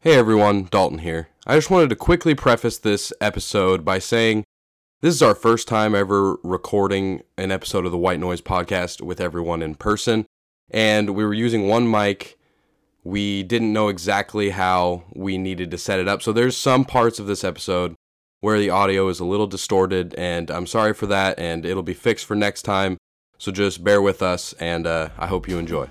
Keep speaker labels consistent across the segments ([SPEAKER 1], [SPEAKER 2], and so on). [SPEAKER 1] Hey everyone, Dalton here. I just wanted to quickly preface this episode by saying this is our first time ever recording an episode of the White Noise podcast with everyone in person, and we were using one mic. We didn't know exactly how we needed to set it up, so there's some parts of this episode where the audio is a little distorted, and I'm sorry for that, and it'll be fixed for next time. So just bear with us, and uh, I hope you enjoy.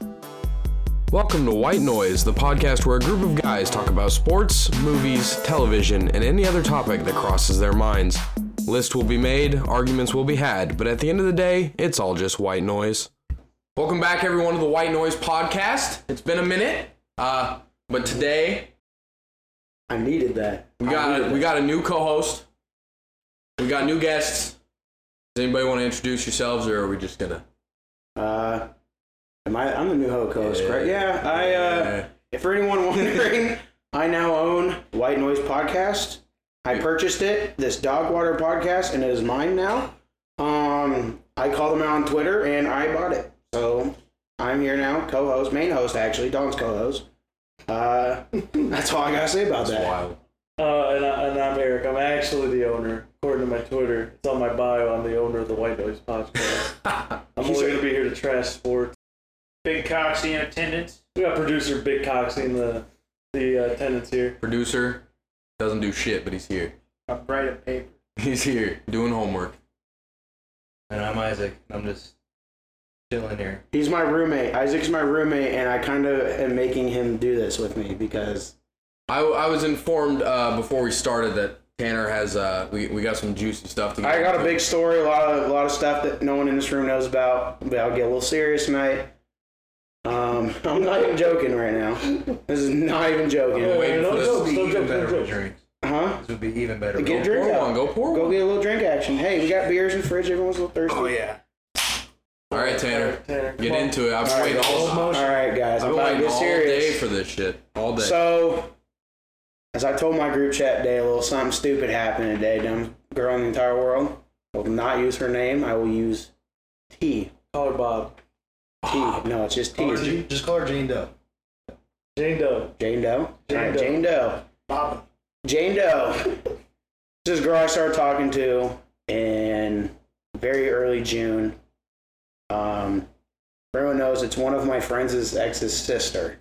[SPEAKER 1] Welcome to White Noise, the podcast where a group of guys talk about sports, movies, television, and any other topic that crosses their minds. List will be made, arguments will be had, but at the end of the day, it's all just white noise. Welcome back, everyone, to the White Noise podcast. It's been a minute, uh, but today
[SPEAKER 2] I needed that.
[SPEAKER 1] we got a, we got a new co-host. We got new guests. Does anybody want to introduce yourselves, or are we just gonna?
[SPEAKER 2] Uh, am I? I'm the new host,
[SPEAKER 1] Yeah.
[SPEAKER 2] right? Yeah. I. Uh,
[SPEAKER 1] eh,
[SPEAKER 2] If for anyone wondering, I now own White Noise Podcast. I purchased it, this Dog Water podcast, and it is mine now. Um, I call them out on Twitter, and I bought it. So I'm here now, co-host, main host actually, Don's co-host. Uh, that's all I gotta say about that.
[SPEAKER 1] wild.
[SPEAKER 3] Uh, and, I, and I'm Eric. I'm actually the owner, according to my Twitter. It's on my bio. I'm the owner of the White Noise Podcast. I'm only going to be here to trash sports.
[SPEAKER 4] Big Coxie in attendance.
[SPEAKER 3] We got producer Big Coxie in the the uh, attendance here.
[SPEAKER 1] Producer doesn't do shit, but he's here.
[SPEAKER 4] I'm bright at paper.
[SPEAKER 1] He's here doing homework.
[SPEAKER 5] And I'm Isaac. I'm just chilling here.
[SPEAKER 2] He's my roommate. Isaac's my roommate, and I kind of am making him do this with me because
[SPEAKER 1] I, I was informed uh, before we started that Tanner has uh, we, we got some juicy stuff to. Get
[SPEAKER 2] I got a big story, a lot of a lot of stuff that no one in this room knows about, but I'll get a little serious tonight. Um, I'm not even joking right now. This is not even joking.
[SPEAKER 1] waiting
[SPEAKER 3] no
[SPEAKER 1] for this.
[SPEAKER 5] This
[SPEAKER 3] jokes,
[SPEAKER 5] would be
[SPEAKER 3] no
[SPEAKER 5] even
[SPEAKER 3] jokes,
[SPEAKER 5] better
[SPEAKER 3] no
[SPEAKER 5] with
[SPEAKER 3] jokes.
[SPEAKER 5] drinks.
[SPEAKER 2] Huh?
[SPEAKER 5] This would be even better.
[SPEAKER 2] Get
[SPEAKER 5] with-
[SPEAKER 2] a drink
[SPEAKER 1] pour
[SPEAKER 2] out.
[SPEAKER 1] one. Go pour one.
[SPEAKER 2] Go
[SPEAKER 1] Oh,
[SPEAKER 2] get a little drink action. Hey, we got beers in the fridge. Everyone's a little thirsty.
[SPEAKER 5] Oh, yeah.
[SPEAKER 1] All right, Tanner,
[SPEAKER 3] Tanner, come
[SPEAKER 1] get
[SPEAKER 3] on.
[SPEAKER 1] into it. I've been waiting all.
[SPEAKER 2] All right, guys.
[SPEAKER 1] I've
[SPEAKER 2] I'm
[SPEAKER 1] been
[SPEAKER 2] about to
[SPEAKER 1] waiting
[SPEAKER 2] get
[SPEAKER 1] all
[SPEAKER 2] serious.
[SPEAKER 1] day for this shit. All day.
[SPEAKER 2] So, as I told my group chat today, a little something stupid happened today. Dumb girl in the entire world. I will not use her name. I will use T.
[SPEAKER 3] Call her Bob.
[SPEAKER 2] T. No, it's just
[SPEAKER 5] Call her
[SPEAKER 2] T.
[SPEAKER 5] Jean- just call her Jane Doe.
[SPEAKER 3] Jane Doe.
[SPEAKER 2] Jane Doe.
[SPEAKER 3] Jane
[SPEAKER 2] All right,
[SPEAKER 3] Doe.
[SPEAKER 2] Jane Doe.
[SPEAKER 3] Bob.
[SPEAKER 2] Jane Doe. this is a girl I started talking to in very early June. Um, everyone knows it's one of my friends' ex's sister.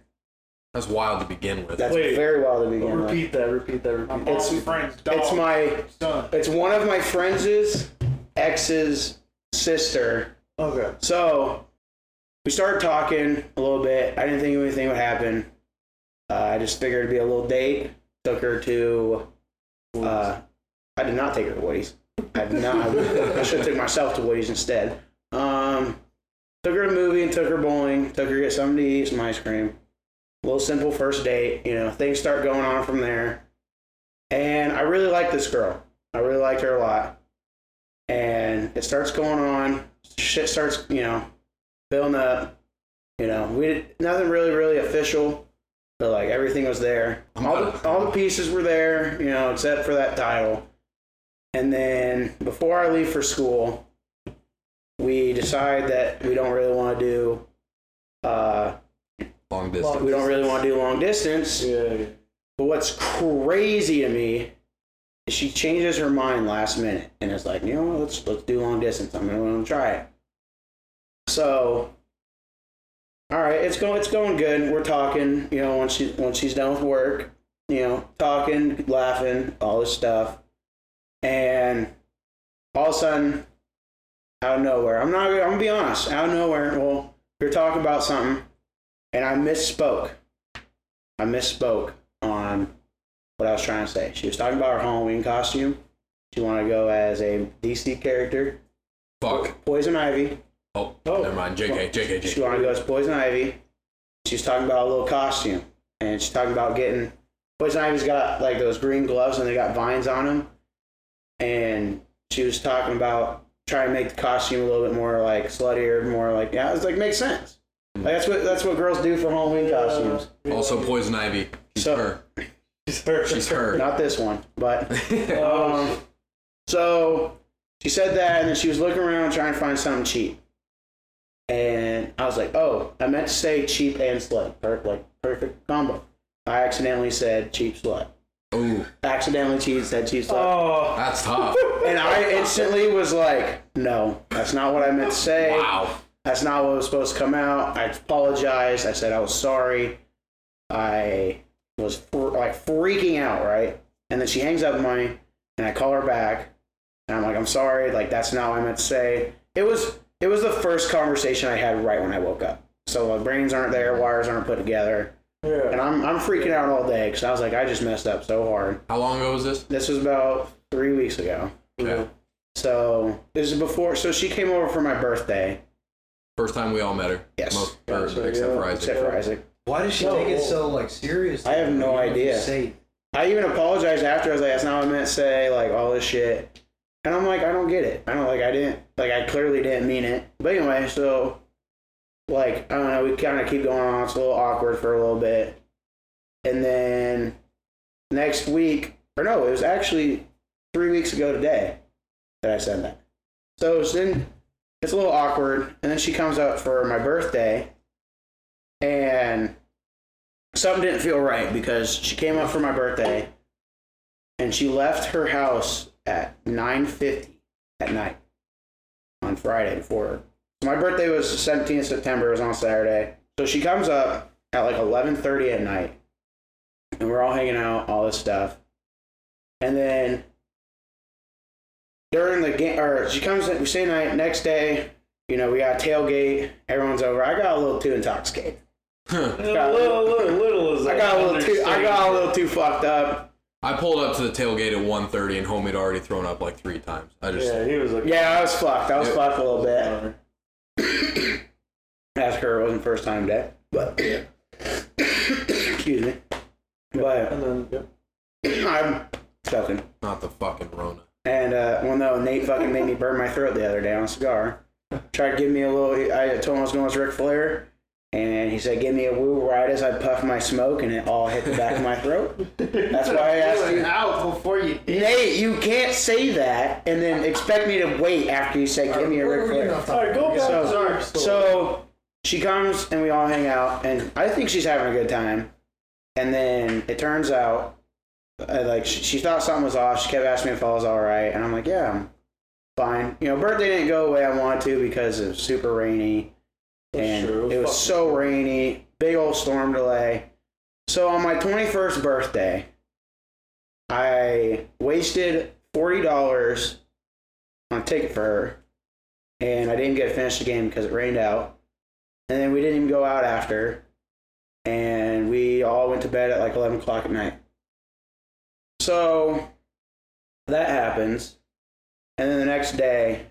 [SPEAKER 1] That's wild to begin with.
[SPEAKER 2] That's
[SPEAKER 3] Wait.
[SPEAKER 2] very well to begin with.
[SPEAKER 3] Repeat that. Repeat that. Repeat
[SPEAKER 4] I'm
[SPEAKER 3] that.
[SPEAKER 2] It's-
[SPEAKER 4] all friends. Dog.
[SPEAKER 2] It's my.
[SPEAKER 4] son.
[SPEAKER 2] It's one of my friends' ex's sister.
[SPEAKER 3] Okay.
[SPEAKER 2] So we started talking a little bit. I didn't think anything would happen. Uh, I just figured it'd be a little date. Took her to. Uh, I did not take her to Woody's. I did not. I should have took myself to Woody's instead. Um, took her to a movie and took her bowling. Took her to get something to eat, some ice cream. little simple first date. You know, things start going on from there. And I really like this girl. I really liked her a lot. And it starts going on shit starts, you know, building up. You know, we did nothing really, really official, but like everything was there. All the, all the pieces were there, you know, except for that title. And then before I leave for school, we decide that we don't really want to do, uh,
[SPEAKER 1] Long distance.
[SPEAKER 2] we don't really want to do long distance.
[SPEAKER 3] Yeah. yeah.
[SPEAKER 2] But what's crazy to me is she changes her mind last minute and is like, you know, what, let's let's do long distance. I'm gonna, I'm to try it. So, all right, it's going it's going good. We're talking, you know, once she once she's done with work, you know, talking, laughing, all this stuff, and all of a sudden, out of nowhere, I'm not. I'm gonna be honest. Out of nowhere, well, you're talking about something, and I misspoke. I misspoke on what I was trying to say. She was talking about her Halloween costume. She wanted to go as a DC character,
[SPEAKER 1] Fuck.
[SPEAKER 2] Poison Ivy.
[SPEAKER 1] Oh,
[SPEAKER 3] Oh.
[SPEAKER 1] never mind. JK, JK,
[SPEAKER 2] She
[SPEAKER 1] JK.
[SPEAKER 2] wanted to go as Poison Ivy. She was talking about a little costume, and she's talking about getting Poison Ivy's got like those green gloves, and they got vines on them. And she was talking about trying to make the costume a little bit more like sluttier, more like yeah, it's like makes sense. Like that's what that's what girls do for Halloween costumes.
[SPEAKER 1] Also, Poison Ivy. She's
[SPEAKER 2] So-
[SPEAKER 1] her.
[SPEAKER 3] She's her.
[SPEAKER 1] She's her.
[SPEAKER 2] Not this one, but
[SPEAKER 3] Oh,
[SPEAKER 2] Um, so she said that, and then she was looking around trying to find something cheap. And I was like, "Oh, I meant to say cheap and slut, per- like perfect combo." I accidentally said cheap slut.
[SPEAKER 1] Ooh,
[SPEAKER 2] Accidentally cheat said cheap slut.
[SPEAKER 3] Oh,
[SPEAKER 1] that's tough.
[SPEAKER 2] And I instantly was like, no, that's not what I meant to say.
[SPEAKER 1] wow.
[SPEAKER 2] That's not what was supposed to come out. I apologized. I said I was sorry. I was fr- like freaking out, right? And then she hangs up on me, and I call her back, and I'm like, I'm sorry. Like that's not what I meant to say. It was it was the first conversation I had right when I woke up. So my brains aren't there, wires aren't put together,
[SPEAKER 3] yeah.
[SPEAKER 2] and I'm I'm freaking out all day because I was like, I just messed up so hard.
[SPEAKER 1] How long ago was this?
[SPEAKER 2] This was about three weeks ago.
[SPEAKER 1] Okay.
[SPEAKER 2] So this is before. So she came over for my birthday,
[SPEAKER 1] First time we all met her.
[SPEAKER 2] Yes.
[SPEAKER 1] Most, or,
[SPEAKER 3] Gotcha,
[SPEAKER 1] except
[SPEAKER 3] yeah.
[SPEAKER 1] for Isaac.
[SPEAKER 2] except for Isaac.
[SPEAKER 5] Why does she
[SPEAKER 3] No,
[SPEAKER 5] take it
[SPEAKER 3] well,
[SPEAKER 5] so like serious?
[SPEAKER 2] I have no
[SPEAKER 5] What did you
[SPEAKER 2] idea.
[SPEAKER 5] Say,
[SPEAKER 2] I even apologized after. I was like, "That's not what I meant to say." Like all this shit, and I'm like, "I don't get it. I don't like. I didn't like. I clearly didn't mean it." But anyway, so like I don't know. We kind of keep going on. It's a little awkward for a little bit, and then next week, or no, it was actually three weeks ago today that I said that. So it's then it's a little awkward, and then she comes up for my birthday, and something didn't feel right because she came up for my birthday and she left her house at 9.50 at night on friday before so my birthday was 17th september it was on saturday so she comes up at like 11.30 at night and we're all hanging out all this stuff and then during the game or she comes in we say night next day you know we got a tailgate everyone's over i got a little too intoxicated
[SPEAKER 3] A little, little, little is
[SPEAKER 2] I got a little too. I got a little too fucked up.
[SPEAKER 1] I pulled up to the tailgate at 1.30 and homie had already thrown up like three times. I just,
[SPEAKER 3] Yeah, he was like,
[SPEAKER 2] Yeah, I was fucked. I was fucked a little bit. Ask her. It wasn't first time date, but excuse me. But
[SPEAKER 3] And then, yep.
[SPEAKER 2] I'm fucking.
[SPEAKER 1] not the fucking Rona.
[SPEAKER 2] And uh, well, no, Nate fucking made me burn my throat the other day on a cigar. Tried to give me a little. I told him I was going as Ric Flair, and he said, "Give me a woo right as I puff my smoke, and it all hit the back of my throat." That's why I asked you.
[SPEAKER 4] out before you did.
[SPEAKER 2] Nate, you can't say that and then expect me to wait after you say, give me a Ric Flair.
[SPEAKER 3] All right, go back.
[SPEAKER 2] So-
[SPEAKER 3] to your story.
[SPEAKER 2] So she comes and we all hang out, and I think she's having a good time. And then it turns out, uh, like, she, she thought something was off. She kept asking me if I was all right. And I'm like, yeah, I'm fine. You know, birthday didn't go the way I wanted to because it was super rainy. And
[SPEAKER 3] Sure,
[SPEAKER 2] it was
[SPEAKER 3] fuck.
[SPEAKER 2] so rainy, big old storm delay. So on my 21st birthday, I wasted $40 on a ticket for her. And I didn't get to finish the game because it rained out. And then we didn't even go out after. And we all went to bed at like 11 o'clock at night. So that happens. And then the next day,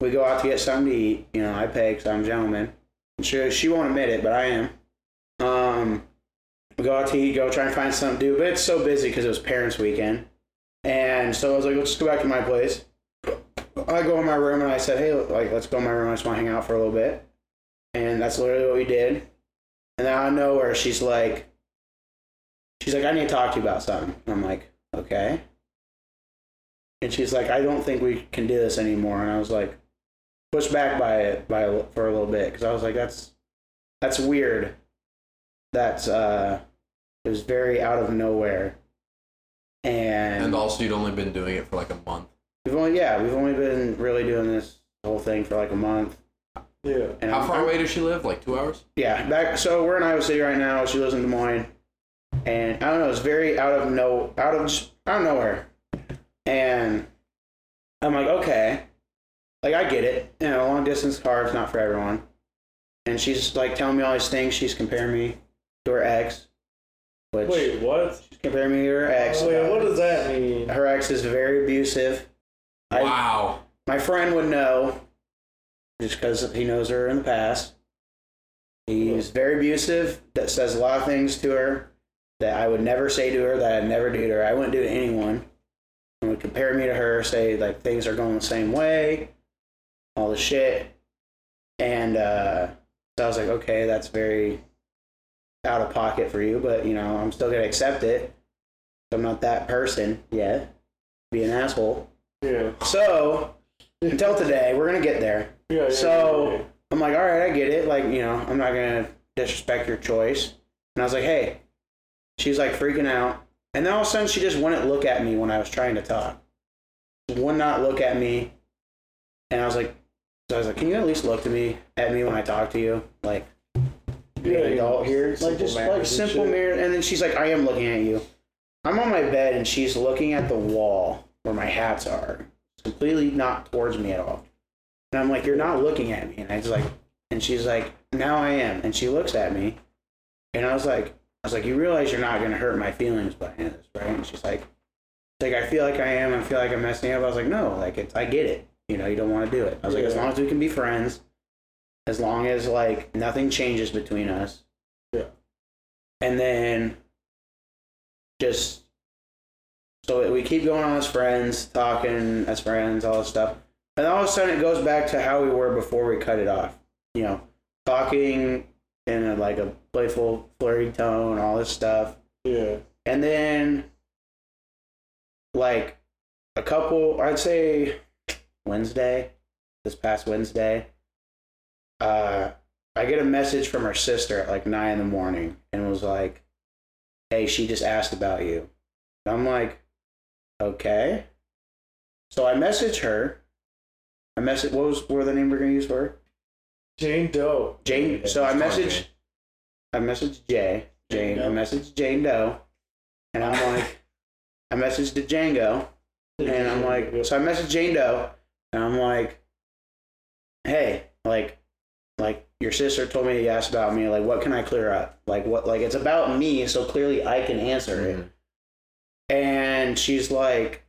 [SPEAKER 2] we go out to get something to eat. You know, I pay because I'm a gentleman. She, she won't admit it, but I am. Um, we go out to eat, go try and find something to do. But it's so busy because it was parents' weekend. And so I was like, let's just go back to my place. I go in my room and I said, hey, like, let's go in my room. I just want to hang out for a little bit. And that's literally what we did. And then out of nowhere, she's like, she's like, I need to talk to you about something. And I'm like, okay. And she's like, I don't think we can do this anymore. And I was like, pushed back by it by a- for a little bit because I was like, that's that's weird. That's uh, it was very out of nowhere. And,
[SPEAKER 1] And also, you'd only been doing it for like a month.
[SPEAKER 2] We've only yeah, we've only been really doing this whole thing for like a month.
[SPEAKER 3] yeah.
[SPEAKER 2] And
[SPEAKER 1] How
[SPEAKER 2] I'm-
[SPEAKER 1] far
[SPEAKER 2] I'm-
[SPEAKER 1] away does she live? Like two hours?
[SPEAKER 2] Yeah, back. So we're in Iowa City right now. She lives in Des Moines, and I don't know. It's very out of no, out of just out of nowhere. And I'm like, okay, like I get it. You know, long distance car is not for everyone. And she's like telling me all these things. She's comparing me to her ex, which
[SPEAKER 3] Wait, what?
[SPEAKER 2] she's comparing me to her ex.
[SPEAKER 3] Wait, what does that mean?
[SPEAKER 2] her ex is very abusive. I-
[SPEAKER 1] wow.
[SPEAKER 2] my friend would know just because he knows her in the past. He's very abusive, that says a lot of things to her that I would never say to her, that I'd never do to her. I wouldn't do to anyone. And would compare me to her, say like things are going the same way, all the shit. And uh, so I was like, okay, that's very out of pocket for you, but you know, I'm still gonna accept it. I'm not that person yet. Be an asshole.
[SPEAKER 3] Yeah.
[SPEAKER 2] So until today, we're gonna get there.
[SPEAKER 3] Yeah, yeah,
[SPEAKER 2] So-
[SPEAKER 3] yeah,
[SPEAKER 2] I'm like, all right, I get it. Like, you know, I'm not gonna disrespect your choice. And I was like, hey, She's like freaking out. And then all of a sudden, she just wouldn't look at me when I was trying to talk. She would not look at me. And I was like, so I was like, can you at least look to me at me when I talk to you? Like, be an adult here. Like, just like simple mirror. And then she's like, I am looking at you. I'm on my bed and she's looking at the wall where my hats are. It's completely not towards me at all. And I'm like, you're not looking at me. And I just like, and she's like, now I am. And she looks at me. And I was like, I was like, you realize you're not gonna hurt my feelings by any of this, right? And she's like, she's like I feel like I am. I feel like I'm messing up. I was like, no, like it's, I get it. You know, you don't want to do it. I was like, as long as we can be friends, as long as like nothing changes between us.
[SPEAKER 3] Yeah.
[SPEAKER 2] And then, just so we keep going on as friends, talking as friends, all this stuff, and all of a sudden it goes back to how we were before we cut it off. You know, talking in a, like a playful, flirty tone, all this stuff.
[SPEAKER 3] Yeah.
[SPEAKER 2] And then, like, a couple, I'd say Wednesday, this past Wednesday, uh, I get a message from her sister at like nine in the morning and was like, hey, she just asked about you. And I'm like, okay. So I message her. I message, what was, what were the name we are going to use for her?
[SPEAKER 3] Jane Doe.
[SPEAKER 2] Jane. So I
[SPEAKER 1] Just call her
[SPEAKER 2] messaged, I messaged Jay, Jane. I messaged Jane Doe, and I'm like, I messaged to Django, and I'm like, so I messaged Jane Doe, and I'm like, hey, like, like your sister told me you asked about me. Like, what can I clear up? Like, what? Like, it's about me, so clearly I can answer it. And she's like,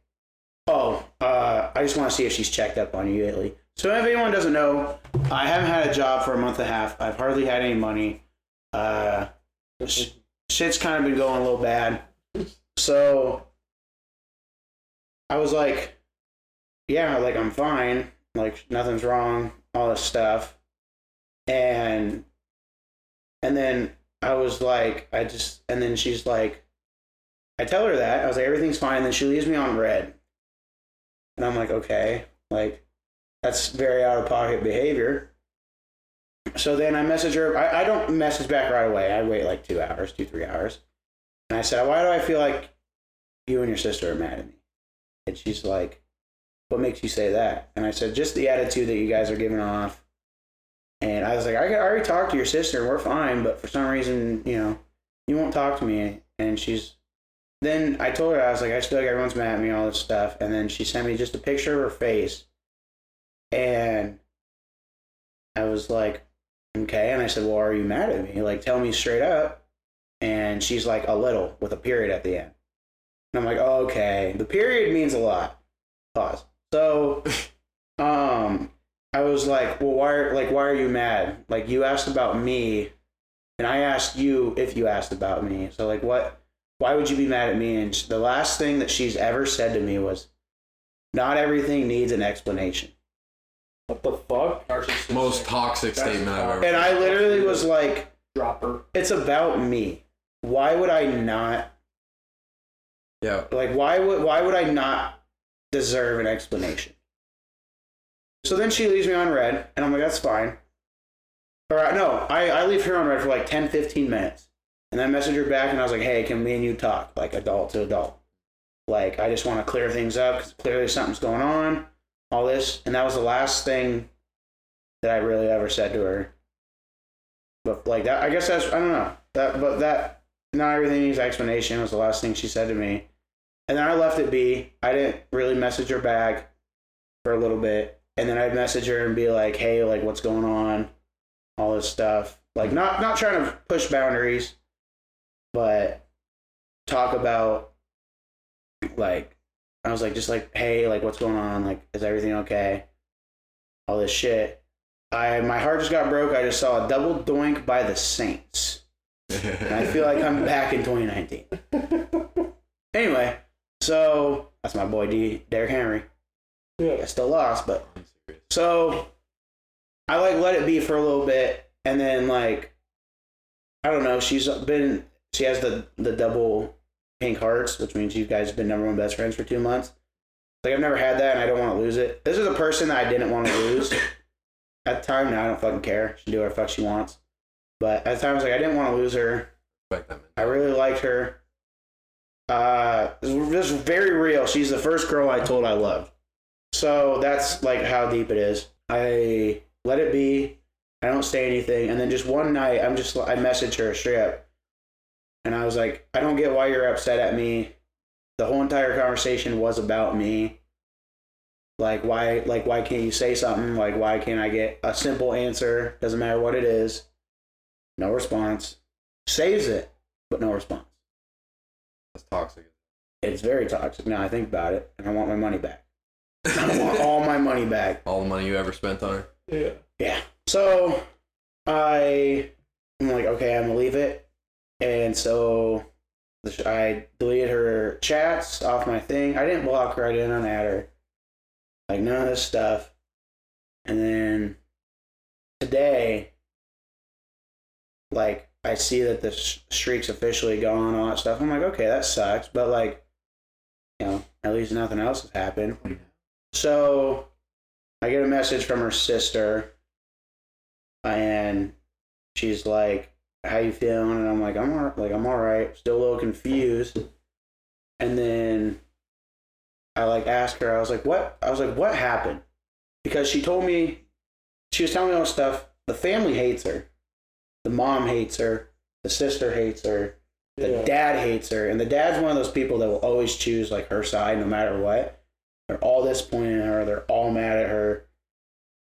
[SPEAKER 2] oh, uh, I just want to see if she's checked up on you lately. So if anyone doesn't know, I haven't had a job for a month and a half. I've hardly had any money. Uh, sh- shit's kind of been going a little bad. So I was like, yeah, like I'm fine. Like nothing's wrong, all this stuff. And and then I was like, I just and then she's like I tell her that. I was like, everything's fine, then she leaves me on red. And I'm like, okay, like that's very out of pocket behavior. So then I message her. I, I don't message back right away. I wait like two hours, two, three hours. And I said, Why do I feel like you and your sister are mad at me? And she's like, What makes you say that? And I said, Just the attitude that you guys are giving off. And I was like, I I already talked to your sister and we're fine, but for some reason, you know, you won't talk to me. And she's, then I told her, I was like, I just feel like everyone's mad at me, all this stuff. And then she sent me just a picture of her face and I was like, okay. And I said, well, are you mad at me? Like, tell me straight up. And she's like, a little with a period at the end. And I'm like, oh, okay. The period means a lot. Pause. So, um, I was like, well, why? Are, like, why are you mad? Like, you asked about me, and I asked you if you asked about me. So, like, what? Why would you be mad at me? And sh- the last thing that she's ever said to me was, "Not everything needs an explanation."
[SPEAKER 3] What the fuck?
[SPEAKER 1] Most toxic
[SPEAKER 4] That's
[SPEAKER 1] statement I've ever.
[SPEAKER 2] And I literally was like,
[SPEAKER 4] dropper.
[SPEAKER 2] it's about me. Why would I not
[SPEAKER 1] Yeah.
[SPEAKER 2] like why would why would I not deserve an explanation? So then she leaves me on red and I'm like, that's fine. All right, no, I, I leave her on red for like 10, 15 minutes. And I message her back and I was like, hey, can me and you talk? Like adult to adult. Like I just want to clear things up because clearly something's going on. All this. And that was the last thing that I really ever said to her. But like that I guess that's I don't know. That but that not everything needs explanation was the last thing she said to me. And then I left it be. I didn't really message her back for a little bit. And then I'd message her and be like, hey, like what's going on? All this stuff. Like not not trying to push boundaries, but talk about like I was like just like, hey, like what's going on? Like, is everything okay? All this shit. I my heart just got broke. I just saw a double doink by the Saints. And I feel like I'm back in 2019. Anyway, so that's my boy D, Derrick Henry.
[SPEAKER 3] Yeah.
[SPEAKER 2] I still lost, but so I like let it be for a little bit, and then like I don't know. She's been she has the the double pink hearts, which means you guys have been number one best friends for two months. Like I've never had that, and I don't want to lose it. This is a person that I didn't want to lose at the time. Now I don't fucking care. She can do whatever the fuck she wants. But at the time, I was like, I didn't want to lose her.
[SPEAKER 1] Respect that man.
[SPEAKER 2] I really liked her. uh, this is very real. She's the first girl I told I loved. So that's like how deep it is. I let it be. I don't say anything. And then just one night, I'm just I messaged her straight up, and I was like, I don't get why you're upset at me. The whole entire conversation was about me. Like why? Like why can't you say something? Like why can't I get a simple answer? Doesn't matter what it is. No response. Saves it, but no response.
[SPEAKER 1] That's toxic.
[SPEAKER 2] It's very toxic. Now I think about it, and I want my money back. I want all my money back.
[SPEAKER 1] All the money you ever spent on her.
[SPEAKER 3] Yeah.
[SPEAKER 2] So I I'm like, okay, I'm gonna leave it. And so I deleted her chats off my thing. I didn't block her, I didn't unadd her. Like none of this stuff. And then today, like I see that the sh- streak's officially gone, all that stuff. I'm like, okay, that sucks. But like, you know, at least nothing else has happened. So I get a message from her sister and she's like, "How you feeling?" And I'm like, "I'm all, like I'm all right, still a little confused." And then I like asked her, I was like, "What?" I was like, "What happened?" Because she told me she was telling me all this stuff. The family hates her. The mom hates her. The sister hates her. The
[SPEAKER 3] Yeah.
[SPEAKER 2] dad hates her, and the dad's one of those people that will always choose like her side no matter what. They're all disappointed in her. They're all mad at her.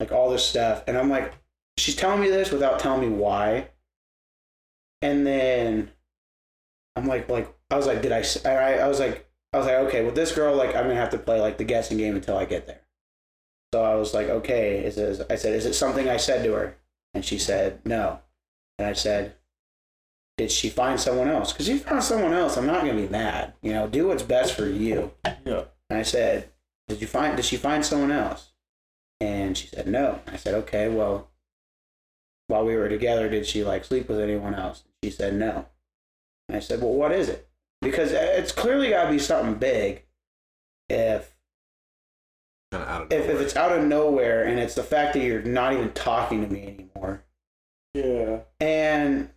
[SPEAKER 2] Like all this stuff, and I'm like, she's telling me this without telling me why. And then I'm like, like I was like, did I? s- I, I was like, I was like, okay, with this girl, like I'm gonna have to play like the guessing game until I get there. So I was like, okay, is it, I said, is it something I said to her? And she said no. And I said, did she find someone else? Because you found someone else, I'm not gonna be mad. You know, do what's best for you.
[SPEAKER 3] Yeah.
[SPEAKER 2] And I said, did you find? Did she find someone else? And she said no. I said, okay, well, while we were together, did she like sleep with anyone else? She said no. And I said, well, what is it? Because it's clearly got to be something big. If
[SPEAKER 1] Kind of out of
[SPEAKER 2] if,
[SPEAKER 1] nowhere.
[SPEAKER 2] if it's out of nowhere and it's the fact that you're not even talking to me anymore.
[SPEAKER 3] Yeah.
[SPEAKER 2] And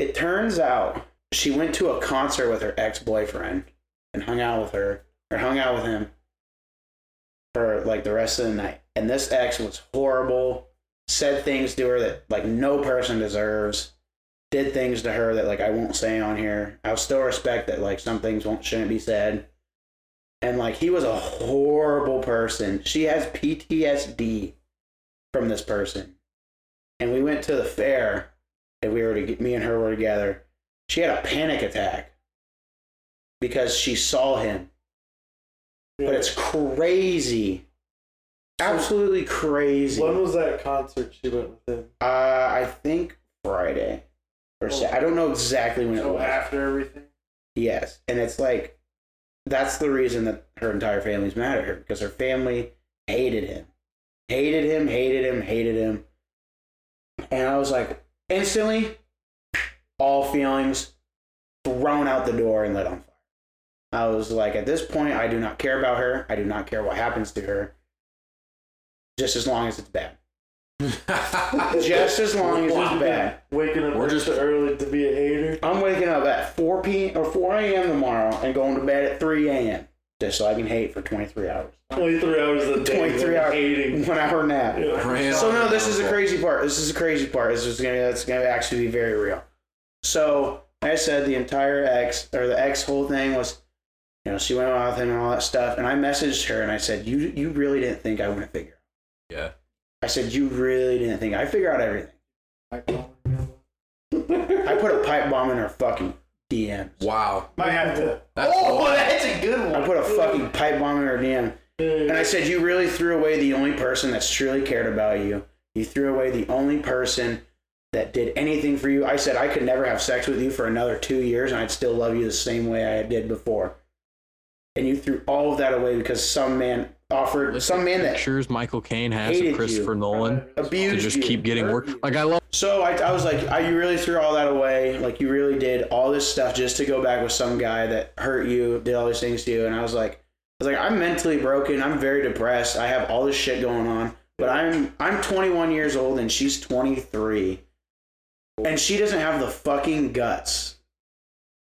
[SPEAKER 2] it turns out she went to a concert with her ex boyfriend and hung out with her or hung out with him for like the rest of the night. And this ex was horrible, said things to her that like no person deserves, did things to her that like I won't say on here. I'll still respect that like some things won't shouldn't be said. And like he was a horrible person. She has PTSD from this person. And we went to the fair and we were to get, me and her were together. She had a panic attack because she saw him
[SPEAKER 3] yeah.
[SPEAKER 2] but it's crazy. Absolutely crazy.
[SPEAKER 3] when was that concert she went with him?
[SPEAKER 2] Uh, I think Friday or Sa- I don't know exactly when it
[SPEAKER 4] So
[SPEAKER 2] was.
[SPEAKER 4] after everything,
[SPEAKER 2] Yes, and it's like that's the reason that her entire family's mad at her because her family hated him, hated him, hated him, hated him. And I was like, instantly, all feelings thrown out the door and lit on fire. I was like, at this point, I do not care about her. I do not care what happens to her. Just as long as it's bad. Just as long as it's bad.
[SPEAKER 3] Waking up
[SPEAKER 1] We're
[SPEAKER 3] extra
[SPEAKER 1] just-
[SPEAKER 3] early to be a hater.
[SPEAKER 2] I'm waking up at 4 p. or 4 a.m. tomorrow and going to bed at 3 a.m. just so I can hate for 23 hours.
[SPEAKER 3] Twenty three hours a day.
[SPEAKER 2] 23
[SPEAKER 3] of
[SPEAKER 2] hours.
[SPEAKER 3] hating.
[SPEAKER 2] One hour nap.
[SPEAKER 3] Yeah.
[SPEAKER 1] Grand
[SPEAKER 2] So no, this is the
[SPEAKER 1] downfall.
[SPEAKER 2] crazy part. This is the crazy part. This is gonna that's gonna actually be very real. So like I said the entire ex or the ex whole thing was, you know, she went out with him and all that stuff. And I messaged her and I said, you you really didn't think I wouldn't figure. out."
[SPEAKER 1] Yeah.
[SPEAKER 2] I said you really didn't think I figure out everything.
[SPEAKER 4] I call her.
[SPEAKER 2] I put a pipe bomb in her fucking DM.
[SPEAKER 1] Wow.
[SPEAKER 4] might have to.
[SPEAKER 1] That's
[SPEAKER 4] oh, that's a good
[SPEAKER 2] I
[SPEAKER 4] one.
[SPEAKER 2] put a fucking pipe bomb in her DM. And I said, You really threw away the only person that's truly cared about you. You threw away the only person that did anything for you. I said, I could never have sex with you for another two years and I'd still love you the same way I did before. And you threw all of that away because some man offered, some man that
[SPEAKER 6] pictures Michael Caine has
[SPEAKER 2] hated
[SPEAKER 6] of
[SPEAKER 2] you.
[SPEAKER 6] Christopher Nolan to
[SPEAKER 2] abused
[SPEAKER 6] just
[SPEAKER 2] you.
[SPEAKER 6] keep getting work. Like I love
[SPEAKER 2] So I, I was like, I, you really threw all that away. Like you really did all this stuff just to go back with some guy that hurt you, did all these things to you. And I was like, I was like, I'm mentally broken. I'm very depressed. I have all this shit going on. But I'm I'm 21 years old and she's 23, and she doesn't have the fucking guts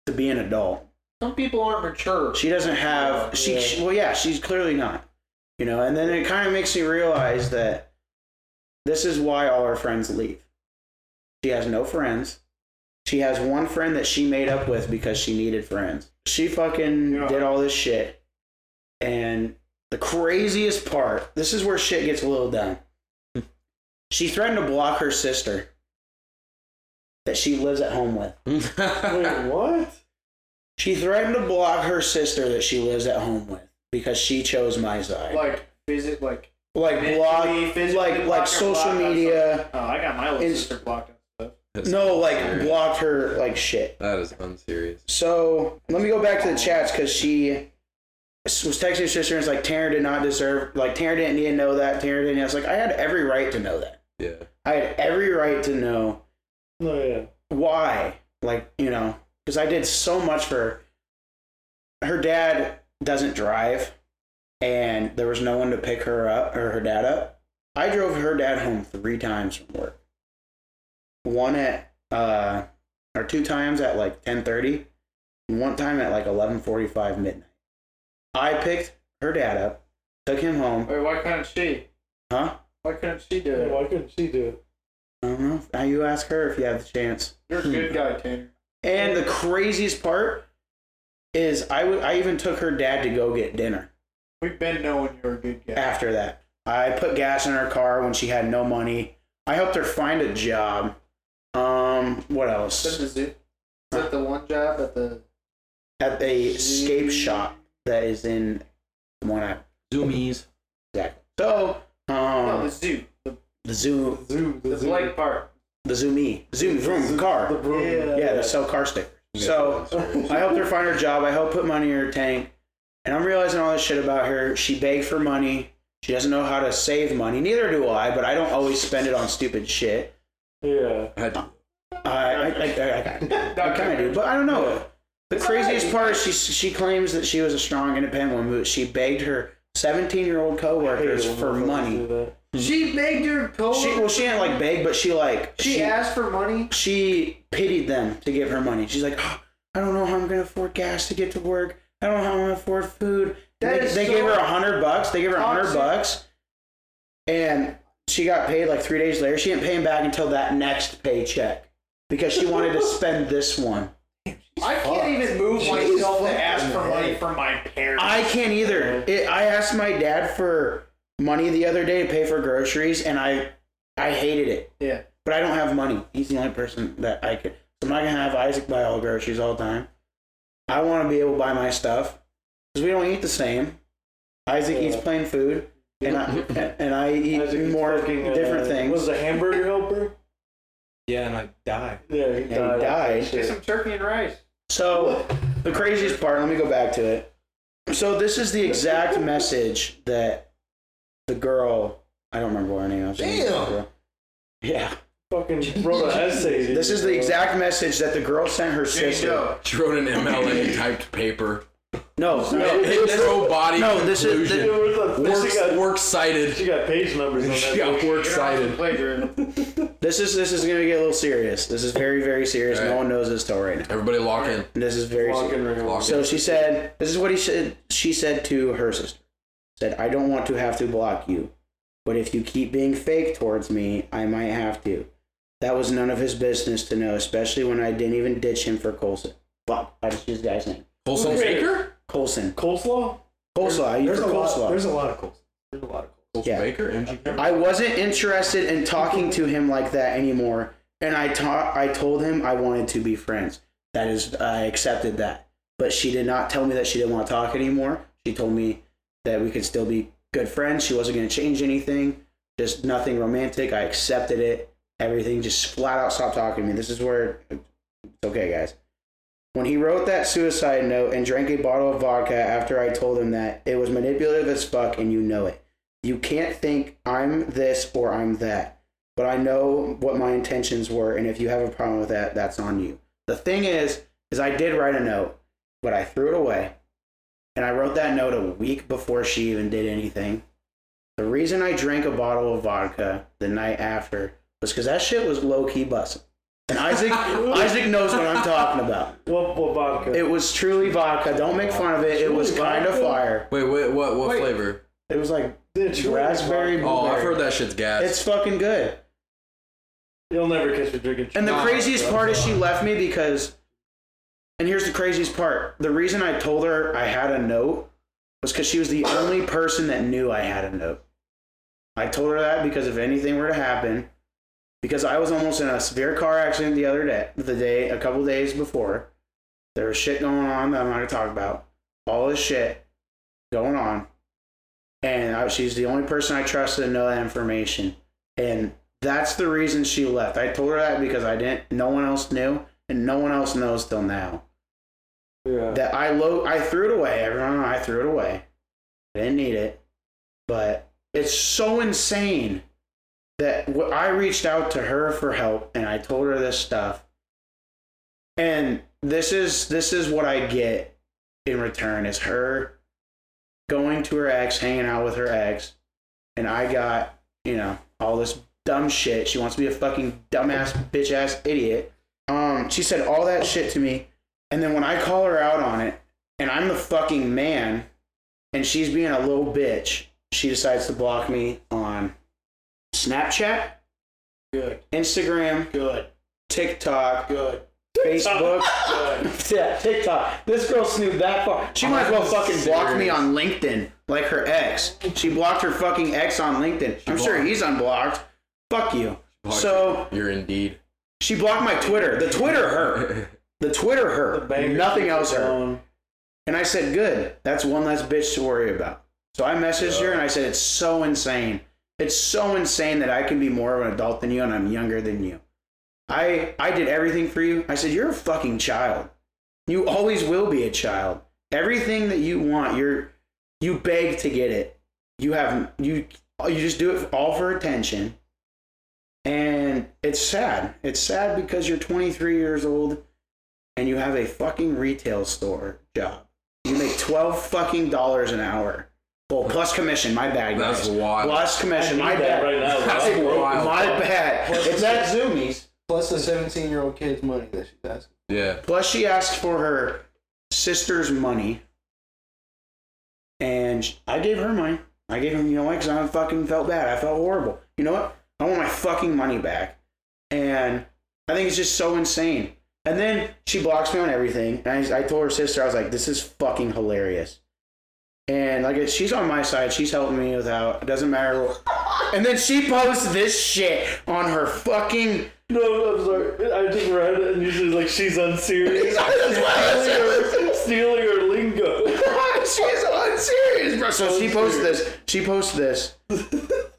[SPEAKER 2] to be an adult.
[SPEAKER 4] Some people aren't mature.
[SPEAKER 2] She doesn't have. She,
[SPEAKER 3] Yeah.
[SPEAKER 2] she well, yeah, she's clearly not. You know, and then it kind of makes me realize that this is why all her friends leave. She has no friends. She has one friend that she made up with because she needed friends. She fucking
[SPEAKER 3] Yeah.
[SPEAKER 2] did all this shit. And the craziest part, this is where shit gets a little dumb. She threatened to block her sister that she lives at home with.
[SPEAKER 3] Wait, what?
[SPEAKER 2] She threatened to block her sister that she lives at home with because she chose my side. Like,
[SPEAKER 4] Like, visit, like,
[SPEAKER 2] block,
[SPEAKER 4] mentally, physically block
[SPEAKER 2] like like
[SPEAKER 4] her, block
[SPEAKER 2] social
[SPEAKER 4] her,
[SPEAKER 2] media.
[SPEAKER 4] Oh, I got my little
[SPEAKER 2] It's-
[SPEAKER 4] sister blocked.
[SPEAKER 2] No, like
[SPEAKER 1] Serious.
[SPEAKER 2] blocked her like shit.
[SPEAKER 1] That is unserious.
[SPEAKER 2] So let me go back to the chats because she was texting her sister and it's like Tanner did not deserve. Like Tanner didn't need to know that. Tanner didn't. I was like, I had every right to know that.
[SPEAKER 1] Yeah.
[SPEAKER 2] I had every right to know
[SPEAKER 3] No, yeah.
[SPEAKER 2] why like you know because i did so much for her her dad doesn't drive and there was no one to pick her up or her dad up i drove her dad home three times from work one at uh or two times at like 10.30 and one time at like 11.45 midnight i picked her dad up took him home
[SPEAKER 4] Wait, why couldn't she?
[SPEAKER 2] huh
[SPEAKER 4] Why couldn't she do
[SPEAKER 3] Yeah,
[SPEAKER 4] it?
[SPEAKER 3] why couldn't she do it?
[SPEAKER 2] i don't know now you ask her if you have the chance
[SPEAKER 4] You're a good
[SPEAKER 5] Hmm.
[SPEAKER 4] guy, Tanner.
[SPEAKER 2] And the craziest part is I w- I even took her dad to go get dinner
[SPEAKER 4] We've been knowing you're a good guy.
[SPEAKER 2] after that. I put gas in her car when she had no money. I helped her find a job. Um, what
[SPEAKER 4] Is that
[SPEAKER 2] else?
[SPEAKER 4] the zoo? Is that the one job at the
[SPEAKER 2] At a scape shop that is in one I
[SPEAKER 5] Zoomies.
[SPEAKER 2] exactly. So,
[SPEAKER 4] no oh, the
[SPEAKER 2] um,
[SPEAKER 4] zoo the,
[SPEAKER 2] the Zoom,
[SPEAKER 3] Zoom.
[SPEAKER 4] the
[SPEAKER 3] Zoom.
[SPEAKER 4] Blake part.
[SPEAKER 2] the Zoomy, Zoom vroom
[SPEAKER 3] The
[SPEAKER 2] car.
[SPEAKER 3] broom.
[SPEAKER 2] Yeah, they sell car stickers. So, I helped her find her job. I helped put money in her tank. And I'm realizing all this shit about her. She begged for money. She doesn't know how to save money. Neither do I, but I don't always spend it on stupid shit. Uh,
[SPEAKER 3] Yeah.
[SPEAKER 2] I, I, I, I, kind of do, but I don't know. The craziest part is she, she claims that she was a strong, independent woman, but she begged her 17 year old
[SPEAKER 3] I hate it
[SPEAKER 2] coworkers
[SPEAKER 3] when
[SPEAKER 2] for
[SPEAKER 3] motherfuckers do
[SPEAKER 2] money.
[SPEAKER 3] that.
[SPEAKER 5] Hmm.
[SPEAKER 4] She begged her coworker.
[SPEAKER 2] She, well, she didn't like beg, but she like.
[SPEAKER 4] she, asked for money.
[SPEAKER 2] she pitied them to give her money. She's like, "Oh, I don't know how I'm gonna afford gas to get to work. I don't know how I'm gonna afford food.
[SPEAKER 4] That
[SPEAKER 2] they
[SPEAKER 4] is
[SPEAKER 2] they
[SPEAKER 4] so
[SPEAKER 2] gave her a hundred bucks. They gave her a hundred
[SPEAKER 4] toxic.
[SPEAKER 2] bucks, and she got paid like three days later. She didn't pay him back until that next paycheck because she wanted to spend this one.
[SPEAKER 4] I can't even move
[SPEAKER 2] She's
[SPEAKER 4] myself
[SPEAKER 2] fucked
[SPEAKER 4] to ask
[SPEAKER 2] in
[SPEAKER 4] for
[SPEAKER 2] the
[SPEAKER 4] money
[SPEAKER 2] head.
[SPEAKER 4] from my parents.
[SPEAKER 2] I can't either. It, I asked my dad for money the other day to pay for groceries, and I I hated it.
[SPEAKER 4] Yeah.
[SPEAKER 2] But I don't have money. He's the only person that I could. So I'm not gonna have Isaac buy all groceries all the time. I want to be able to buy my stuff because we don't eat the same. Isaac eats
[SPEAKER 3] Yeah.
[SPEAKER 2] plain food, and I and I eat
[SPEAKER 3] Isaac is
[SPEAKER 2] more
[SPEAKER 3] fucking, uh,
[SPEAKER 2] different
[SPEAKER 3] Was
[SPEAKER 2] things.
[SPEAKER 3] it a hamburger helper?
[SPEAKER 5] Yeah, and I die.
[SPEAKER 3] Yeah, he
[SPEAKER 2] And he
[SPEAKER 3] died. after
[SPEAKER 2] died.
[SPEAKER 3] that
[SPEAKER 4] Get
[SPEAKER 3] shit.
[SPEAKER 4] some turkey and rice.
[SPEAKER 2] So the craziest part. Let me go back to it. So this is the exact message that the girl. I don't remember what her name was. Damn. Yeah.
[SPEAKER 3] Fucking wrote an essay. dude.
[SPEAKER 2] This is the exact message that the girl sent her sister.
[SPEAKER 1] She wrote an MLA typed paper.
[SPEAKER 2] No, no,
[SPEAKER 1] Intro body
[SPEAKER 2] no, this is-
[SPEAKER 3] Yeah,
[SPEAKER 1] conclusion.
[SPEAKER 3] where's the-
[SPEAKER 1] Works,
[SPEAKER 3] she, got,
[SPEAKER 1] works cited.
[SPEAKER 3] she got page numbers on that.
[SPEAKER 1] She got
[SPEAKER 3] bitch.
[SPEAKER 1] works cited.
[SPEAKER 4] Plagiarism.
[SPEAKER 2] this is this is gonna get a little serious. This is very very serious. No
[SPEAKER 1] Alright.
[SPEAKER 2] one knows this till right now.
[SPEAKER 1] Everybody lock in.
[SPEAKER 2] And this is very serious.
[SPEAKER 3] Fucking real.
[SPEAKER 1] Lock
[SPEAKER 2] So she said, "This is what he said." She said to her sister, "said I don't want to have to block you, but if you keep being fake towards me, I might have to." That was none of his business to know, especially when I didn't even ditch him for Colson. Fuck, I just used the guy's name.
[SPEAKER 1] Wholesome
[SPEAKER 3] Wait.
[SPEAKER 1] Baker?
[SPEAKER 2] Colson.
[SPEAKER 3] Coleslaw?
[SPEAKER 2] Coleslaw. I used
[SPEAKER 5] There's
[SPEAKER 2] for
[SPEAKER 5] a lot.
[SPEAKER 2] coleslaw.
[SPEAKER 5] There's a lot of coleslaw. There's a lot of coleslaw.
[SPEAKER 2] Yeah.
[SPEAKER 1] Baker? MGK?
[SPEAKER 2] I wasn't interested in talking to him like that anymore, and I taught I told him I wanted to be friends. That is, I accepted that. But she did not tell me that she didn't want to talk anymore. She told me that we could still be good friends. She wasn't going to change anything, just nothing romantic. I accepted it. Everything just flat out stopped talking to me. This is where it's okay, guys. When he wrote that suicide note and drank a bottle of vodka after I told him that, it was manipulative as fuck, and you know it. You can't think I'm this or I'm that, but I know what my intentions were, and if you have a problem with that, that's on you. The thing is, is I did write a note, but I threw it away, and I wrote that note a week before she even did anything. The reason I drank a bottle of vodka the night after was because that shit was low key busting. And Isaac Isaac knows what I'm talking about.
[SPEAKER 3] What, what vodka?
[SPEAKER 2] It was truly vodka. Don't make fun of it. It was kind of fire.
[SPEAKER 1] Wait, wait, what, what flavor?
[SPEAKER 2] It was like
[SPEAKER 3] Dude, truly
[SPEAKER 2] raspberry.
[SPEAKER 3] vodka.
[SPEAKER 1] Oh, I've
[SPEAKER 2] blueberry.
[SPEAKER 1] heard that shit's gas.
[SPEAKER 2] It's fucking good.
[SPEAKER 3] You'll never catch me drinking.
[SPEAKER 2] And the
[SPEAKER 3] truly
[SPEAKER 2] craziest
[SPEAKER 3] vodka.
[SPEAKER 2] part is she left me because, and here's the craziest part. The reason I told her I had a note was because she was the only person that knew I had a note. I told her that because if anything were to happen, because I was almost in a severe car accident the other day, the day a couple days before. There was shit going on that I'm not gonna talk about. All this shit going on, and I, she's the only person I trusted to know that information. And that's the reason she left. I told her that because I didn't. No one else knew, and no one else knows till now.
[SPEAKER 3] Yeah.
[SPEAKER 2] That I lo- I threw it away. Everyone, I threw it away. I didn't need it, but it's so insane that wh- I reached out to her for help, and I told her this stuff. And this is this is what I get in return is her going to her ex, hanging out with her ex, and I got you know all this dumb shit. She wants to be a fucking dumbass, bitch ass idiot. Um, she said all that shit to me, and then when I call her out on it, and I'm the fucking man, and she's being a little bitch, she decides to block me on Snapchat,
[SPEAKER 3] Good.
[SPEAKER 2] Instagram,
[SPEAKER 3] Good.
[SPEAKER 2] TikTok,
[SPEAKER 3] Good.
[SPEAKER 2] Facebook.
[SPEAKER 3] Good.
[SPEAKER 2] Yeah, TikTok. This girl snooped that far. She might as well fucking block me on LinkedIn like her ex. She blocked her fucking ex on LinkedIn. I'm sure he's unblocked. Fuck you.
[SPEAKER 1] Fuck,
[SPEAKER 2] So
[SPEAKER 1] you're indeed.
[SPEAKER 2] she blocked my Twitter. The Twitter her. The Twitter her.
[SPEAKER 3] Bangers
[SPEAKER 2] Nothing else her.
[SPEAKER 3] alone.
[SPEAKER 2] And I said, good. That's one less bitch to worry about. So I messaged her and I said, it's so insane. It's so insane that I can be more of an adult than you and I'm younger than you. I I did everything for you. I said, you're a fucking child. You always will be a child. Everything that you want, you're you beg to get it. You have you you just do it all for attention. And it's sad. It's sad because you're 23 years old and you have a fucking retail store job. You make 12 fucking dollars an hour. Well, plus commission, my bad.
[SPEAKER 1] That's
[SPEAKER 2] guys.
[SPEAKER 1] wild.
[SPEAKER 2] Plus commission, my
[SPEAKER 3] I need that
[SPEAKER 2] bad.
[SPEAKER 3] right now.
[SPEAKER 1] That's
[SPEAKER 3] That's
[SPEAKER 1] wild.
[SPEAKER 2] My bad. It's at Zoomies.
[SPEAKER 5] Plus the 17 year old kid's money that she's asking.
[SPEAKER 1] Yeah.
[SPEAKER 2] Plus, she asked for her sister's money. And sh- I gave her mine. I gave him, you know what? Because I fucking felt bad. I felt horrible. You know what? I want my fucking money back. And I think it's just so insane. And then she blocks me on everything. And I, I told her sister, I was like, this is fucking hilarious. And like, she's on my side. She's helping me without. It doesn't matter. what- And then she posts this shit on her fucking.
[SPEAKER 3] No, I'm sorry. I just read it and usually like she's unserious. stealing, her, stealing her lingo.
[SPEAKER 2] She's unserious, bro. So she posted this. She posted this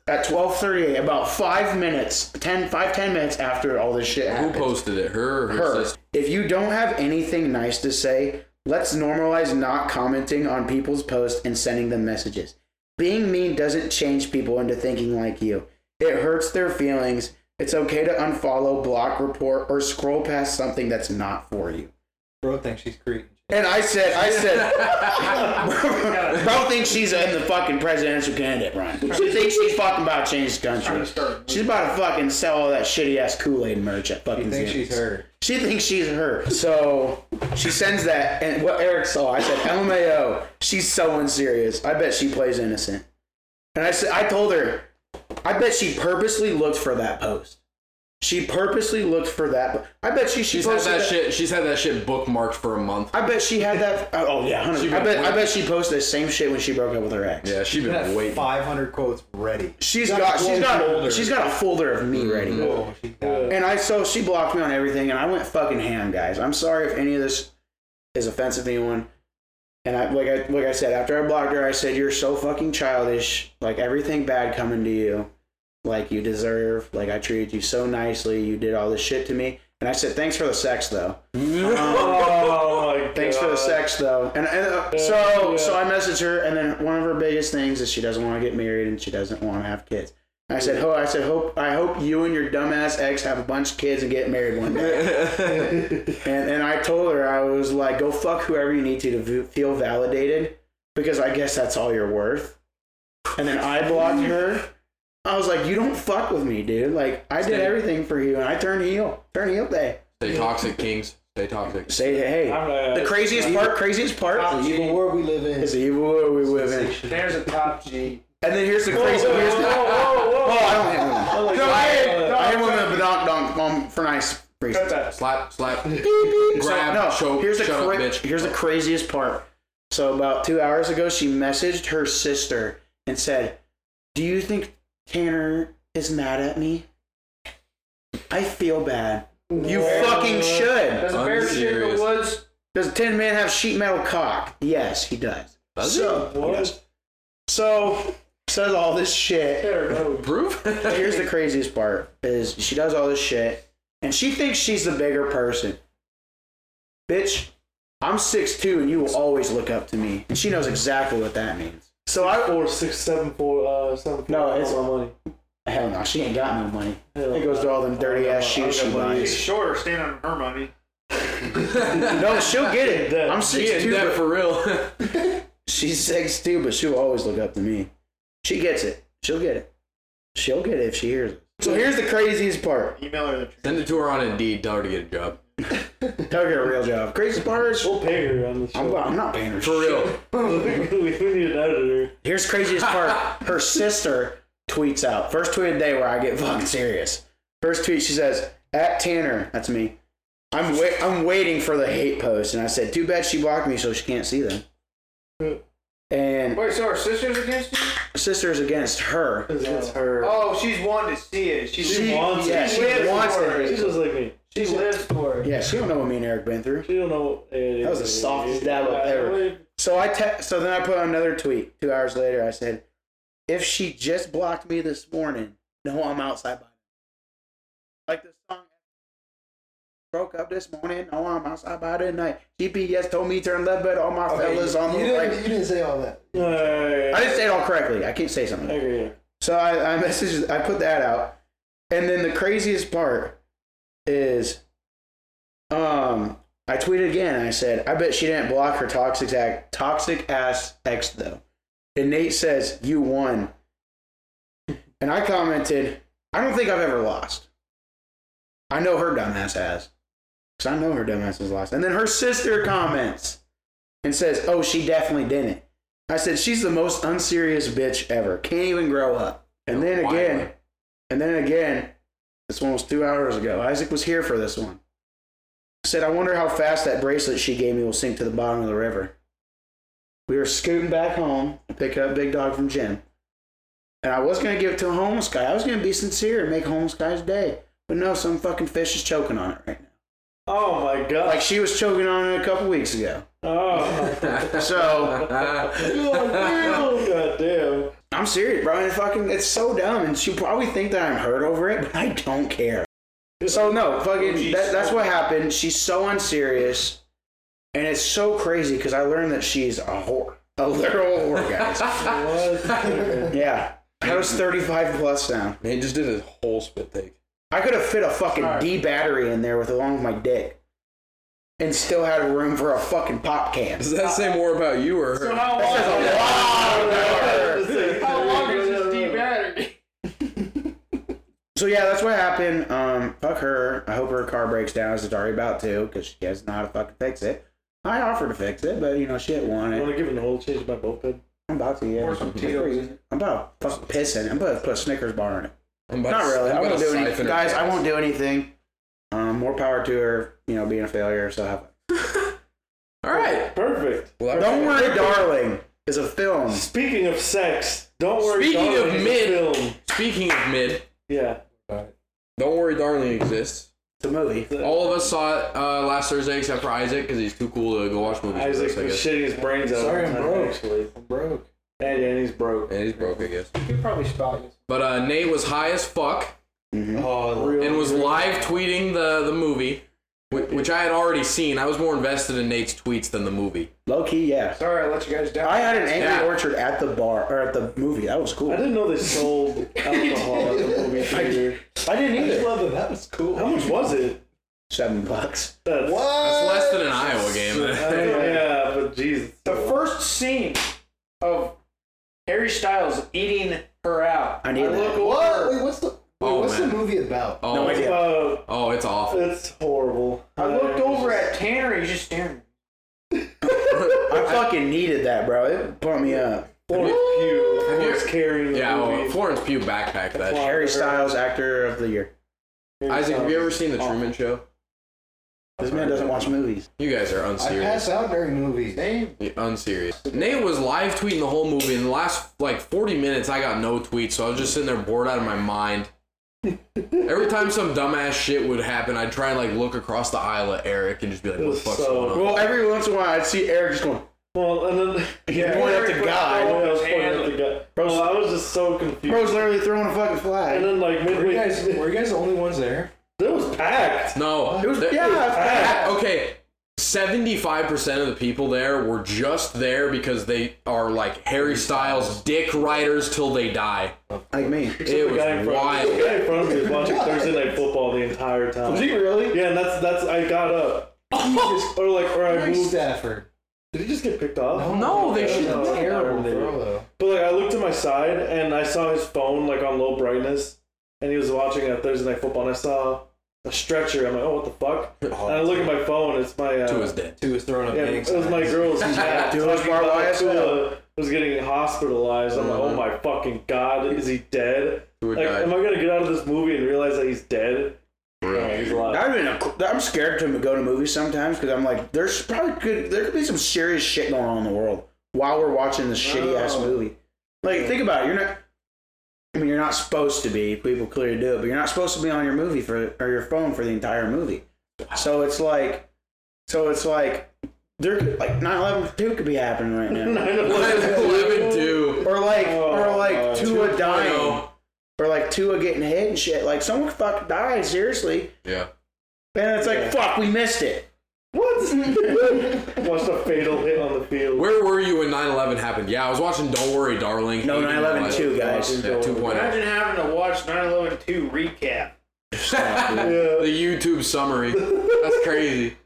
[SPEAKER 2] at 12:38, about five minutes, 10, five, 10 minutes after all this shit
[SPEAKER 1] Who
[SPEAKER 2] happened.
[SPEAKER 1] posted it? Her or her,
[SPEAKER 2] Her.
[SPEAKER 1] sister?
[SPEAKER 2] If you don't have anything nice to say, let's normalize not commenting on people's posts and sending them messages. Being mean doesn't change people into thinking like you. It hurts their feelings. It's okay to unfollow, block, report, or scroll past something that's not for you.
[SPEAKER 5] Bro thinks she's creeping.
[SPEAKER 2] And I said, I said, bro thinks she's in the fucking presidential candidate, Ryan. She thinks she's fucking about to change the country. She's about to fucking sell all that shitty ass Kool Aid merch at fucking.
[SPEAKER 5] He thinks she's
[SPEAKER 2] Zoomies.
[SPEAKER 5] her.
[SPEAKER 2] She thinks she's her. So she sends that, and what Eric saw, I said, LMAO, she's so unserious. I bet she plays innocent. And I said, I told her, I bet she purposely looked for that post. She purposely looked for that. I bet she she
[SPEAKER 1] She's had
[SPEAKER 2] posted
[SPEAKER 1] that shit. She's had that shit bookmarked for a month.
[SPEAKER 2] I bet she had that. Oh oh, yeah, 100.
[SPEAKER 1] She
[SPEAKER 2] I bet.
[SPEAKER 1] went-
[SPEAKER 2] I bet she posted the same shit when she broke up with her ex.
[SPEAKER 1] Yeah, she's
[SPEAKER 5] She
[SPEAKER 1] been
[SPEAKER 5] had
[SPEAKER 1] waiting.
[SPEAKER 5] 500 quotes ready.
[SPEAKER 2] She's got. She's got. She's got a folder of me ready.
[SPEAKER 1] Mm-hmm.
[SPEAKER 5] Oh, she got it.
[SPEAKER 2] And I so she blocked me on everything, and I went fucking ham, guys. I'm sorry if any of this is offensive to anyone. And I like I like I said after I blocked her, I said you're so fucking childish. Like everything bad coming to you, like you deserve. Like I treated you so nicely. You did all this shit to me. And I said thanks for the sex though.
[SPEAKER 3] Oh my god.
[SPEAKER 2] Thanks for the sex, though. And, and uh, so, so I messaged her, and then one of her biggest things is she doesn't want to get married and she doesn't want to have kids. And I said, "Oh, I said, hope I hope you and your dumbass ex have a bunch of kids and get married one day." and and I told her I was like, "Go fuck whoever you need to to v- feel validated, because I guess that's all you're worth." And then I blocked her, I was like, you don't fuck with me, dude. Like, I did
[SPEAKER 1] Stay-
[SPEAKER 2] everything for you, and I turned heel. Turn heel day.
[SPEAKER 1] Stay toxic, Kings. Stay toxic.
[SPEAKER 2] Say, hey.
[SPEAKER 3] I'm uh, not,
[SPEAKER 2] The craziest part, craziest part
[SPEAKER 4] Top G.
[SPEAKER 5] world we live in.
[SPEAKER 2] is the evil world we live in.
[SPEAKER 4] There's a top G.
[SPEAKER 2] And then here's the crazy. here's the- Oh, I don't hit women.
[SPEAKER 3] like,
[SPEAKER 2] No, I hit, I hit women, but not dunk um, for nice reasons.
[SPEAKER 1] Slap, slap,
[SPEAKER 2] So,
[SPEAKER 1] grab,
[SPEAKER 2] no,
[SPEAKER 1] choke,
[SPEAKER 2] here's the
[SPEAKER 1] shut up,
[SPEAKER 2] cra-
[SPEAKER 1] bitch.
[SPEAKER 2] here's the craziest part. So about two hours ago, she messaged her sister and said, "Do you think Tanner is mad at me? I feel bad. You fucking should.
[SPEAKER 4] Does a bear shit in
[SPEAKER 1] Unserious.
[SPEAKER 4] the woods?
[SPEAKER 2] Does a Tin Man have sheet metal cock? Yes, he does.
[SPEAKER 1] Does he?
[SPEAKER 2] so, he? does. So says all this shit.
[SPEAKER 1] Proof?
[SPEAKER 2] But here's the craziest part is she does all this shit and she thinks she's the bigger person. Bitch, I'm 6'2 and you will always look up to me. And she knows exactly what that means. So I
[SPEAKER 3] four, six, seven, four, uh, seven.
[SPEAKER 2] No,
[SPEAKER 3] four,
[SPEAKER 2] it's-
[SPEAKER 3] all my money.
[SPEAKER 2] hell no, she ain't got no money. It goes to all them dirty ass shoes she
[SPEAKER 4] She's
[SPEAKER 2] buys.
[SPEAKER 4] shorter, stand on her money.
[SPEAKER 2] No, she'll get it. I'm
[SPEAKER 1] Getting
[SPEAKER 2] 6'2,
[SPEAKER 1] that
[SPEAKER 2] but
[SPEAKER 1] for real.
[SPEAKER 2] she's 6'2, but she'll always look up to me. She gets it. She'll get it. She'll get it if she hears it. So here's the craziest part.
[SPEAKER 4] Email her the truth.
[SPEAKER 1] Send it to her on Indeed. Tell her to get a job.
[SPEAKER 2] Tell her to get a real job. Craziest part is
[SPEAKER 3] We'll pay her on the
[SPEAKER 2] I'm,
[SPEAKER 3] show.
[SPEAKER 2] I'm not paying her
[SPEAKER 1] For real.
[SPEAKER 3] we need an editor.
[SPEAKER 2] Here's the craziest part. Her sister tweets out. First tweet of the day where I get fucking serious. First tweet she says, at Tanner, that's me. I'm wait I'm waiting for the hate post. And I said, Too bad she blocked me so she can't see them. And
[SPEAKER 4] Wait, so her sister's against you?
[SPEAKER 2] sisters against her.
[SPEAKER 3] It's her.
[SPEAKER 4] Oh, she's one to see it. She,
[SPEAKER 3] She
[SPEAKER 4] lives-
[SPEAKER 3] wants
[SPEAKER 2] yeah,
[SPEAKER 3] it.
[SPEAKER 2] she wants
[SPEAKER 4] for
[SPEAKER 2] it.
[SPEAKER 3] She's just like me.
[SPEAKER 4] She lives for it.
[SPEAKER 2] Yeah, she don't know what me and Eric been through.
[SPEAKER 3] She don't know.
[SPEAKER 2] That was the softest dab I've ever- So I te- so then I put on another tweet two hours later. I said, if she just blocked me this morning, no, I'm outside by. Like the song broke up this morning. No, I'm outside by tonight. GPS told me turn left, but all my fellas on the right.
[SPEAKER 5] didn't say all that.
[SPEAKER 2] I didn't say it all correctly. I can't say something.
[SPEAKER 3] Okay.
[SPEAKER 2] So I, I messaged, I put that out, and then the craziest part is, um, I tweeted again. I said, I bet she didn't block her toxic act, toxic ass ex though. And Nate says, you won. And I commented, I don't think I've ever lost. I know her dumbass has, cause I know her dumbass has lost. And then her sister comments and says, oh, she definitely didn't. I said she's the most unserious bitch ever. Can't even grow up. And then
[SPEAKER 1] Why?
[SPEAKER 2] again, and then again, this one was two hours ago. Isaac was here for this one. Said, I wonder how fast that bracelet she gave me will sink to the bottom of the river. We were scooting back home to pick up Big Dog from Jim. And I was gonna give it to a homeless guy. I was gonna be sincere and make a homeless guy's day. But no, some fucking fish is choking on it right now.
[SPEAKER 3] Oh my god.
[SPEAKER 2] Like she was choking on it a couple weeks ago.
[SPEAKER 3] oh.
[SPEAKER 2] So
[SPEAKER 3] oh god damn.
[SPEAKER 2] I'm serious, bro. And fucking, it's so dumb. And she probably think that I'm hurt over it, but I don't care. So no,
[SPEAKER 3] Oh,
[SPEAKER 2] fucking, that, that's what happened. She's so unserious, and it's so crazy because I learned that she's a whore, a literal whore, guys.
[SPEAKER 3] What?
[SPEAKER 2] yeah, I was 35 plus now.
[SPEAKER 1] Man just did a whole spit take.
[SPEAKER 2] I could have fit a fucking D battery in there with along with my dick, and still had room for a fucking pop can.
[SPEAKER 1] Does that say more about you or her?
[SPEAKER 4] So how
[SPEAKER 2] That says
[SPEAKER 4] long?
[SPEAKER 2] a lot about her.
[SPEAKER 4] How long is this D battery?
[SPEAKER 2] So yeah, that's what happened. Um, fuck her. I hope her car breaks down as it's already about to, because she doesn't know how to fucking fix it. I offered to fix it, but you know she didn't want
[SPEAKER 3] I
[SPEAKER 2] it.
[SPEAKER 3] want to give an oil change to my moped.
[SPEAKER 2] I'm about to, yeah.
[SPEAKER 4] Pour some Tito's in
[SPEAKER 2] I'm about to fucking piss in it. I'm about to put a Snickers bar in it.
[SPEAKER 1] I'm about
[SPEAKER 2] Not
[SPEAKER 1] to-
[SPEAKER 2] really.
[SPEAKER 1] I'm
[SPEAKER 2] I
[SPEAKER 1] about
[SPEAKER 2] won't
[SPEAKER 1] to
[SPEAKER 2] do
[SPEAKER 1] siphon
[SPEAKER 2] anything.
[SPEAKER 1] her
[SPEAKER 2] Guys, I
[SPEAKER 1] gas.
[SPEAKER 2] won't do anything. Um, more power to her, you know, being a failure, so have
[SPEAKER 1] All right.
[SPEAKER 3] Perfect.
[SPEAKER 1] Well,
[SPEAKER 2] Don't Worry Darling is a film.
[SPEAKER 3] Speaking of sex, don't worry.
[SPEAKER 1] Speaking
[SPEAKER 3] darling,
[SPEAKER 1] of
[SPEAKER 3] it's a
[SPEAKER 1] mid.
[SPEAKER 3] film.
[SPEAKER 1] Speaking of mid,
[SPEAKER 3] Yeah.
[SPEAKER 1] Don't Worry Darling exists.
[SPEAKER 2] It's a movie.
[SPEAKER 1] All of us saw it uh, last Thursday except for Isaac because he's too cool to go watch movies with
[SPEAKER 3] Isaac
[SPEAKER 1] us, I
[SPEAKER 3] was
[SPEAKER 1] guess.
[SPEAKER 3] shitting his brains out.
[SPEAKER 5] Sorry,
[SPEAKER 3] all the time,
[SPEAKER 5] I'm broke.
[SPEAKER 3] Actually,
[SPEAKER 5] I'm broke.
[SPEAKER 3] and, and he's broke.
[SPEAKER 1] And he's broke, I guess.
[SPEAKER 4] You could probably spot you.
[SPEAKER 1] But uh, Nate was high as fuck Hmm?
[SPEAKER 5] Oh,
[SPEAKER 3] Real-
[SPEAKER 1] and was
[SPEAKER 3] real-
[SPEAKER 1] live tweeting the, the movie, whi- which I had already seen. I was more invested in Nate's tweets than the movie.
[SPEAKER 2] Low key, yeah.
[SPEAKER 4] Sorry, I let you guys down.
[SPEAKER 2] I had an Angry
[SPEAKER 1] Yeah.
[SPEAKER 2] Orchard at the bar or at the movie. That was cool.
[SPEAKER 3] I didn't know they sold alcohol at the movie theater.
[SPEAKER 2] I didn't either.
[SPEAKER 5] love that. That was cool.
[SPEAKER 3] How much was it?
[SPEAKER 2] Seven bucks.
[SPEAKER 3] That's,
[SPEAKER 1] That's less than an Iowa game.
[SPEAKER 3] I don't know, yeah, but Jesus.
[SPEAKER 4] the first scene of
[SPEAKER 3] Harry Styles eating her out.
[SPEAKER 2] I need that.
[SPEAKER 3] look
[SPEAKER 4] What?
[SPEAKER 3] over-
[SPEAKER 4] Wait, what's the wait,
[SPEAKER 1] Oh,
[SPEAKER 4] what's
[SPEAKER 1] man.
[SPEAKER 4] the movie about?
[SPEAKER 1] Oh,
[SPEAKER 2] No idea.
[SPEAKER 3] Oh,
[SPEAKER 1] oh, it's awful.
[SPEAKER 3] that's horrible.
[SPEAKER 4] I
[SPEAKER 2] Uh,
[SPEAKER 4] looked
[SPEAKER 3] over at Tanner. He's just staring.
[SPEAKER 2] I fucking needed that, bro. It pumped me up.
[SPEAKER 3] Florence
[SPEAKER 1] Have
[SPEAKER 3] Pugh
[SPEAKER 1] you-
[SPEAKER 3] was carrying the
[SPEAKER 1] Yeah, well,
[SPEAKER 3] movie.
[SPEAKER 1] Florence Pugh backpacked that. shit.
[SPEAKER 2] Harry Styles, actor of the year.
[SPEAKER 1] Isaac, have you ever seen The Truman Show?
[SPEAKER 2] This man doesn't watch movies.
[SPEAKER 1] You guys are
[SPEAKER 4] I pass
[SPEAKER 1] unserious.
[SPEAKER 4] out during movies. Damn.
[SPEAKER 1] Yeah, Unserious. Nate was live tweeting the whole movie. In the last like 40 minutes, I got no tweets, so I was just sitting there bored out of my mind. Every time some dumbass shit would happen, I'd try and like look across the aisle at Eric and just be like, "What the
[SPEAKER 3] was
[SPEAKER 1] fuck's
[SPEAKER 3] so-
[SPEAKER 1] going on?"
[SPEAKER 2] Well, every once in a while, I'd see Eric just going,
[SPEAKER 3] Well, and then yeah,
[SPEAKER 2] pointed at the
[SPEAKER 3] Eric was
[SPEAKER 2] guy.
[SPEAKER 3] throwing
[SPEAKER 2] Well,
[SPEAKER 3] his hand at the guy. Bro, I was just so confused.
[SPEAKER 2] bro's literally throwing a fucking
[SPEAKER 3] and
[SPEAKER 2] flag.
[SPEAKER 3] then like midway,
[SPEAKER 5] were you guys the only ones there?
[SPEAKER 3] it was packed.
[SPEAKER 1] no,
[SPEAKER 2] It was,
[SPEAKER 1] there-
[SPEAKER 2] yeah, it's bad.
[SPEAKER 1] okay. 75% of the people there were just there because they are like Harry Styles dick riders till they die.
[SPEAKER 2] like me.
[SPEAKER 1] It
[SPEAKER 3] the
[SPEAKER 1] was
[SPEAKER 3] guy in front of me,
[SPEAKER 1] wild.
[SPEAKER 3] the guy in front of me was watching Thursday Night Football the entire time.
[SPEAKER 4] Was he really?
[SPEAKER 3] Yeah, and that's that's I got up
[SPEAKER 4] Jesus
[SPEAKER 3] or like or I
[SPEAKER 4] Christ,
[SPEAKER 3] moved.
[SPEAKER 4] Stafford.
[SPEAKER 3] Did he just get picked up?
[SPEAKER 1] Oh, No, they
[SPEAKER 4] that was
[SPEAKER 1] should-
[SPEAKER 4] a
[SPEAKER 3] No,
[SPEAKER 4] Terrible
[SPEAKER 3] no, no.
[SPEAKER 4] throw though.
[SPEAKER 3] But like I looked to my side and I saw his phone like on low brightness, and he was watching a Thursday Night Football, and I saw a stretcher. I'm like, oh, what the fuck? And I look at my phone. It's my uh,
[SPEAKER 1] To his death.
[SPEAKER 5] Two was throwing up
[SPEAKER 3] Yeah,
[SPEAKER 5] big
[SPEAKER 3] it was my
[SPEAKER 5] signs.
[SPEAKER 3] girl's dad
[SPEAKER 2] Dude, it was
[SPEAKER 3] talking
[SPEAKER 2] Bart
[SPEAKER 3] about
[SPEAKER 2] Wyatt.
[SPEAKER 3] Tua was getting hospitalized. I'm like, oh my fucking god, is he dead?
[SPEAKER 1] To a
[SPEAKER 3] Like,
[SPEAKER 1] Uh-huh. guy.
[SPEAKER 3] am I gonna get out of this movie and realize that he's dead? No, he's alive.
[SPEAKER 2] I've been a, I'm scared to go to movies sometimes because I'm like, there's probably good. There could be some serious shit going on in the world while we're watching this shitty ass movie. Like, think about it. You're not. I mean, you're not supposed to be. People clearly do it, but you're not supposed to be on your movie for or your phone for the entire movie. So it's like, so it's like, there could- like 9/11 two could be happening right now,
[SPEAKER 1] 11 2.
[SPEAKER 2] or like, or
[SPEAKER 3] Oh,
[SPEAKER 2] like
[SPEAKER 3] God.
[SPEAKER 2] Tua dying,
[SPEAKER 1] 2.0.
[SPEAKER 2] or like Tua getting hit and shit. Like someone could fuck died seriously,
[SPEAKER 1] Yeah.
[SPEAKER 2] and it's like, fuck, we missed it.
[SPEAKER 3] What? Watched a fatal hit on the field.
[SPEAKER 1] Where were you when 9 11 happened? Yeah, I was watching Don't Worry, Darling.
[SPEAKER 2] No, 9 11 2, guys.
[SPEAKER 1] Yeah, 2.0.
[SPEAKER 4] having to watch 9/11 recap.
[SPEAKER 1] the YouTube summary. That's crazy.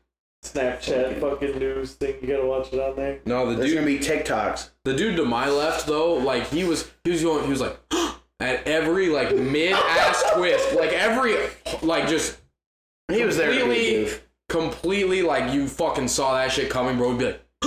[SPEAKER 3] Snapchat fucking news thing. You gotta watch it on there.
[SPEAKER 1] No, the
[SPEAKER 2] There's
[SPEAKER 1] dude,
[SPEAKER 2] gonna be TikToks.
[SPEAKER 1] the dude to my left though, like he was, he was going, he was like, at every like mid ass twist, like every, like just
[SPEAKER 2] He was there. to be a
[SPEAKER 1] completely,
[SPEAKER 2] goof.
[SPEAKER 1] completely like you fucking saw that shit coming, bro. We'd be like,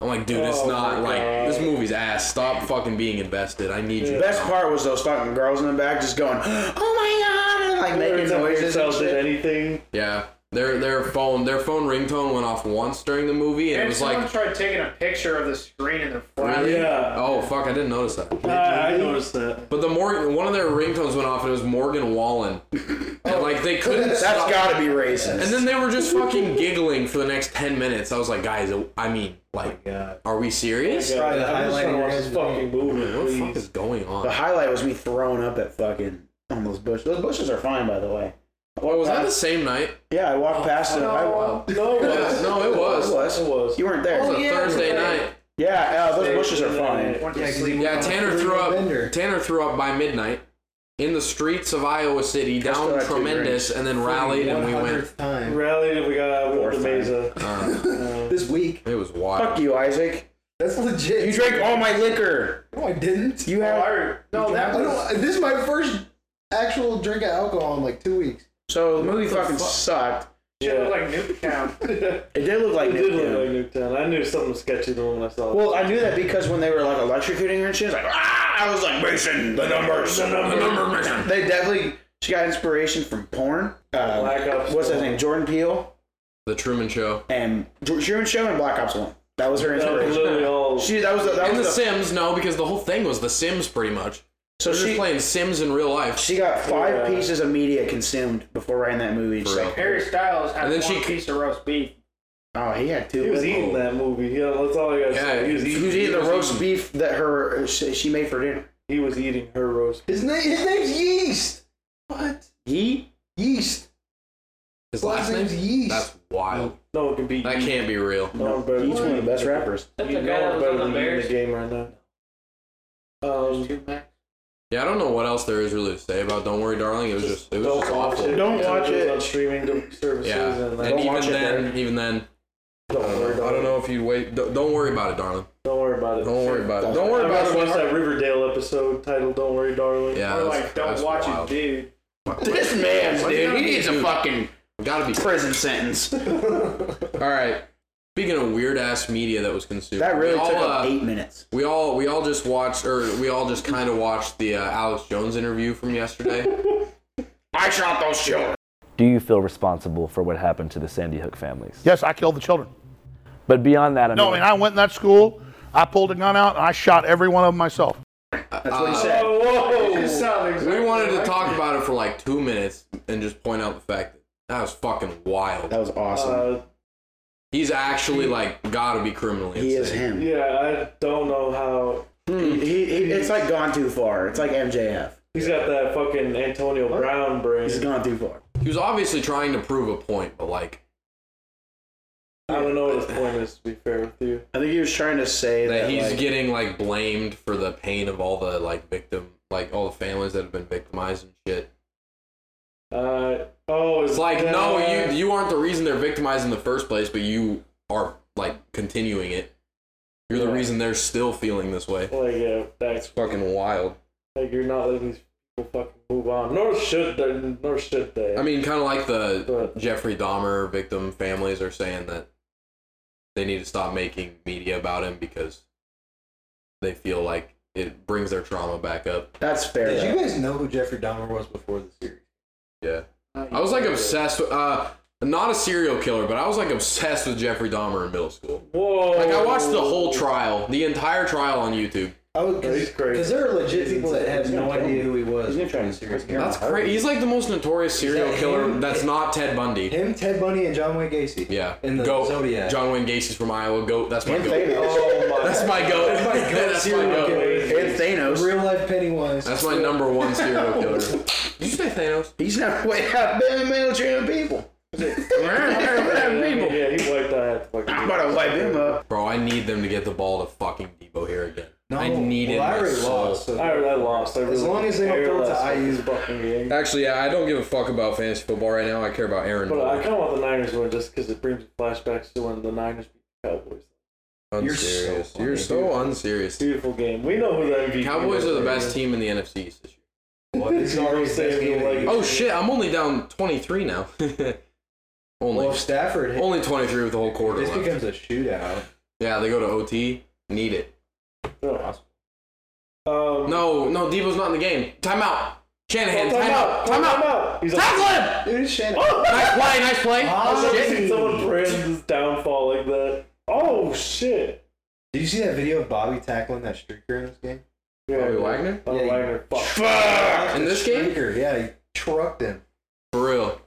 [SPEAKER 1] I'm like, dude, it's
[SPEAKER 3] Oh,
[SPEAKER 1] not
[SPEAKER 3] my
[SPEAKER 1] like
[SPEAKER 3] God.
[SPEAKER 1] this movie's ass. Stop fucking being invested. I need
[SPEAKER 2] The
[SPEAKER 1] you.
[SPEAKER 2] best part was those fucking girls in the back just going, "Oh my god!" and like making
[SPEAKER 3] Nerds out there
[SPEAKER 2] noises and
[SPEAKER 3] sells
[SPEAKER 2] shit.
[SPEAKER 3] anything.
[SPEAKER 1] Yeah, their their phone their phone ringtone went off once during the movie, and it
[SPEAKER 4] And
[SPEAKER 1] was
[SPEAKER 4] someone
[SPEAKER 1] like,
[SPEAKER 4] tried taking a picture of the screen and the flag.
[SPEAKER 1] really?
[SPEAKER 3] Yeah.
[SPEAKER 1] Oh fuck, I didn't notice that.
[SPEAKER 3] I, I noticed that.
[SPEAKER 1] But the Morgan one of their ringtones went off, and it was Morgan Wallen, and like they couldn't.
[SPEAKER 2] That's
[SPEAKER 1] stop.
[SPEAKER 2] gotta be racist.
[SPEAKER 1] And then they were just fucking giggling for the next ten minutes. I was like, guys, I mean, like, are we serious?
[SPEAKER 3] Yeah,
[SPEAKER 4] probably the
[SPEAKER 3] I'm just
[SPEAKER 4] highlight
[SPEAKER 3] trying to
[SPEAKER 4] of
[SPEAKER 3] watch
[SPEAKER 4] your
[SPEAKER 3] this
[SPEAKER 4] guys'
[SPEAKER 3] fucking movie,
[SPEAKER 1] What the fuck
[SPEAKER 3] please.
[SPEAKER 1] is going on?
[SPEAKER 2] the highlight was me throwing up at fucking on those bushes. Those bushes are fine, by the way. What
[SPEAKER 1] Oh, Was that the same night?
[SPEAKER 2] Yeah, I walked past it. Oh, I,
[SPEAKER 1] Wow.
[SPEAKER 3] No, it was.
[SPEAKER 1] No, it was.
[SPEAKER 2] It was.
[SPEAKER 3] It was.
[SPEAKER 2] You weren't there.
[SPEAKER 1] It was a Thursday night.
[SPEAKER 2] yeah, uh, those bushes are fine.
[SPEAKER 4] Went to
[SPEAKER 5] Yeah, 'cause
[SPEAKER 4] sleep.
[SPEAKER 5] he-
[SPEAKER 1] Yeah, Tanner
[SPEAKER 4] Three
[SPEAKER 1] threw up.
[SPEAKER 4] Bender.
[SPEAKER 1] Tanner threw up by midnight in the streets of Iowa City,
[SPEAKER 2] still
[SPEAKER 1] down
[SPEAKER 2] had two
[SPEAKER 1] tremendous, and then rallied and we went.
[SPEAKER 5] 100th time.
[SPEAKER 3] Rallied. We got out
[SPEAKER 2] Fourth
[SPEAKER 3] with the Mesa.
[SPEAKER 1] Uh,
[SPEAKER 4] This week.
[SPEAKER 1] it was
[SPEAKER 2] Fuck
[SPEAKER 1] wild.
[SPEAKER 2] you, Isaac.
[SPEAKER 4] That's legit.
[SPEAKER 2] You drank all my liquor. Oh,
[SPEAKER 4] No, Oh, I didn't.
[SPEAKER 2] You had
[SPEAKER 4] No, that was. This is my first actual drink of alcohol in like two weeks.
[SPEAKER 2] so the movie fucking sucked.
[SPEAKER 3] Yeah.
[SPEAKER 4] like Newtown.
[SPEAKER 2] It did look like
[SPEAKER 3] It did look
[SPEAKER 2] Nuketown.
[SPEAKER 3] like Nuketown. I knew something was sketchy the moment I saw it.
[SPEAKER 2] Well, I knew that because when they were like electrocuting her and shit, it was like ah, I was like Mason, the numbers, the numbers. They definitely she got inspiration from porn. Uh,
[SPEAKER 3] Black Ops
[SPEAKER 2] What's that
[SPEAKER 3] One.
[SPEAKER 2] name? Jordan Peele
[SPEAKER 1] The Truman Show.
[SPEAKER 2] and Jo- Truman Show and Black Ops One. That was her
[SPEAKER 3] That was
[SPEAKER 2] inspiration.
[SPEAKER 3] literally all.
[SPEAKER 2] She that was the, that
[SPEAKER 1] And The
[SPEAKER 2] was the,
[SPEAKER 1] Sims, no, because the whole thing was The Sims pretty much.
[SPEAKER 2] so
[SPEAKER 1] They're just
[SPEAKER 2] she
[SPEAKER 1] playing Sims in real life.
[SPEAKER 2] she got five
[SPEAKER 3] Yeah.
[SPEAKER 2] pieces of media consumed before writing that movie. She's
[SPEAKER 1] real.
[SPEAKER 2] like,
[SPEAKER 4] Harry Styles had
[SPEAKER 1] And then she-
[SPEAKER 4] piece of roast beef.
[SPEAKER 2] oh, he had two.
[SPEAKER 3] He was eating
[SPEAKER 2] Oh.
[SPEAKER 3] that movie. Yeah, that's all I gotta say. He was
[SPEAKER 2] He
[SPEAKER 3] eating.
[SPEAKER 2] was eating the roast beef that her she she made for dinner.
[SPEAKER 3] He was eating her roast.
[SPEAKER 4] His name. His name's Yeast. What?
[SPEAKER 2] He
[SPEAKER 4] Yeast.
[SPEAKER 1] His
[SPEAKER 4] Last
[SPEAKER 1] last name?
[SPEAKER 4] name's Yeast.
[SPEAKER 1] That's wild.
[SPEAKER 3] No one can beat.
[SPEAKER 1] That
[SPEAKER 3] you.
[SPEAKER 1] can't be real.
[SPEAKER 3] No one better.
[SPEAKER 2] he's one of the best rappers.
[SPEAKER 3] You know I'm better than you in the game right now. Um,
[SPEAKER 1] Yeah, I don't know what else there is really to say about Don't Worry Darling. It was just it was
[SPEAKER 3] don't
[SPEAKER 1] just
[SPEAKER 3] watch
[SPEAKER 1] awful.
[SPEAKER 3] Um, it.
[SPEAKER 2] Don't
[SPEAKER 3] because
[SPEAKER 2] watch
[SPEAKER 3] was
[SPEAKER 2] it.
[SPEAKER 3] on streaming services.
[SPEAKER 1] Yeah.
[SPEAKER 3] And
[SPEAKER 1] And
[SPEAKER 3] like,
[SPEAKER 2] Don't
[SPEAKER 1] even
[SPEAKER 2] watch it,
[SPEAKER 1] then even then I don't know. I don't know if if you'd wait. D- don't worry about it, darling.
[SPEAKER 3] Don't worry about it.
[SPEAKER 1] Don't worry about it. Don't
[SPEAKER 3] I'd
[SPEAKER 1] worry about
[SPEAKER 3] rather
[SPEAKER 1] it.
[SPEAKER 3] watch
[SPEAKER 1] sweetheart.
[SPEAKER 3] that Riverdale episode titled "Don't Worry, Darling."
[SPEAKER 1] Yeah,
[SPEAKER 7] Or
[SPEAKER 1] that's-
[SPEAKER 7] like, don't
[SPEAKER 1] that's
[SPEAKER 7] watch
[SPEAKER 1] wild.
[SPEAKER 7] it, dude.
[SPEAKER 2] This man,
[SPEAKER 1] Why
[SPEAKER 2] dude,
[SPEAKER 1] not?
[SPEAKER 2] he needs a
[SPEAKER 1] Dude.
[SPEAKER 2] fucking
[SPEAKER 1] Gotta be.
[SPEAKER 2] prison sentence.
[SPEAKER 1] All right. Speaking of weird ass media that was consumed,
[SPEAKER 2] That really
[SPEAKER 1] we all,
[SPEAKER 2] took up
[SPEAKER 1] uh,
[SPEAKER 2] eight minutes.
[SPEAKER 1] We all we all just watched, or we all just kind of watched the uh, Alex Jones interview from yesterday.
[SPEAKER 2] I shot those children.
[SPEAKER 8] Do you feel responsible for what happened to the Sandy Hook families?
[SPEAKER 9] Yes, I killed the children.
[SPEAKER 8] But beyond that, I
[SPEAKER 9] No, I mean, I went in that school, I pulled a gun out, and I shot every one of them myself.
[SPEAKER 2] That's what he said.
[SPEAKER 1] we wanted to talk about it for like two minutes and just point out the fact that that was fucking wild.
[SPEAKER 2] That was awesome.
[SPEAKER 3] Uh,
[SPEAKER 1] He's actually like gotta be criminally
[SPEAKER 2] he is
[SPEAKER 1] insane.
[SPEAKER 2] him.
[SPEAKER 3] yeah, I don't know how
[SPEAKER 2] He, he, he- it's like gone too far. It's like MJF.
[SPEAKER 3] he's got that fucking Antonio Brown brain.
[SPEAKER 2] He's gone too far.
[SPEAKER 1] He was obviously trying to prove a point, but like
[SPEAKER 3] I don't know what his point is. To be fair with you,
[SPEAKER 2] I think he was trying to say that,
[SPEAKER 1] that he's
[SPEAKER 2] like,
[SPEAKER 1] getting like blamed for the pain of all the like victim, like all the families that have been victimized and shit.
[SPEAKER 3] uh, oh,
[SPEAKER 1] It's like no, you you aren't the reason they're victimized in the first place, but you are like continuing it. You're the
[SPEAKER 3] Yeah.
[SPEAKER 1] reason they're still feeling this way.
[SPEAKER 3] like yeah,
[SPEAKER 1] It's
[SPEAKER 3] that's
[SPEAKER 1] fucking wild.
[SPEAKER 3] like you're not letting these people fucking move on. Nor should they. Nor should they.
[SPEAKER 1] I mean, kind of like the
[SPEAKER 3] but
[SPEAKER 1] Jeffrey Dahmer victim families are saying that they need to stop making media about him because they feel like it brings their trauma back up.
[SPEAKER 2] that's fair.
[SPEAKER 5] Did
[SPEAKER 2] though.
[SPEAKER 5] you guys know who Jeffrey Dahmer was before the series?
[SPEAKER 1] Yeah. I was like obsessed with, uh, not a serial killer, but I was like obsessed with Jeffrey Dahmer in middle school.
[SPEAKER 3] whoa,
[SPEAKER 1] Like, I watched the whole trial, the entire trial on YouTube.
[SPEAKER 5] Oh,
[SPEAKER 3] He's crazy.
[SPEAKER 5] Because there are legit people that have no idea who he was.
[SPEAKER 2] He's gonna try
[SPEAKER 5] before the
[SPEAKER 2] to
[SPEAKER 5] series.
[SPEAKER 2] freaking-
[SPEAKER 1] That's crazy. He's like the most notorious serial
[SPEAKER 5] that
[SPEAKER 1] killer
[SPEAKER 5] him?
[SPEAKER 1] that's not Ted Bundy.
[SPEAKER 5] Him, Ted Bundy, and John Wayne Gacy.
[SPEAKER 1] Yeah.
[SPEAKER 5] In the
[SPEAKER 1] goat.
[SPEAKER 5] Zodiac.
[SPEAKER 1] John Wayne Gacy's from Iowa. Goat. That's my
[SPEAKER 2] And
[SPEAKER 1] goat.
[SPEAKER 2] Thanos.
[SPEAKER 1] That's my goat. That's my goat. That's my
[SPEAKER 5] serial
[SPEAKER 1] goat.
[SPEAKER 5] killer.
[SPEAKER 2] And Thanos.
[SPEAKER 5] Real life Pennywise.
[SPEAKER 1] That's my number one serial killer. Did you say Thanos?
[SPEAKER 2] He's not way out been million people. people.
[SPEAKER 3] Yeah, he wiped that. Fucking
[SPEAKER 2] I'm about to wipe him up.
[SPEAKER 1] Bro, I need them to get the ball to fucking Debo here again. I need it. in
[SPEAKER 5] well, I
[SPEAKER 1] my
[SPEAKER 5] already
[SPEAKER 1] soul.
[SPEAKER 5] lost. So
[SPEAKER 3] I, I lost. I really
[SPEAKER 5] as long as they don't
[SPEAKER 3] care
[SPEAKER 5] throw it
[SPEAKER 3] less
[SPEAKER 5] to
[SPEAKER 3] about
[SPEAKER 5] IU,
[SPEAKER 3] this fucking game.
[SPEAKER 1] Actually, yeah, I don't give a fuck about fantasy football right now. I care about Aaron.
[SPEAKER 3] But I
[SPEAKER 1] Rodgers.
[SPEAKER 3] kind of want the Niners to win just because it brings flashbacks to when the Niners beat the Cowboys.
[SPEAKER 5] You're so
[SPEAKER 1] unserious.
[SPEAKER 5] funny,
[SPEAKER 1] You're so,
[SPEAKER 5] dude.
[SPEAKER 1] unserious.
[SPEAKER 3] Beautiful game. We know who the MVP.
[SPEAKER 1] Cowboys
[SPEAKER 3] is.
[SPEAKER 1] are the best team in the NFC East this year.
[SPEAKER 5] Well, it's already
[SPEAKER 3] Saying
[SPEAKER 5] best game
[SPEAKER 3] like-
[SPEAKER 5] in the
[SPEAKER 1] Oh shit, I'm only down 23 now. only, "Oh,
[SPEAKER 5] Well, if Stafford hit,
[SPEAKER 1] only 23 with the whole quarter
[SPEAKER 5] this
[SPEAKER 1] left.
[SPEAKER 5] becomes a shootout.
[SPEAKER 1] Yeah, they go to OT. Need it.
[SPEAKER 3] Um,
[SPEAKER 1] No, no, Debo's not in the game. Timeout. Shanahan,
[SPEAKER 3] time
[SPEAKER 1] timeout.
[SPEAKER 3] out. Time
[SPEAKER 1] Timeout.
[SPEAKER 3] out. He's like,
[SPEAKER 1] Tackle him.
[SPEAKER 5] Dude, it's Shannon.
[SPEAKER 3] Oh!
[SPEAKER 1] Nice play. Nice play.
[SPEAKER 5] Ah,
[SPEAKER 3] I've never
[SPEAKER 5] shit.
[SPEAKER 3] seen someone praise his downfall like that. Oh shit.
[SPEAKER 5] Did you see that video of Bobby tackling that streaker in this game?
[SPEAKER 3] Yeah,
[SPEAKER 1] Bobby Wagner?
[SPEAKER 3] Bobby
[SPEAKER 5] Yeah,
[SPEAKER 3] Wagner. Fuck.
[SPEAKER 5] Fuck!
[SPEAKER 1] In this game?
[SPEAKER 5] Streaker, yeah, he trucked him.
[SPEAKER 1] For real.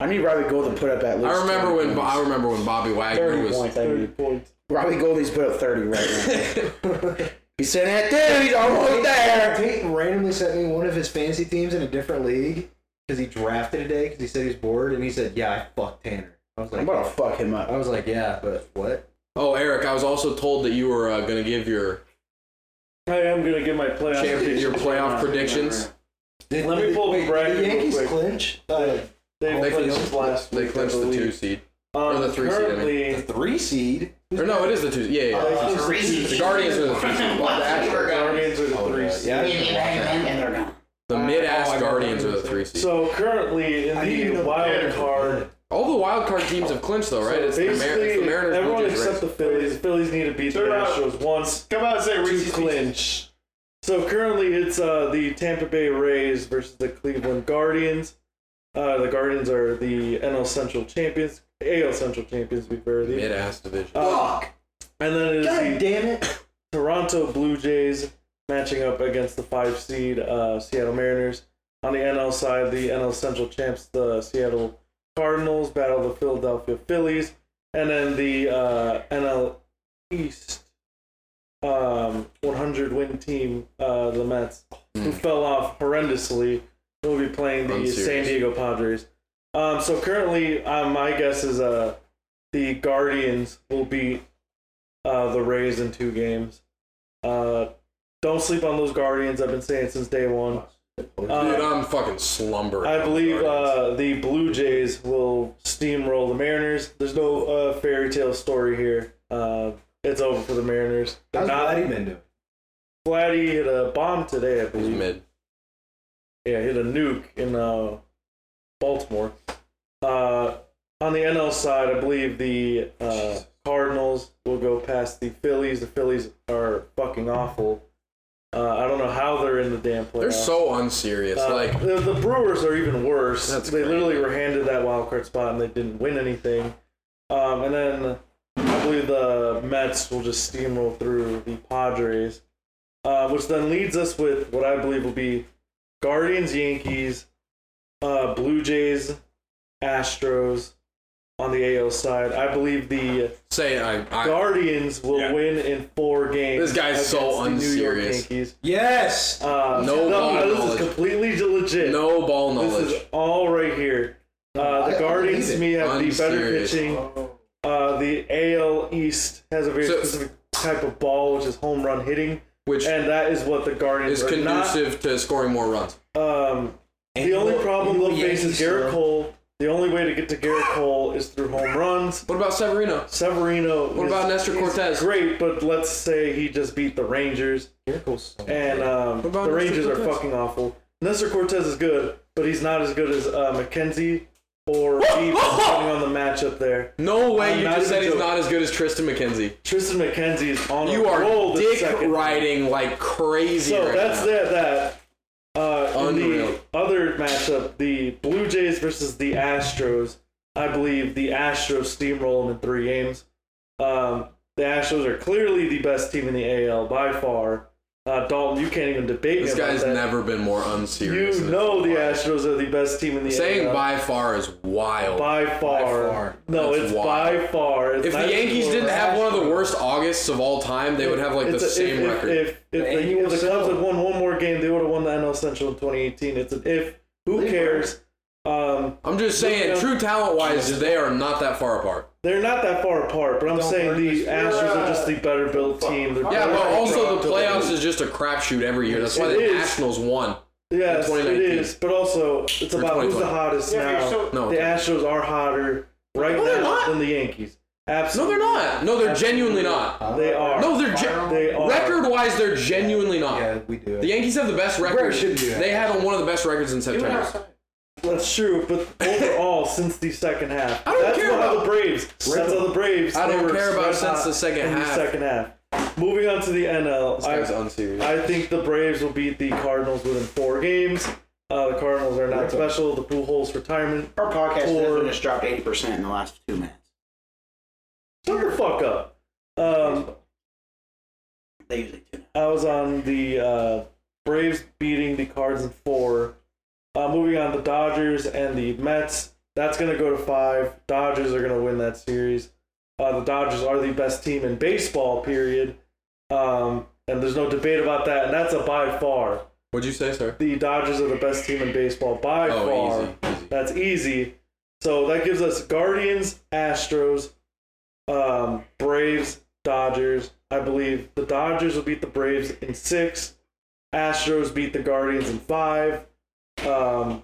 [SPEAKER 2] I need Robbie Gold to put up at least.
[SPEAKER 1] I remember
[SPEAKER 2] 30
[SPEAKER 1] when Bo-
[SPEAKER 2] points.
[SPEAKER 1] I remember when Bobby Wagner
[SPEAKER 2] thirty
[SPEAKER 1] was
[SPEAKER 2] points. I
[SPEAKER 3] Thirty
[SPEAKER 2] need.
[SPEAKER 3] points.
[SPEAKER 2] Robbie Goldie's put up thirty right now. He's sitting at dude. He's almost there.
[SPEAKER 5] Peyton randomly sent me one of his fantasy teams in a different league because he drafted a day because he said he was bored and he said, "Yeah, I fucked Tanner." I was
[SPEAKER 2] I'm
[SPEAKER 5] like,
[SPEAKER 2] about to fuck him
[SPEAKER 5] I
[SPEAKER 2] up.
[SPEAKER 5] was like, yeah, but what?
[SPEAKER 1] Oh, Eric, I was also told that you were uh, going to give your
[SPEAKER 3] I am gonna give my playoff
[SPEAKER 1] champion, your
[SPEAKER 3] predictions
[SPEAKER 1] playoff
[SPEAKER 3] right now.
[SPEAKER 1] predictions.
[SPEAKER 5] Did,
[SPEAKER 3] Let me pull the
[SPEAKER 5] wait,
[SPEAKER 3] bracket
[SPEAKER 5] Did the
[SPEAKER 3] real
[SPEAKER 5] Yankees
[SPEAKER 3] quick.
[SPEAKER 5] clinch? Uh,
[SPEAKER 3] They,
[SPEAKER 1] They
[SPEAKER 3] clinched
[SPEAKER 1] clinched,
[SPEAKER 3] last
[SPEAKER 1] they
[SPEAKER 3] week, I
[SPEAKER 1] clinched the
[SPEAKER 3] believe.
[SPEAKER 1] two seed.
[SPEAKER 3] Um,
[SPEAKER 1] the three seed, I mean.
[SPEAKER 5] the
[SPEAKER 3] Currently,
[SPEAKER 5] three seed.
[SPEAKER 1] Or no, it is the two. Yeah, yeah. yeah.
[SPEAKER 5] Uh,
[SPEAKER 1] the Guardians are the three seed.
[SPEAKER 3] the Guardians are the three seed.
[SPEAKER 5] yeah, I didn't watch that.
[SPEAKER 1] The mid-ass Guardians are the three seed.
[SPEAKER 3] So currently in
[SPEAKER 5] I didn't even
[SPEAKER 3] the
[SPEAKER 5] know
[SPEAKER 3] wild
[SPEAKER 5] Tanner.
[SPEAKER 3] card,
[SPEAKER 1] All the wild card teams have clinched though, right? It's the, Mar- it's the
[SPEAKER 3] basically
[SPEAKER 1] Mariners. Blue
[SPEAKER 3] everyone
[SPEAKER 1] Jays,
[SPEAKER 3] except
[SPEAKER 1] Rays.
[SPEAKER 3] the Phillies. The Phillies need to beat the
[SPEAKER 7] They're out.
[SPEAKER 3] Astros once
[SPEAKER 7] Come out and say
[SPEAKER 3] to
[SPEAKER 7] Reese's Pieces.
[SPEAKER 3] clinch. So currently it's uh, the Tampa Bay Rays versus the Cleveland Guardians. Uh, the Guardians are the NL Central champions, AL Central champions, to be fair. with you.
[SPEAKER 1] mid-ass division.
[SPEAKER 3] Uh, and then it is
[SPEAKER 5] God
[SPEAKER 3] the
[SPEAKER 5] damn it!
[SPEAKER 3] Toronto Blue Jays matching up against the five seed uh, Seattle Mariners. On the NL side, the NL Central champs, the Seattle Cardinals, battle the Philadelphia Phillies, and then the uh, NL East um, 100 win team, uh, the Mets, who fell off horrendously, will be playing the
[SPEAKER 1] Unserious.
[SPEAKER 3] San Diego Padres. Um, so currently, uh, my guess is uh, the Guardians will beat uh, the Rays in two games. Uh, don't sleep on those Guardians. I've been saying since day one.
[SPEAKER 1] Dude,
[SPEAKER 3] Uh,
[SPEAKER 1] I'm fucking slumbering.
[SPEAKER 3] I
[SPEAKER 1] on the
[SPEAKER 3] believe
[SPEAKER 1] Guardians.
[SPEAKER 3] uh, the Blue Jays will steamroll the Mariners. There's no uh, fairy tale story here. Uh, it's over for the Mariners.
[SPEAKER 5] How's
[SPEAKER 3] Not-
[SPEAKER 5] Vladdy been doing?
[SPEAKER 3] Vladdy hit a bomb today, I
[SPEAKER 1] He's
[SPEAKER 3] believe.
[SPEAKER 1] mid.
[SPEAKER 3] Yeah, hit a nuke in uh, Baltimore. Uh, on the NL side, I believe the uh, Cardinals will go past the Phillies. The Phillies are fucking awful. Uh, I don't know how they're in the damn playoffs.
[SPEAKER 1] They're so unserious.
[SPEAKER 3] Uh,
[SPEAKER 1] like
[SPEAKER 3] the, the Brewers are even worse.
[SPEAKER 1] That's
[SPEAKER 3] they
[SPEAKER 1] crazy.
[SPEAKER 3] literally were handed that wild card spot and they didn't win anything. Um, and then I believe the Mets will just steamroll through the Padres, uh, which then leads us with what I believe will be Guardians, Yankees, uh, Blue Jays, Astros on the AL side. I believe the
[SPEAKER 1] say I, I
[SPEAKER 3] Guardians will
[SPEAKER 1] Yeah.
[SPEAKER 3] win in four games.
[SPEAKER 1] This guy's so
[SPEAKER 3] against the New York
[SPEAKER 1] unserious.
[SPEAKER 3] Yankees.
[SPEAKER 5] Yes.
[SPEAKER 3] Uh,
[SPEAKER 1] No
[SPEAKER 3] no,
[SPEAKER 1] ball
[SPEAKER 3] this
[SPEAKER 1] knowledge.
[SPEAKER 3] is completely legit.
[SPEAKER 1] no ball knowledge.
[SPEAKER 3] This is all right here. Uh, the
[SPEAKER 4] I- I
[SPEAKER 3] Guardians to
[SPEAKER 4] believe Oh.
[SPEAKER 3] me have the better
[SPEAKER 1] Unserious.
[SPEAKER 3] pitching. Uh, the AL East has a very
[SPEAKER 1] So-
[SPEAKER 3] specific type of ball, which is home run hitting,
[SPEAKER 1] which
[SPEAKER 3] and that is what the Guardians
[SPEAKER 1] is
[SPEAKER 3] are
[SPEAKER 1] conducive to scoring more runs.
[SPEAKER 3] not. Um,
[SPEAKER 5] And
[SPEAKER 3] the only
[SPEAKER 5] you know-
[SPEAKER 3] problem
[SPEAKER 5] you know
[SPEAKER 3] they'll face is
[SPEAKER 5] Yankees
[SPEAKER 3] Garrett
[SPEAKER 5] love-
[SPEAKER 3] Cole. The only way to get to Garrett Cole is through home runs.
[SPEAKER 1] What about Severino?
[SPEAKER 3] Severino.
[SPEAKER 1] What
[SPEAKER 3] is-
[SPEAKER 1] about Nestor
[SPEAKER 3] he's
[SPEAKER 1] Cortez?
[SPEAKER 3] Great, but let's say he just beat the Rangers. And um,
[SPEAKER 1] What about
[SPEAKER 3] the
[SPEAKER 1] Nestor
[SPEAKER 3] Rangers are
[SPEAKER 1] Cortes?
[SPEAKER 3] fucking awful. Nestor Cortez is good, but he's not as good as uh, McKenzie or Beep, depending on the matchup there.
[SPEAKER 1] No way!
[SPEAKER 3] I'm
[SPEAKER 1] you
[SPEAKER 3] not
[SPEAKER 1] just said
[SPEAKER 3] even
[SPEAKER 1] he's
[SPEAKER 3] joking.
[SPEAKER 1] not as good as Tristan McKenzie.
[SPEAKER 3] Tristan McKenzie is on
[SPEAKER 1] You
[SPEAKER 3] a roll
[SPEAKER 1] are
[SPEAKER 3] this
[SPEAKER 1] dick
[SPEAKER 3] second.
[SPEAKER 1] riding like crazy.
[SPEAKER 3] So
[SPEAKER 1] right
[SPEAKER 3] that's
[SPEAKER 1] now.
[SPEAKER 3] that. That. Uh, in
[SPEAKER 1] Unreal.
[SPEAKER 3] the other matchup, the Blue Jays versus the Astros. I believe the Astros steamroll them in three games. Um, the Astros are clearly the best team in the AL by far. Uh, Dalton, you can't even debate me
[SPEAKER 1] This
[SPEAKER 3] about
[SPEAKER 1] guy's
[SPEAKER 3] that.
[SPEAKER 1] never been more unserious.
[SPEAKER 3] You
[SPEAKER 1] than-
[SPEAKER 3] know the Astros are the best team in the
[SPEAKER 1] Saying
[SPEAKER 3] AL.
[SPEAKER 1] by far is wild.
[SPEAKER 3] by far.
[SPEAKER 5] far.
[SPEAKER 3] No,
[SPEAKER 1] That's
[SPEAKER 3] it's
[SPEAKER 1] wild.
[SPEAKER 3] by far. It's
[SPEAKER 1] if
[SPEAKER 3] not
[SPEAKER 1] the Yankees
[SPEAKER 3] even
[SPEAKER 1] didn't have one of the
[SPEAKER 3] rational.
[SPEAKER 1] worst Augusts of all time, they would have like the
[SPEAKER 3] It's a- if-
[SPEAKER 1] same
[SPEAKER 3] if,
[SPEAKER 1] record.
[SPEAKER 3] If, if, the-
[SPEAKER 5] And
[SPEAKER 3] if the,
[SPEAKER 5] you will
[SPEAKER 3] Cubs
[SPEAKER 5] sell.
[SPEAKER 3] had won one more game, they would have won the NL Central in 2018. It's an if. Who cares? Um,
[SPEAKER 1] I'm just saying,
[SPEAKER 3] Look, you know-
[SPEAKER 1] true talent wise, they are not that far apart.
[SPEAKER 3] they're not that far apart, but I'm saying the Astros are just the better built team. They're
[SPEAKER 1] Yeah,
[SPEAKER 3] better
[SPEAKER 1] but also the
[SPEAKER 3] built.
[SPEAKER 1] playoffs is just a crapshoot every year. That's why
[SPEAKER 3] It
[SPEAKER 1] the
[SPEAKER 3] is.
[SPEAKER 1] Nationals won.
[SPEAKER 3] Yes, it
[SPEAKER 1] 2019.
[SPEAKER 3] is. But also, it's about who's the
[SPEAKER 1] 2020.
[SPEAKER 3] hottest now.
[SPEAKER 1] No,
[SPEAKER 3] the Astros are hotter right
[SPEAKER 1] No, they're
[SPEAKER 3] now
[SPEAKER 1] not.
[SPEAKER 3] than the Yankees.
[SPEAKER 1] no,
[SPEAKER 3] Absolutely.
[SPEAKER 1] they're not. No, they're genuinely not.
[SPEAKER 3] They are.
[SPEAKER 1] No, they're ge-
[SPEAKER 3] They are.
[SPEAKER 1] record wise, they're genuinely not.
[SPEAKER 5] Yeah, we do.
[SPEAKER 1] The Yankees have the best record.
[SPEAKER 5] shouldn't do that.
[SPEAKER 1] They had one of the best records in September.
[SPEAKER 3] That's true, but overall, since the second half,
[SPEAKER 1] I don't
[SPEAKER 3] that's
[SPEAKER 1] care
[SPEAKER 3] how
[SPEAKER 1] about-
[SPEAKER 3] the Braves. That's how the Braves.
[SPEAKER 1] I
[SPEAKER 3] they
[SPEAKER 1] don't
[SPEAKER 3] were
[SPEAKER 1] care about
[SPEAKER 3] red
[SPEAKER 1] since
[SPEAKER 3] hot
[SPEAKER 1] the second
[SPEAKER 3] in
[SPEAKER 1] half.
[SPEAKER 3] second half. Moving on to the NL,
[SPEAKER 1] This guy's
[SPEAKER 3] I,
[SPEAKER 1] unserious.
[SPEAKER 3] I think the Braves will beat the Cardinals within four games. Uh, the Cardinals are not special. The Pujols retirement.
[SPEAKER 2] Our podcast
[SPEAKER 3] Or-
[SPEAKER 2] just dropped eight percent in the last two minutes.
[SPEAKER 3] Shut the fuck up. Um,
[SPEAKER 2] They usually do.
[SPEAKER 3] I was on the uh, Braves beating the Cards in four. Uh, moving on, the Dodgers and the Mets. That's going to go to five. Dodgers are going to win that series. Uh, the Dodgers are the best team in baseball, period. Um, and there's no debate about that. And that's a by far.
[SPEAKER 1] What'd you say, sir?
[SPEAKER 3] The Dodgers are the best team in baseball by far.
[SPEAKER 1] Oh, easy, easy.
[SPEAKER 3] That's easy. So that gives us Guardians, Astros, um, Braves, Dodgers. I believe the Dodgers will beat the Braves in six. Astros beat the Guardians in five. Um,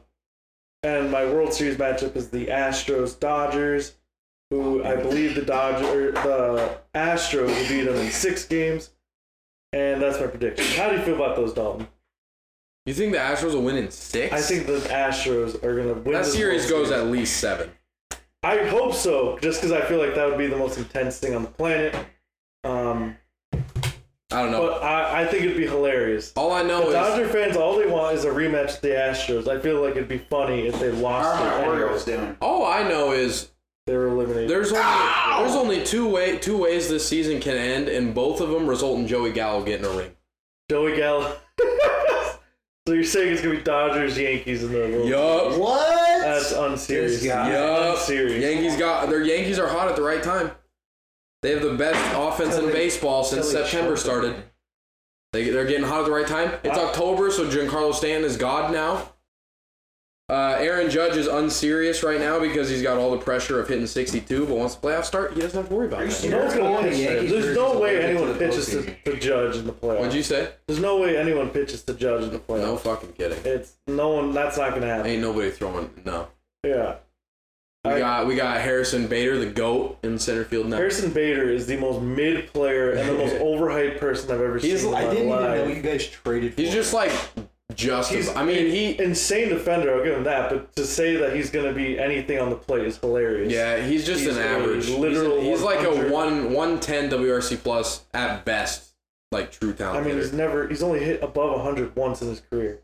[SPEAKER 3] and my World Series matchup is the Astros Dodgers, who I believe the Dodger er, the Astros will beat them in six games. And that's my prediction. How do you feel about those, Dalton?
[SPEAKER 1] You think the Astros will win in six?
[SPEAKER 3] I think the Astros are gonna win.
[SPEAKER 1] that
[SPEAKER 3] this
[SPEAKER 1] series
[SPEAKER 3] World
[SPEAKER 1] goes at least seven.
[SPEAKER 3] I hope so, just because I feel like that would be the most intense thing on the planet. Um,
[SPEAKER 1] I don't know.
[SPEAKER 3] but I, I think it'd be hilarious.
[SPEAKER 1] All I know
[SPEAKER 3] The
[SPEAKER 1] is
[SPEAKER 3] Dodger fans, all they want is a rematch to the Astros. I feel like it'd be funny if they
[SPEAKER 2] How
[SPEAKER 3] lost.
[SPEAKER 2] are
[SPEAKER 3] to
[SPEAKER 2] my
[SPEAKER 3] the
[SPEAKER 2] Orioles
[SPEAKER 3] Orioles.
[SPEAKER 2] doing?
[SPEAKER 1] all I know is
[SPEAKER 3] They were eliminated.
[SPEAKER 1] There's only there's only two way two ways this season can end, and both of them result in Joey Gallo getting a ring.
[SPEAKER 3] Joey Gallo. so you're saying it's gonna be Dodgers, Yankees, and the
[SPEAKER 1] Yup.
[SPEAKER 5] What?
[SPEAKER 3] That's unserious.
[SPEAKER 5] This guy.
[SPEAKER 3] Yeah,
[SPEAKER 1] Yup.
[SPEAKER 3] unserious.
[SPEAKER 1] Yankees got their Yankees are hot at the right time. They have the best offense in
[SPEAKER 5] Kelly-
[SPEAKER 1] baseball since
[SPEAKER 5] Kelly
[SPEAKER 1] September
[SPEAKER 5] Sheffield.
[SPEAKER 1] started. They, they're getting hot at the right time. It's
[SPEAKER 3] Wow.
[SPEAKER 1] October, so Giancarlo Stanton is God now. Uh, Aaron Judge is unserious right now because he's got all the pressure of hitting 62, but once the playoffs start, he doesn't have to worry about
[SPEAKER 3] You
[SPEAKER 1] it.
[SPEAKER 3] know what's gonna
[SPEAKER 5] Going to
[SPEAKER 3] pitch there?
[SPEAKER 5] Yankees
[SPEAKER 3] There's no
[SPEAKER 5] jerseys
[SPEAKER 3] way
[SPEAKER 5] all the way to
[SPEAKER 3] anyone
[SPEAKER 5] the
[SPEAKER 3] pitches to,
[SPEAKER 5] postseason.
[SPEAKER 3] to Judge in the
[SPEAKER 1] What'd
[SPEAKER 3] playoffs.
[SPEAKER 1] you say?
[SPEAKER 3] There's no way anyone pitches to Judge in the playoffs.
[SPEAKER 1] No fucking kidding.
[SPEAKER 3] It's no one. That's not gonna happen.
[SPEAKER 1] Ain't nobody throwing. No.
[SPEAKER 3] Yeah.
[SPEAKER 1] We got we got Harrison Bader, the goat in center field now.
[SPEAKER 3] Harrison Bader is the most mid player and the most overhyped person I've ever
[SPEAKER 1] He's-
[SPEAKER 3] seen. in
[SPEAKER 1] I
[SPEAKER 3] my
[SPEAKER 5] I didn't even
[SPEAKER 3] life.
[SPEAKER 5] know you guys traded. For
[SPEAKER 1] He's
[SPEAKER 5] him.
[SPEAKER 1] just like just.
[SPEAKER 3] He's-
[SPEAKER 1] I mean, he
[SPEAKER 3] insane defender. I'll give him that. But to say that he's going to be anything on the plate is hilarious.
[SPEAKER 1] yeah, he's just
[SPEAKER 3] He's
[SPEAKER 1] an
[SPEAKER 3] a
[SPEAKER 1] average. He's,
[SPEAKER 3] literal
[SPEAKER 1] he's like a
[SPEAKER 3] 100.
[SPEAKER 1] one one ten WRC plus at best, like true
[SPEAKER 3] I
[SPEAKER 1] talent.
[SPEAKER 3] mean, he's
[SPEAKER 1] hitter.
[SPEAKER 3] never. He's only hit above 100 once in his career,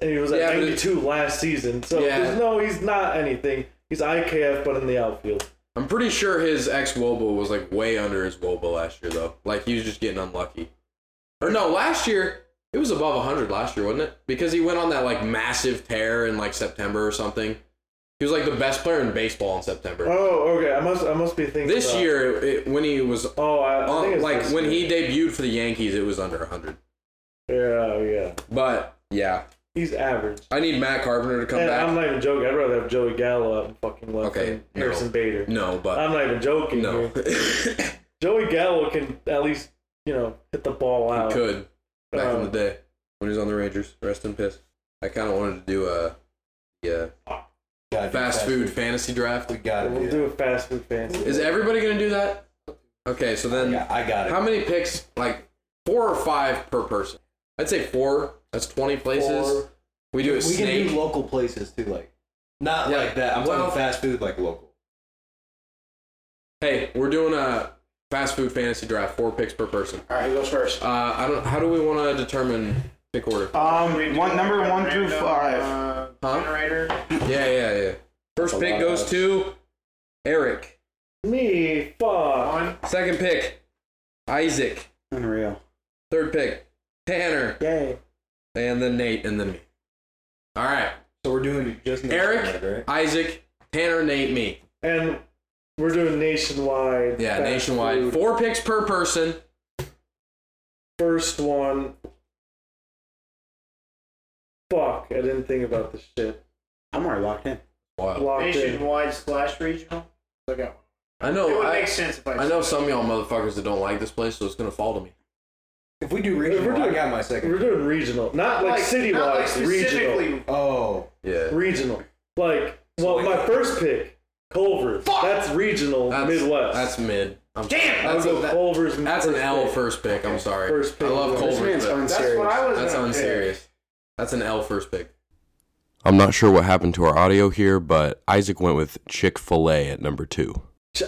[SPEAKER 3] and he was at
[SPEAKER 1] Yeah, but it-
[SPEAKER 3] 92 last season. So
[SPEAKER 1] Yeah.
[SPEAKER 3] there's no. He's not anything. He's IKF, but in the outfield.
[SPEAKER 1] I'm pretty sure his ex woba was like way under his woba last year though. Like he was just getting unlucky. Or no, last year it was above 100 last year, wasn't it? Because he went on that like massive tear in like September or something. He was like the best player in baseball in September.
[SPEAKER 3] Oh, okay. I must. I must be thinking
[SPEAKER 1] this
[SPEAKER 3] about-
[SPEAKER 1] year, it, when he was
[SPEAKER 3] Oh, I, I
[SPEAKER 1] on,
[SPEAKER 3] think it's
[SPEAKER 1] like
[SPEAKER 3] this
[SPEAKER 1] when
[SPEAKER 3] year.
[SPEAKER 1] he debuted for the Yankees, it was under 100.
[SPEAKER 3] Yeah, oh, yeah.
[SPEAKER 1] But yeah,
[SPEAKER 3] He's average.
[SPEAKER 1] I need Matt Carpenter to come
[SPEAKER 3] And
[SPEAKER 1] back.
[SPEAKER 3] I'm not even joking. I'd rather have Joey Gallo out and fucking left
[SPEAKER 1] Okay,
[SPEAKER 3] than
[SPEAKER 1] no.
[SPEAKER 3] Harrison Bader.
[SPEAKER 1] no, but
[SPEAKER 3] I'm not even joking.
[SPEAKER 1] no,
[SPEAKER 3] here. Joey Gallo can at least you know hit the ball out.
[SPEAKER 1] could back in
[SPEAKER 3] Um,
[SPEAKER 1] the day when he was on the Rangers. Rest in piss. I kind of wanted to do a yeah
[SPEAKER 5] Gotta do
[SPEAKER 1] fast food fantasy draft.
[SPEAKER 5] We got
[SPEAKER 3] We'll
[SPEAKER 5] it.
[SPEAKER 3] do a fast food fancy.
[SPEAKER 1] Is everybody gonna do that? Okay, so then
[SPEAKER 5] Yeah, I got it.
[SPEAKER 1] how many picks? Like four or five per person. I'd say four. That's 20 places.
[SPEAKER 5] Four.
[SPEAKER 1] We do a
[SPEAKER 5] we
[SPEAKER 1] snake.
[SPEAKER 5] can do local places too, like not
[SPEAKER 1] Yeah,
[SPEAKER 5] like that. I'm
[SPEAKER 1] well-
[SPEAKER 5] talking fast food, like local.
[SPEAKER 1] hey, we're doing a fast food fantasy draft. Four picks per person.
[SPEAKER 2] All right, who goes first?
[SPEAKER 1] Uh, I don't. How do we want to determine pick order?
[SPEAKER 2] We
[SPEAKER 9] Um,
[SPEAKER 2] do
[SPEAKER 9] one number
[SPEAKER 2] a
[SPEAKER 9] one through
[SPEAKER 2] random,
[SPEAKER 9] five.
[SPEAKER 2] uh,
[SPEAKER 1] Huh?
[SPEAKER 2] Generator.
[SPEAKER 1] Yeah, yeah, yeah. First pick goes to Eric.
[SPEAKER 3] Me fuck.
[SPEAKER 2] One.
[SPEAKER 1] Second pick, Isaac.
[SPEAKER 2] Unreal.
[SPEAKER 1] Third pick, Tanner,
[SPEAKER 2] Yay.
[SPEAKER 1] and then Nate, and then me. All right,
[SPEAKER 5] So we're doing just
[SPEAKER 1] Eric, Isaac, Tanner, Nate, me.
[SPEAKER 3] And we're doing nationwide.
[SPEAKER 1] Yeah,
[SPEAKER 3] fast
[SPEAKER 1] nationwide.
[SPEAKER 3] food.
[SPEAKER 1] Four picks per person.
[SPEAKER 3] First one. Fuck! I didn't think about this shit.
[SPEAKER 2] I'm already locked in.
[SPEAKER 1] Wow.
[SPEAKER 3] Locked in.
[SPEAKER 2] Nationwide slash regional. Look out.
[SPEAKER 1] I
[SPEAKER 2] It
[SPEAKER 1] know.
[SPEAKER 2] would
[SPEAKER 1] I,
[SPEAKER 2] make sense if I.
[SPEAKER 1] I know some of y'all motherfuckers that don't like this place, so it's gonna fall to me.
[SPEAKER 5] If we do regional,
[SPEAKER 3] We're doing-
[SPEAKER 5] I got my second.
[SPEAKER 3] We're doing regional, not like, citywide.
[SPEAKER 2] not like
[SPEAKER 3] regional.
[SPEAKER 2] specifically.
[SPEAKER 5] Oh,
[SPEAKER 1] Yeah.
[SPEAKER 3] Regional. Like, well,
[SPEAKER 5] like-
[SPEAKER 3] my first pick, Culver. That's regional
[SPEAKER 1] That's,
[SPEAKER 3] Midwest.
[SPEAKER 1] That's mid. I'm,
[SPEAKER 2] Damn!
[SPEAKER 3] I'll
[SPEAKER 1] That's,
[SPEAKER 3] go
[SPEAKER 1] a, that-
[SPEAKER 3] Culver's.
[SPEAKER 1] that's an
[SPEAKER 3] first
[SPEAKER 1] L
[SPEAKER 3] pick.
[SPEAKER 1] first pick. I'm sorry.
[SPEAKER 3] First pick.
[SPEAKER 1] I love
[SPEAKER 3] This
[SPEAKER 2] This
[SPEAKER 1] Culver.
[SPEAKER 2] man's unserious.
[SPEAKER 3] That's what I was
[SPEAKER 1] That's
[SPEAKER 3] gonna
[SPEAKER 1] unserious. That's an L first pick.
[SPEAKER 10] I'm not sure what happened to our audio here, but Isaac went with Chick fil A at number two.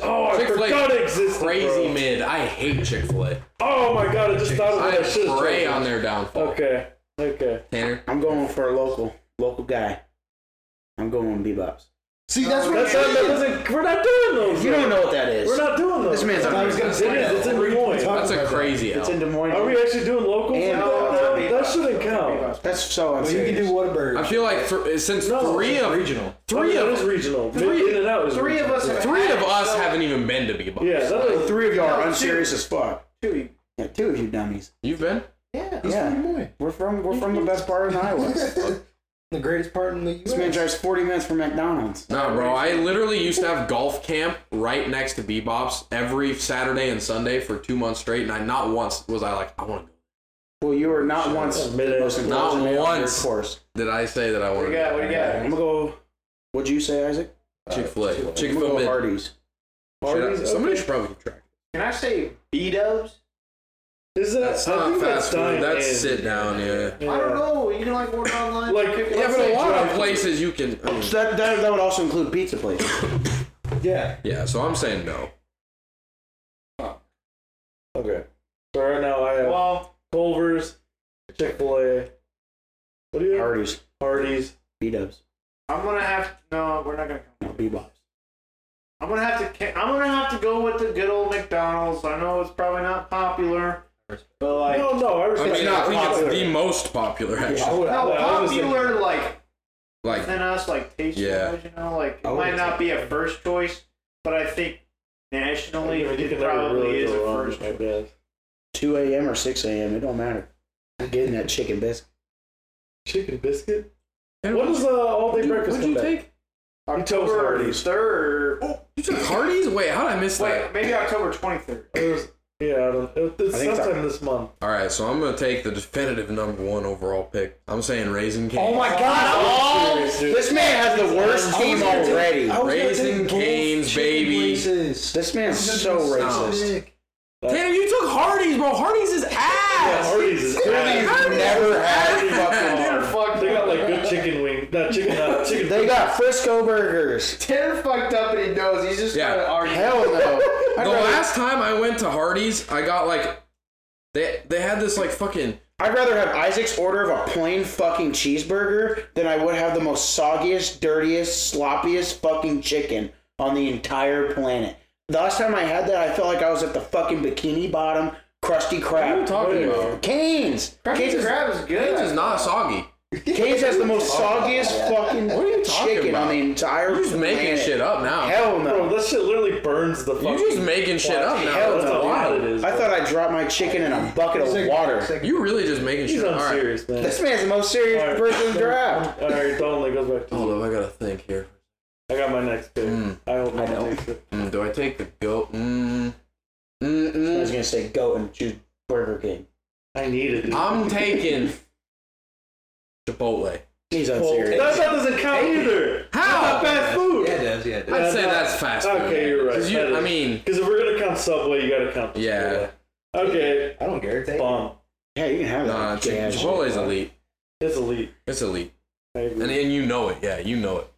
[SPEAKER 3] Oh, I
[SPEAKER 1] Chick-fil-A
[SPEAKER 3] forgot it existed.
[SPEAKER 1] Crazy
[SPEAKER 3] bro.
[SPEAKER 1] mid. I hate Chick Fil A.
[SPEAKER 3] Oh my god, I just thought of
[SPEAKER 1] I
[SPEAKER 3] that shit.
[SPEAKER 1] pray on their downfall.
[SPEAKER 3] Okay, okay.
[SPEAKER 1] Tanner,
[SPEAKER 2] I'm going for a local, local guy. I'm going Bebops.
[SPEAKER 4] See, that's what
[SPEAKER 3] That's not, that doesn't, we're not doing those.
[SPEAKER 2] You don't know what that is.
[SPEAKER 3] We're not doing those.
[SPEAKER 2] This man's
[SPEAKER 3] I was gonna say it is. It's in Des Moines.
[SPEAKER 1] that's a crazy L.
[SPEAKER 2] It's in Des Moines.
[SPEAKER 3] Are we actually doing local?
[SPEAKER 2] And-
[SPEAKER 3] no, no, that shouldn't count.
[SPEAKER 2] That's so
[SPEAKER 5] well, you
[SPEAKER 2] unserious.
[SPEAKER 5] can do Whataburger.
[SPEAKER 1] I feel like th- eh, since
[SPEAKER 3] No,
[SPEAKER 1] three
[SPEAKER 3] it's
[SPEAKER 1] of
[SPEAKER 5] regional.
[SPEAKER 1] three
[SPEAKER 3] That
[SPEAKER 1] of
[SPEAKER 3] is regional.
[SPEAKER 1] Three-
[SPEAKER 3] in and out is
[SPEAKER 2] three of
[SPEAKER 3] regional.
[SPEAKER 2] us have
[SPEAKER 1] three of
[SPEAKER 2] had it,
[SPEAKER 1] us
[SPEAKER 2] so-
[SPEAKER 1] haven't even been to Bebop.
[SPEAKER 3] Yeah, that is,
[SPEAKER 2] Three of y'all
[SPEAKER 4] No,
[SPEAKER 2] are
[SPEAKER 4] two.
[SPEAKER 2] unserious as fuck. Two. Yeah, two of you dummies.
[SPEAKER 1] You've been?
[SPEAKER 5] yeah,
[SPEAKER 2] He's Yeah. from We're from we're from the best part in Iowa. this
[SPEAKER 5] the greatest part in the U.S.
[SPEAKER 2] man drives 40 minutes from McDonald's.
[SPEAKER 1] No, bro. I literally used to have golf camp right next to Bebop's every Saturday and Sunday for two months straight, and I not once was I like, I want to.
[SPEAKER 2] Well, you are not once the
[SPEAKER 3] Admit it.
[SPEAKER 2] most
[SPEAKER 3] Not
[SPEAKER 2] intelligent man on your
[SPEAKER 1] once.
[SPEAKER 2] course.
[SPEAKER 1] Did I say that I wanted? to
[SPEAKER 2] What do you got? I'm gonna go. What'd you say, Isaac?
[SPEAKER 1] Chick Fil A. Chick
[SPEAKER 2] I'm gonna
[SPEAKER 1] Fil
[SPEAKER 2] go
[SPEAKER 1] A.
[SPEAKER 2] Hardee's.
[SPEAKER 3] Hardee's,
[SPEAKER 1] Somebody
[SPEAKER 3] okay.
[SPEAKER 1] should probably keep track.
[SPEAKER 2] Can I say B Dubs?
[SPEAKER 3] Is that?
[SPEAKER 1] That's
[SPEAKER 3] I
[SPEAKER 1] not
[SPEAKER 3] think
[SPEAKER 1] fast
[SPEAKER 3] dine
[SPEAKER 1] food. That's
[SPEAKER 3] in.
[SPEAKER 1] sit down. Yeah.
[SPEAKER 3] Yeah.
[SPEAKER 2] I don't know. You can like order online.
[SPEAKER 3] Like,
[SPEAKER 1] Yeah,
[SPEAKER 3] let's
[SPEAKER 1] but
[SPEAKER 3] say
[SPEAKER 1] a lot of
[SPEAKER 3] drive-thru.
[SPEAKER 1] places you can. I mean,
[SPEAKER 2] that, that that would also include pizza places.
[SPEAKER 5] Yeah,
[SPEAKER 1] yeah, so I'm saying no.
[SPEAKER 3] Okay. So right now I have Culver's, Chick Fil A. What do you have?
[SPEAKER 2] Hardee's,
[SPEAKER 3] Hardee's.
[SPEAKER 2] B Dubs,
[SPEAKER 7] I'm gonna have no. We're not gonna.
[SPEAKER 2] B Bob's.
[SPEAKER 7] I'm gonna have to. ca- I'm gonna have to go with the good old McDonald's. I know it's probably not popular, but like
[SPEAKER 3] No, no, I
[SPEAKER 1] I
[SPEAKER 3] respect
[SPEAKER 1] mean,
[SPEAKER 3] that.
[SPEAKER 1] I think it's the most popular
[SPEAKER 5] I
[SPEAKER 1] actually.
[SPEAKER 5] would.
[SPEAKER 7] no
[SPEAKER 3] Yeah, I was just
[SPEAKER 7] popular like
[SPEAKER 1] Like,
[SPEAKER 7] than us, like taste
[SPEAKER 1] Yeah.
[SPEAKER 7] wise, you know, like
[SPEAKER 1] Oh,
[SPEAKER 7] it
[SPEAKER 2] I
[SPEAKER 7] might
[SPEAKER 2] wouldn't
[SPEAKER 7] not be a first choice, but I think nationally
[SPEAKER 3] You
[SPEAKER 7] it
[SPEAKER 3] can never
[SPEAKER 7] probably
[SPEAKER 3] really
[SPEAKER 7] is a
[SPEAKER 3] go wrong,
[SPEAKER 7] first.
[SPEAKER 3] I guess.
[SPEAKER 2] 2 a.m. or 6 a.m. It don't matter. I'm getting that chicken biscuit.
[SPEAKER 3] Chicken biscuit.
[SPEAKER 1] And
[SPEAKER 3] What
[SPEAKER 1] what
[SPEAKER 3] does uh, all day breakfast?
[SPEAKER 1] What'd you
[SPEAKER 3] come back?
[SPEAKER 1] take?
[SPEAKER 3] chose
[SPEAKER 7] October
[SPEAKER 3] Hardee's.
[SPEAKER 7] third.
[SPEAKER 1] You took Hardee's? Wait, how did I miss
[SPEAKER 7] Wait,
[SPEAKER 1] that?
[SPEAKER 7] maybe October twenty third.
[SPEAKER 3] It was Yeah, I don't. It, it's
[SPEAKER 2] I think so.
[SPEAKER 3] sometime this month.
[SPEAKER 1] All right, so I'm gonna take the definitive number one overall pick. I'm saying Raising Cane's.
[SPEAKER 2] Oh my god!
[SPEAKER 3] Oh,
[SPEAKER 2] I'm-
[SPEAKER 3] serious, dude.
[SPEAKER 2] this man has the worst team already.
[SPEAKER 1] Raising Cane's, baby.
[SPEAKER 2] This man's so racist.
[SPEAKER 1] Tanner, you took Hardee's, bro. Hardee's is ass.
[SPEAKER 3] Hardee's is
[SPEAKER 2] Hardee's
[SPEAKER 3] bad.
[SPEAKER 2] never had fucking
[SPEAKER 3] Tanner, fuck, they got like good chicken wing. Not chicken, uh, chicken.
[SPEAKER 2] They got Frisco burgers.
[SPEAKER 5] Tanner fucked up and he knows. He's just
[SPEAKER 1] Yeah.
[SPEAKER 5] trying to argue.
[SPEAKER 2] Hell no.
[SPEAKER 1] The last time I went to Hardee's, I got like they they had this like fucking
[SPEAKER 2] I'd rather have Isaac's order of a plain fucking cheeseburger than I would have the most soggiest, dirtiest, sloppiest fucking chicken on the entire planet. The last time I had that, I felt like I was at the fucking Bikini Bottom Krusty Krab.
[SPEAKER 1] you talking about?
[SPEAKER 2] Canes. Canes,
[SPEAKER 7] Cane's
[SPEAKER 2] is-
[SPEAKER 7] crab is
[SPEAKER 1] this is
[SPEAKER 7] good.
[SPEAKER 1] not soggy.
[SPEAKER 2] Canes has the most soggiest fucking
[SPEAKER 1] What are you talking
[SPEAKER 2] chicken
[SPEAKER 1] about?
[SPEAKER 2] on the entire
[SPEAKER 1] You're just making
[SPEAKER 2] planet.
[SPEAKER 1] shit up now.
[SPEAKER 2] Hell no.
[SPEAKER 3] Bro, that shit literally burns the fucking.
[SPEAKER 1] You're just making shit up now.
[SPEAKER 2] Hell
[SPEAKER 1] That's
[SPEAKER 2] no.
[SPEAKER 1] wild.
[SPEAKER 3] it is.
[SPEAKER 2] I
[SPEAKER 3] bro.
[SPEAKER 2] thought I'd drop my chicken in a bucket of water.
[SPEAKER 1] You really just making
[SPEAKER 3] he's
[SPEAKER 1] shit up. All right.
[SPEAKER 3] unserious, man.
[SPEAKER 2] This man's the most serious
[SPEAKER 3] All right.
[SPEAKER 2] person in the draft.
[SPEAKER 3] All right, Donnelly goes back to.
[SPEAKER 1] Hold up, I gotta think here.
[SPEAKER 3] I got my next pick. I hope no one takes it.
[SPEAKER 1] Mm, do I take the goat? Mm, mm,
[SPEAKER 2] I was
[SPEAKER 1] mm.
[SPEAKER 2] gonna say goat and choose Burger King.
[SPEAKER 3] I need it. dude.
[SPEAKER 1] I'm taking Chipotle.
[SPEAKER 2] He's
[SPEAKER 3] Well,
[SPEAKER 2] unserious.
[SPEAKER 3] that stuff doesn't count either.
[SPEAKER 1] How?
[SPEAKER 3] That's not fast food.
[SPEAKER 5] it does. Yeah, it
[SPEAKER 1] I'd say
[SPEAKER 3] Yeah,
[SPEAKER 1] that's fast food.
[SPEAKER 3] Okay, you're right.
[SPEAKER 1] 'Cause
[SPEAKER 3] That
[SPEAKER 1] You, I
[SPEAKER 3] is-
[SPEAKER 1] mean,
[SPEAKER 3] Because if we're gonna count Subway, you gotta count. The
[SPEAKER 1] Yeah.
[SPEAKER 3] Subway. Okay.
[SPEAKER 5] I don't care. Take it.
[SPEAKER 3] Bomb.
[SPEAKER 2] yeah, you can have that.
[SPEAKER 1] nah, Ch-
[SPEAKER 2] Yeah, shit.
[SPEAKER 1] Chipotle's elite.
[SPEAKER 3] It's elite.
[SPEAKER 1] It's elite,
[SPEAKER 3] I
[SPEAKER 1] and
[SPEAKER 3] agree.
[SPEAKER 1] and you know it. Yeah, you know it.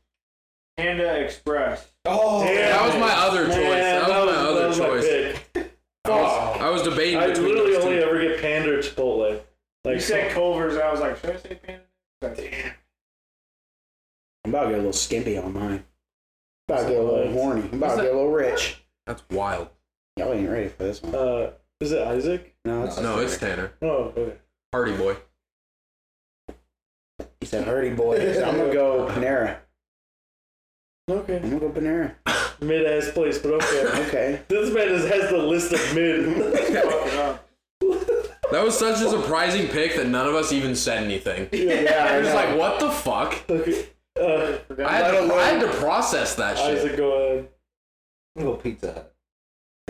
[SPEAKER 7] Panda Express.
[SPEAKER 3] Oh,
[SPEAKER 1] That was my other choice. That was my other choice.
[SPEAKER 3] Fuck.
[SPEAKER 1] I was debating
[SPEAKER 3] I
[SPEAKER 1] between
[SPEAKER 3] literally
[SPEAKER 1] those
[SPEAKER 3] only
[SPEAKER 1] two.
[SPEAKER 3] ever get Panda or Chipotle. Like
[SPEAKER 7] You said Culver's. I was like, should I say Panda? Damn.
[SPEAKER 2] I'm about to get a little skimpy on mine. About to get a little horny. I'm about to get a little rich.
[SPEAKER 1] That's wild.
[SPEAKER 2] Y'all ain't ready for this one.
[SPEAKER 3] Uh, is it Isaac?
[SPEAKER 2] No, it's,
[SPEAKER 1] No, it's Tanner.
[SPEAKER 3] Oh, okay.
[SPEAKER 1] Hardy boy.
[SPEAKER 2] he said Hardy Boy. He said, I'm gonna go Panera.
[SPEAKER 3] Okay.
[SPEAKER 2] I'm gonna go Panera.
[SPEAKER 3] Mid ass place, but okay.
[SPEAKER 2] Okay.
[SPEAKER 3] this man is, has the list of mid.
[SPEAKER 1] That was such a surprising pick that none of us even said anything.
[SPEAKER 2] Yeah, I
[SPEAKER 1] It's
[SPEAKER 2] know.
[SPEAKER 1] like, what the fuck?
[SPEAKER 3] okay. Uh,
[SPEAKER 1] I had, to, I had to process that shit.
[SPEAKER 3] Isaac, go ahead.
[SPEAKER 5] I'm gonna go Pizza Hut.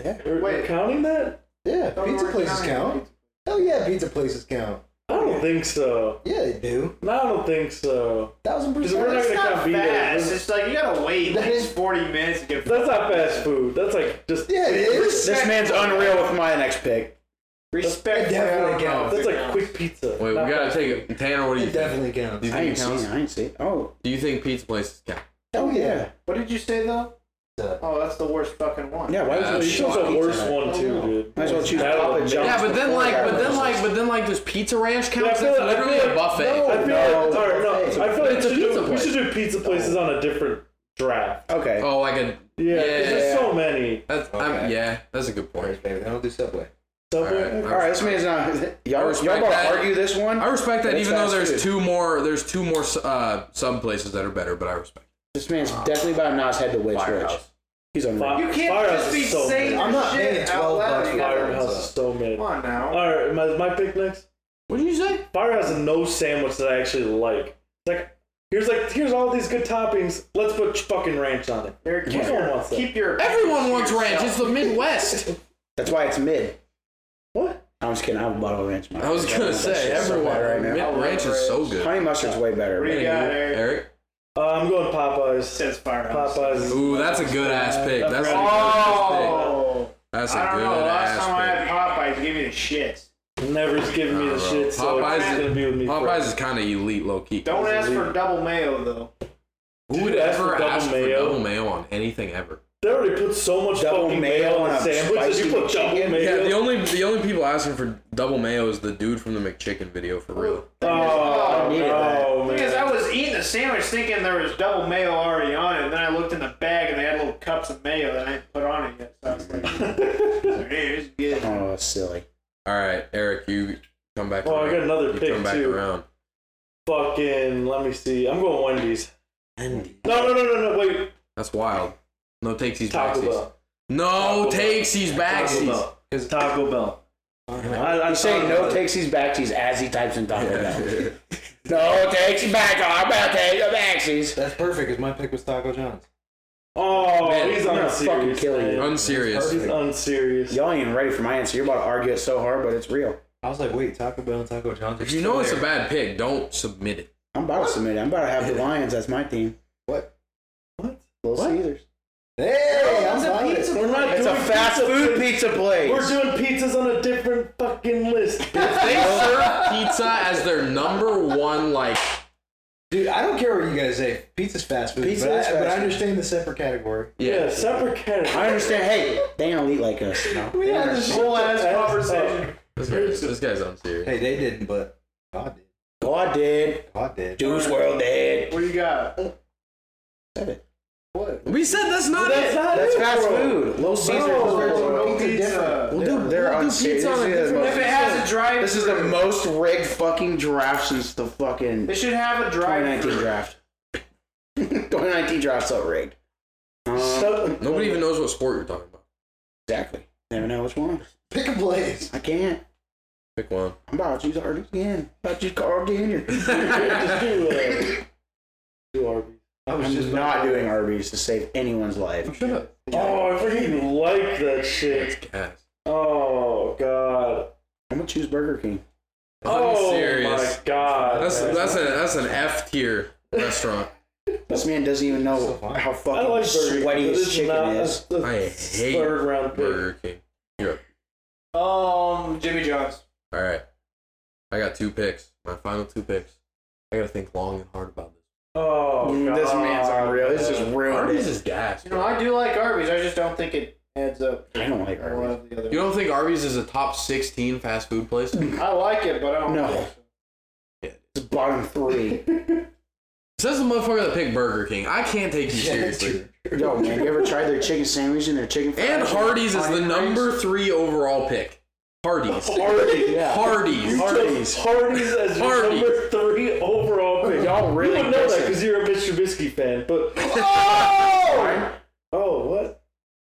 [SPEAKER 3] We're, we're
[SPEAKER 7] Wait.
[SPEAKER 3] counting that?
[SPEAKER 4] Yeah, pizza
[SPEAKER 7] we're
[SPEAKER 4] places
[SPEAKER 7] counting
[SPEAKER 4] count. Hell yeah, pizza places count.
[SPEAKER 3] I don't think so.
[SPEAKER 4] Yeah, they do.
[SPEAKER 3] No, I don't think so.
[SPEAKER 4] Thousand
[SPEAKER 3] Because we're
[SPEAKER 4] percent.
[SPEAKER 3] not
[SPEAKER 7] It's
[SPEAKER 3] gonna count
[SPEAKER 7] not
[SPEAKER 3] B Day.
[SPEAKER 7] fast. It's like you gotta wait. That is 40 minutes to get.
[SPEAKER 3] That's not fast food. That's like just
[SPEAKER 4] Yeah, it is.
[SPEAKER 2] This man's unreal with my next pick.
[SPEAKER 7] Respect.
[SPEAKER 4] Definitely counts.
[SPEAKER 3] that's like quick pizza.
[SPEAKER 1] Wait, we
[SPEAKER 3] Not
[SPEAKER 1] gotta
[SPEAKER 3] fast
[SPEAKER 1] take it. Tanner, what do you
[SPEAKER 4] It
[SPEAKER 1] think?
[SPEAKER 4] definitely counts.
[SPEAKER 1] Do you
[SPEAKER 2] I
[SPEAKER 1] think it
[SPEAKER 2] ain't seen
[SPEAKER 1] counts?
[SPEAKER 2] it. I ain't seen it. Oh,
[SPEAKER 1] Do you think pizza places count?
[SPEAKER 4] Hell yeah.
[SPEAKER 7] What did you say though? Oh, that's the worst fucking one.
[SPEAKER 2] yeah. Why
[SPEAKER 1] Yeah,
[SPEAKER 2] would
[SPEAKER 3] food.
[SPEAKER 2] you
[SPEAKER 3] You
[SPEAKER 2] choose
[SPEAKER 3] chose the
[SPEAKER 2] Pizza
[SPEAKER 3] worst
[SPEAKER 2] Hut?
[SPEAKER 3] one too, dude.
[SPEAKER 2] Might as well choose
[SPEAKER 3] That
[SPEAKER 2] Papa
[SPEAKER 3] was
[SPEAKER 2] John's.
[SPEAKER 1] Yeah, but then
[SPEAKER 2] before
[SPEAKER 1] like,
[SPEAKER 2] I got
[SPEAKER 1] but then
[SPEAKER 2] racist.
[SPEAKER 1] like, but then like, does Pizza Ranch count?
[SPEAKER 3] Yeah, I
[SPEAKER 1] It's
[SPEAKER 3] feel like- I feel
[SPEAKER 1] literally a
[SPEAKER 3] like-
[SPEAKER 1] buffet.
[SPEAKER 3] I feel like,
[SPEAKER 2] No,
[SPEAKER 3] alright,
[SPEAKER 2] it's
[SPEAKER 3] no, I feel like
[SPEAKER 1] It's a
[SPEAKER 3] we should do-
[SPEAKER 1] pizza
[SPEAKER 3] we
[SPEAKER 1] place.
[SPEAKER 3] should do pizza places on a different draft.
[SPEAKER 2] Okay.
[SPEAKER 1] Oh, like a
[SPEAKER 3] Yeah, 'cause
[SPEAKER 1] Yeah.
[SPEAKER 3] there's so many.
[SPEAKER 1] that's I'm,
[SPEAKER 5] Okay.
[SPEAKER 1] yeah, that's a good point.
[SPEAKER 5] First, baby. I don't do Subway.
[SPEAKER 3] Subway.
[SPEAKER 2] All right, this man's not.
[SPEAKER 1] I
[SPEAKER 2] Y'all, y'all
[SPEAKER 1] respect
[SPEAKER 2] about
[SPEAKER 1] that.
[SPEAKER 2] to argue this one?
[SPEAKER 1] I respect that,
[SPEAKER 2] That's
[SPEAKER 1] even though
[SPEAKER 2] fast
[SPEAKER 1] there's
[SPEAKER 2] food.
[SPEAKER 1] two more, there's two more uh, sub places that are better, but I respect.
[SPEAKER 2] This man's definitely about to nod his head to Witch Rich.
[SPEAKER 1] Firehouse.
[SPEAKER 2] He's unreal.
[SPEAKER 3] Fi-
[SPEAKER 7] You can't
[SPEAKER 3] Firehouse
[SPEAKER 7] just
[SPEAKER 3] is
[SPEAKER 7] be
[SPEAKER 3] so
[SPEAKER 7] saying
[SPEAKER 3] mid.
[SPEAKER 7] your
[SPEAKER 4] I'm not paying
[SPEAKER 7] shit out
[SPEAKER 4] 12
[SPEAKER 7] loud.
[SPEAKER 4] bucks
[SPEAKER 7] You gotta-
[SPEAKER 5] for
[SPEAKER 3] Firehouse is so mid.
[SPEAKER 7] Come on now.
[SPEAKER 3] Alright, my, my pick next.
[SPEAKER 1] What did you say?
[SPEAKER 3] Firehouse has no sandwich that I actually like. It's like here's like here's all these good toppings. Let's put fucking ranch on it.
[SPEAKER 7] Eric, keep,
[SPEAKER 3] Yeah.
[SPEAKER 7] your, keep your.
[SPEAKER 1] Everyone wants ranch. It's the Midwest.
[SPEAKER 2] That's why it's mid.
[SPEAKER 3] What?
[SPEAKER 2] I'm just kidding. I have a bottle of ranch. in my
[SPEAKER 1] I was
[SPEAKER 2] house.
[SPEAKER 1] gonna
[SPEAKER 2] That
[SPEAKER 1] say
[SPEAKER 2] shit's so
[SPEAKER 1] everyone.
[SPEAKER 2] bad right now.
[SPEAKER 1] Mid- ranch is so good.
[SPEAKER 2] Honey mustard's way better.
[SPEAKER 7] What do
[SPEAKER 2] man.
[SPEAKER 7] you got, Eric?
[SPEAKER 1] Eric.
[SPEAKER 3] Uh, I'm going Popeyes.
[SPEAKER 7] Says Firehouse.
[SPEAKER 3] Popeyes. is-
[SPEAKER 1] Ooh, that's a good ass pick. That's a good ass pick.
[SPEAKER 7] Oh,
[SPEAKER 1] That's a
[SPEAKER 7] I don't
[SPEAKER 1] good
[SPEAKER 7] know. Last time I
[SPEAKER 1] ass pick.
[SPEAKER 7] had Popeyes, give me the shits.
[SPEAKER 3] Never's giving me
[SPEAKER 1] Nah,
[SPEAKER 3] the
[SPEAKER 1] bro.
[SPEAKER 3] shit, so
[SPEAKER 1] Popeyes
[SPEAKER 3] it's
[SPEAKER 1] is-
[SPEAKER 3] gonna be with me.
[SPEAKER 1] Popeyes
[SPEAKER 3] forever.
[SPEAKER 1] is kind of elite, low key.
[SPEAKER 7] Don't ask for double mayo though.
[SPEAKER 1] Who would
[SPEAKER 3] Dude, ask
[SPEAKER 1] ever
[SPEAKER 3] for double
[SPEAKER 1] ask for
[SPEAKER 3] mayo.
[SPEAKER 1] double mayo on anything ever?
[SPEAKER 3] They already put so much
[SPEAKER 2] Double
[SPEAKER 3] fucking
[SPEAKER 2] mayo
[SPEAKER 3] mayo on
[SPEAKER 2] on
[SPEAKER 3] the
[SPEAKER 2] a
[SPEAKER 3] sandwiches.
[SPEAKER 2] spicy
[SPEAKER 3] You put double
[SPEAKER 2] chicken?
[SPEAKER 1] Yeah,
[SPEAKER 3] mayo.
[SPEAKER 1] the only the only people asking for double mayo is the dude from the McChicken video for real.
[SPEAKER 3] oh,
[SPEAKER 2] I needed
[SPEAKER 3] no,
[SPEAKER 7] Because
[SPEAKER 3] man.
[SPEAKER 7] I was eating the sandwich thinking there was double mayo already on it, and then I looked in the bag and they had little cups of mayo that I hadn't put on it yet. So I was like, man, it's good.
[SPEAKER 2] Oh, that's silly.
[SPEAKER 1] All right, Eric, you come back.
[SPEAKER 3] Oh, I
[SPEAKER 1] around.
[SPEAKER 3] got another
[SPEAKER 1] you
[SPEAKER 3] pick,
[SPEAKER 1] Come back
[SPEAKER 3] too.
[SPEAKER 1] around.
[SPEAKER 3] Fucking, let me see. I'm going Wendy's. No, no, no, no, no. Wait,
[SPEAKER 1] That's wild. No takesies,
[SPEAKER 3] Taco
[SPEAKER 1] backsies.
[SPEAKER 3] Bell.
[SPEAKER 1] No
[SPEAKER 3] Taco Bell.
[SPEAKER 1] takesies,
[SPEAKER 3] Taco
[SPEAKER 1] backsies.
[SPEAKER 3] Bell. Taco Bell. I,
[SPEAKER 2] I'm
[SPEAKER 3] I'm
[SPEAKER 2] saying
[SPEAKER 3] sorry.
[SPEAKER 2] no takes these back these as he types in Taco Bell. No takes back. I'm about to take the backsies.
[SPEAKER 5] That's perfect. Cause my pick was Taco John's.
[SPEAKER 3] Oh,
[SPEAKER 1] Man,
[SPEAKER 3] he's
[SPEAKER 2] I'm gonna fucking
[SPEAKER 3] unserious.
[SPEAKER 2] kill you.
[SPEAKER 3] man.
[SPEAKER 1] Unserious.
[SPEAKER 3] He's unserious.
[SPEAKER 2] Y'all ain't even ready for my answer. You're about to argue it so hard, but it's real.
[SPEAKER 5] I was like, wait, Taco Bell and Taco John's. are
[SPEAKER 1] If you know
[SPEAKER 5] still
[SPEAKER 1] it's a
[SPEAKER 5] there.
[SPEAKER 1] bad pick, don't submit it.
[SPEAKER 2] I'm about to submit it. I'm about to have the Lions as my team.
[SPEAKER 4] What?
[SPEAKER 3] What?
[SPEAKER 2] Little Caesars.
[SPEAKER 4] Hey, I'm
[SPEAKER 5] It's a
[SPEAKER 4] fine with it.
[SPEAKER 5] pizza.
[SPEAKER 3] We're not
[SPEAKER 2] It's a
[SPEAKER 3] doing
[SPEAKER 2] fast
[SPEAKER 3] pizza
[SPEAKER 2] food
[SPEAKER 3] place.
[SPEAKER 2] pizza place.
[SPEAKER 3] We're doing pizzas on a different fucking list.
[SPEAKER 1] If they serve pizza as their number one, like
[SPEAKER 5] Dude, I don't care what you guys say. Pizza's fast food.
[SPEAKER 2] Pizza
[SPEAKER 5] but, I,
[SPEAKER 2] is
[SPEAKER 5] but
[SPEAKER 2] fast
[SPEAKER 5] I
[SPEAKER 2] food.
[SPEAKER 5] understand the separate category.
[SPEAKER 3] yeah, separate category.
[SPEAKER 2] I understand. Hey, they don't eat like us.
[SPEAKER 5] We
[SPEAKER 2] They don't-
[SPEAKER 7] Whole ass conversation.
[SPEAKER 1] this guy's, this guy's unserious.
[SPEAKER 5] Hey, they didn't, but God did.
[SPEAKER 2] God did.
[SPEAKER 5] God did.
[SPEAKER 2] Juice World did.
[SPEAKER 7] What do you got?
[SPEAKER 2] Said it.
[SPEAKER 1] We said that's not
[SPEAKER 3] That's
[SPEAKER 1] it.
[SPEAKER 3] not
[SPEAKER 2] That's
[SPEAKER 3] it,
[SPEAKER 2] fast
[SPEAKER 3] bro.
[SPEAKER 2] food. Little Caesars.
[SPEAKER 7] No,
[SPEAKER 4] pizza
[SPEAKER 7] pizza.
[SPEAKER 2] We'll do, they're
[SPEAKER 1] we'll do
[SPEAKER 2] unserious.
[SPEAKER 1] pizza on a
[SPEAKER 2] This is the
[SPEAKER 1] different-
[SPEAKER 2] most-
[SPEAKER 7] If it has a drive,
[SPEAKER 2] This is the most rigged fucking draft since the fucking
[SPEAKER 7] They should have a drive.
[SPEAKER 2] 2019 draft. 2019 draft's so rigged. Um,
[SPEAKER 3] So-
[SPEAKER 1] Nobody even knows what sport you're talking about.
[SPEAKER 2] exactly. Never know which one.
[SPEAKER 4] Pick a place.
[SPEAKER 2] I can't.
[SPEAKER 1] Pick one.
[SPEAKER 2] I'm about to choose Arby's again. About to choose Carl Jr.
[SPEAKER 3] Just do, uh, do Arby's.
[SPEAKER 5] I was
[SPEAKER 2] I'm
[SPEAKER 5] just
[SPEAKER 2] just not doing Arby's to save anyone's life.
[SPEAKER 3] Oh, I fucking like that shit.
[SPEAKER 1] Yes.
[SPEAKER 3] Oh god.
[SPEAKER 2] I'm gonna choose Burger King.
[SPEAKER 3] Oh
[SPEAKER 1] Unserious.
[SPEAKER 3] my god.
[SPEAKER 1] That's
[SPEAKER 3] man.
[SPEAKER 1] that's a that's an F tier restaurant.
[SPEAKER 2] This man doesn't even know how
[SPEAKER 3] I
[SPEAKER 2] fucking
[SPEAKER 3] like Burger King,
[SPEAKER 2] sweaty
[SPEAKER 3] but
[SPEAKER 2] his
[SPEAKER 3] it's
[SPEAKER 2] chicken
[SPEAKER 3] not-
[SPEAKER 2] is.
[SPEAKER 3] that's-
[SPEAKER 1] I
[SPEAKER 3] that's
[SPEAKER 1] hate
[SPEAKER 3] third round pick.
[SPEAKER 1] Burger King. You're up.
[SPEAKER 7] Um, Jimmy John's.
[SPEAKER 1] All right. I got two picks. My final two picks. I gotta think long and hard about this.
[SPEAKER 3] Oh,
[SPEAKER 2] Mm, this
[SPEAKER 3] God.
[SPEAKER 2] man's unreal. This is ruined.
[SPEAKER 1] Arby's
[SPEAKER 2] it.
[SPEAKER 1] is gas.
[SPEAKER 7] You know, I do like Arby's. I just don't think it adds up.
[SPEAKER 2] I don't like Arby's.
[SPEAKER 7] One of the other.
[SPEAKER 1] You don't think Arby's is a top 16 fast food place? It
[SPEAKER 7] I like it, but I don't.
[SPEAKER 2] No.
[SPEAKER 7] think so.
[SPEAKER 2] It's bottom three.
[SPEAKER 1] says the motherfucker that picked Burger King. I can't take you seriously.
[SPEAKER 2] Yo, man, you ever tried their chicken sandwich and their chicken fries?
[SPEAKER 1] And Hardee's is the number three overall pick. Hardee's.
[SPEAKER 3] Oh, Hardy.
[SPEAKER 1] Hardee's.
[SPEAKER 3] Hardy's. Hardy's as your
[SPEAKER 1] Hardee's.
[SPEAKER 3] number three overall pick.
[SPEAKER 2] Y'all really
[SPEAKER 3] you would know that
[SPEAKER 2] dissing.
[SPEAKER 3] because you're a Mitch Trubisky fan. But
[SPEAKER 2] Oh!
[SPEAKER 3] oh, what?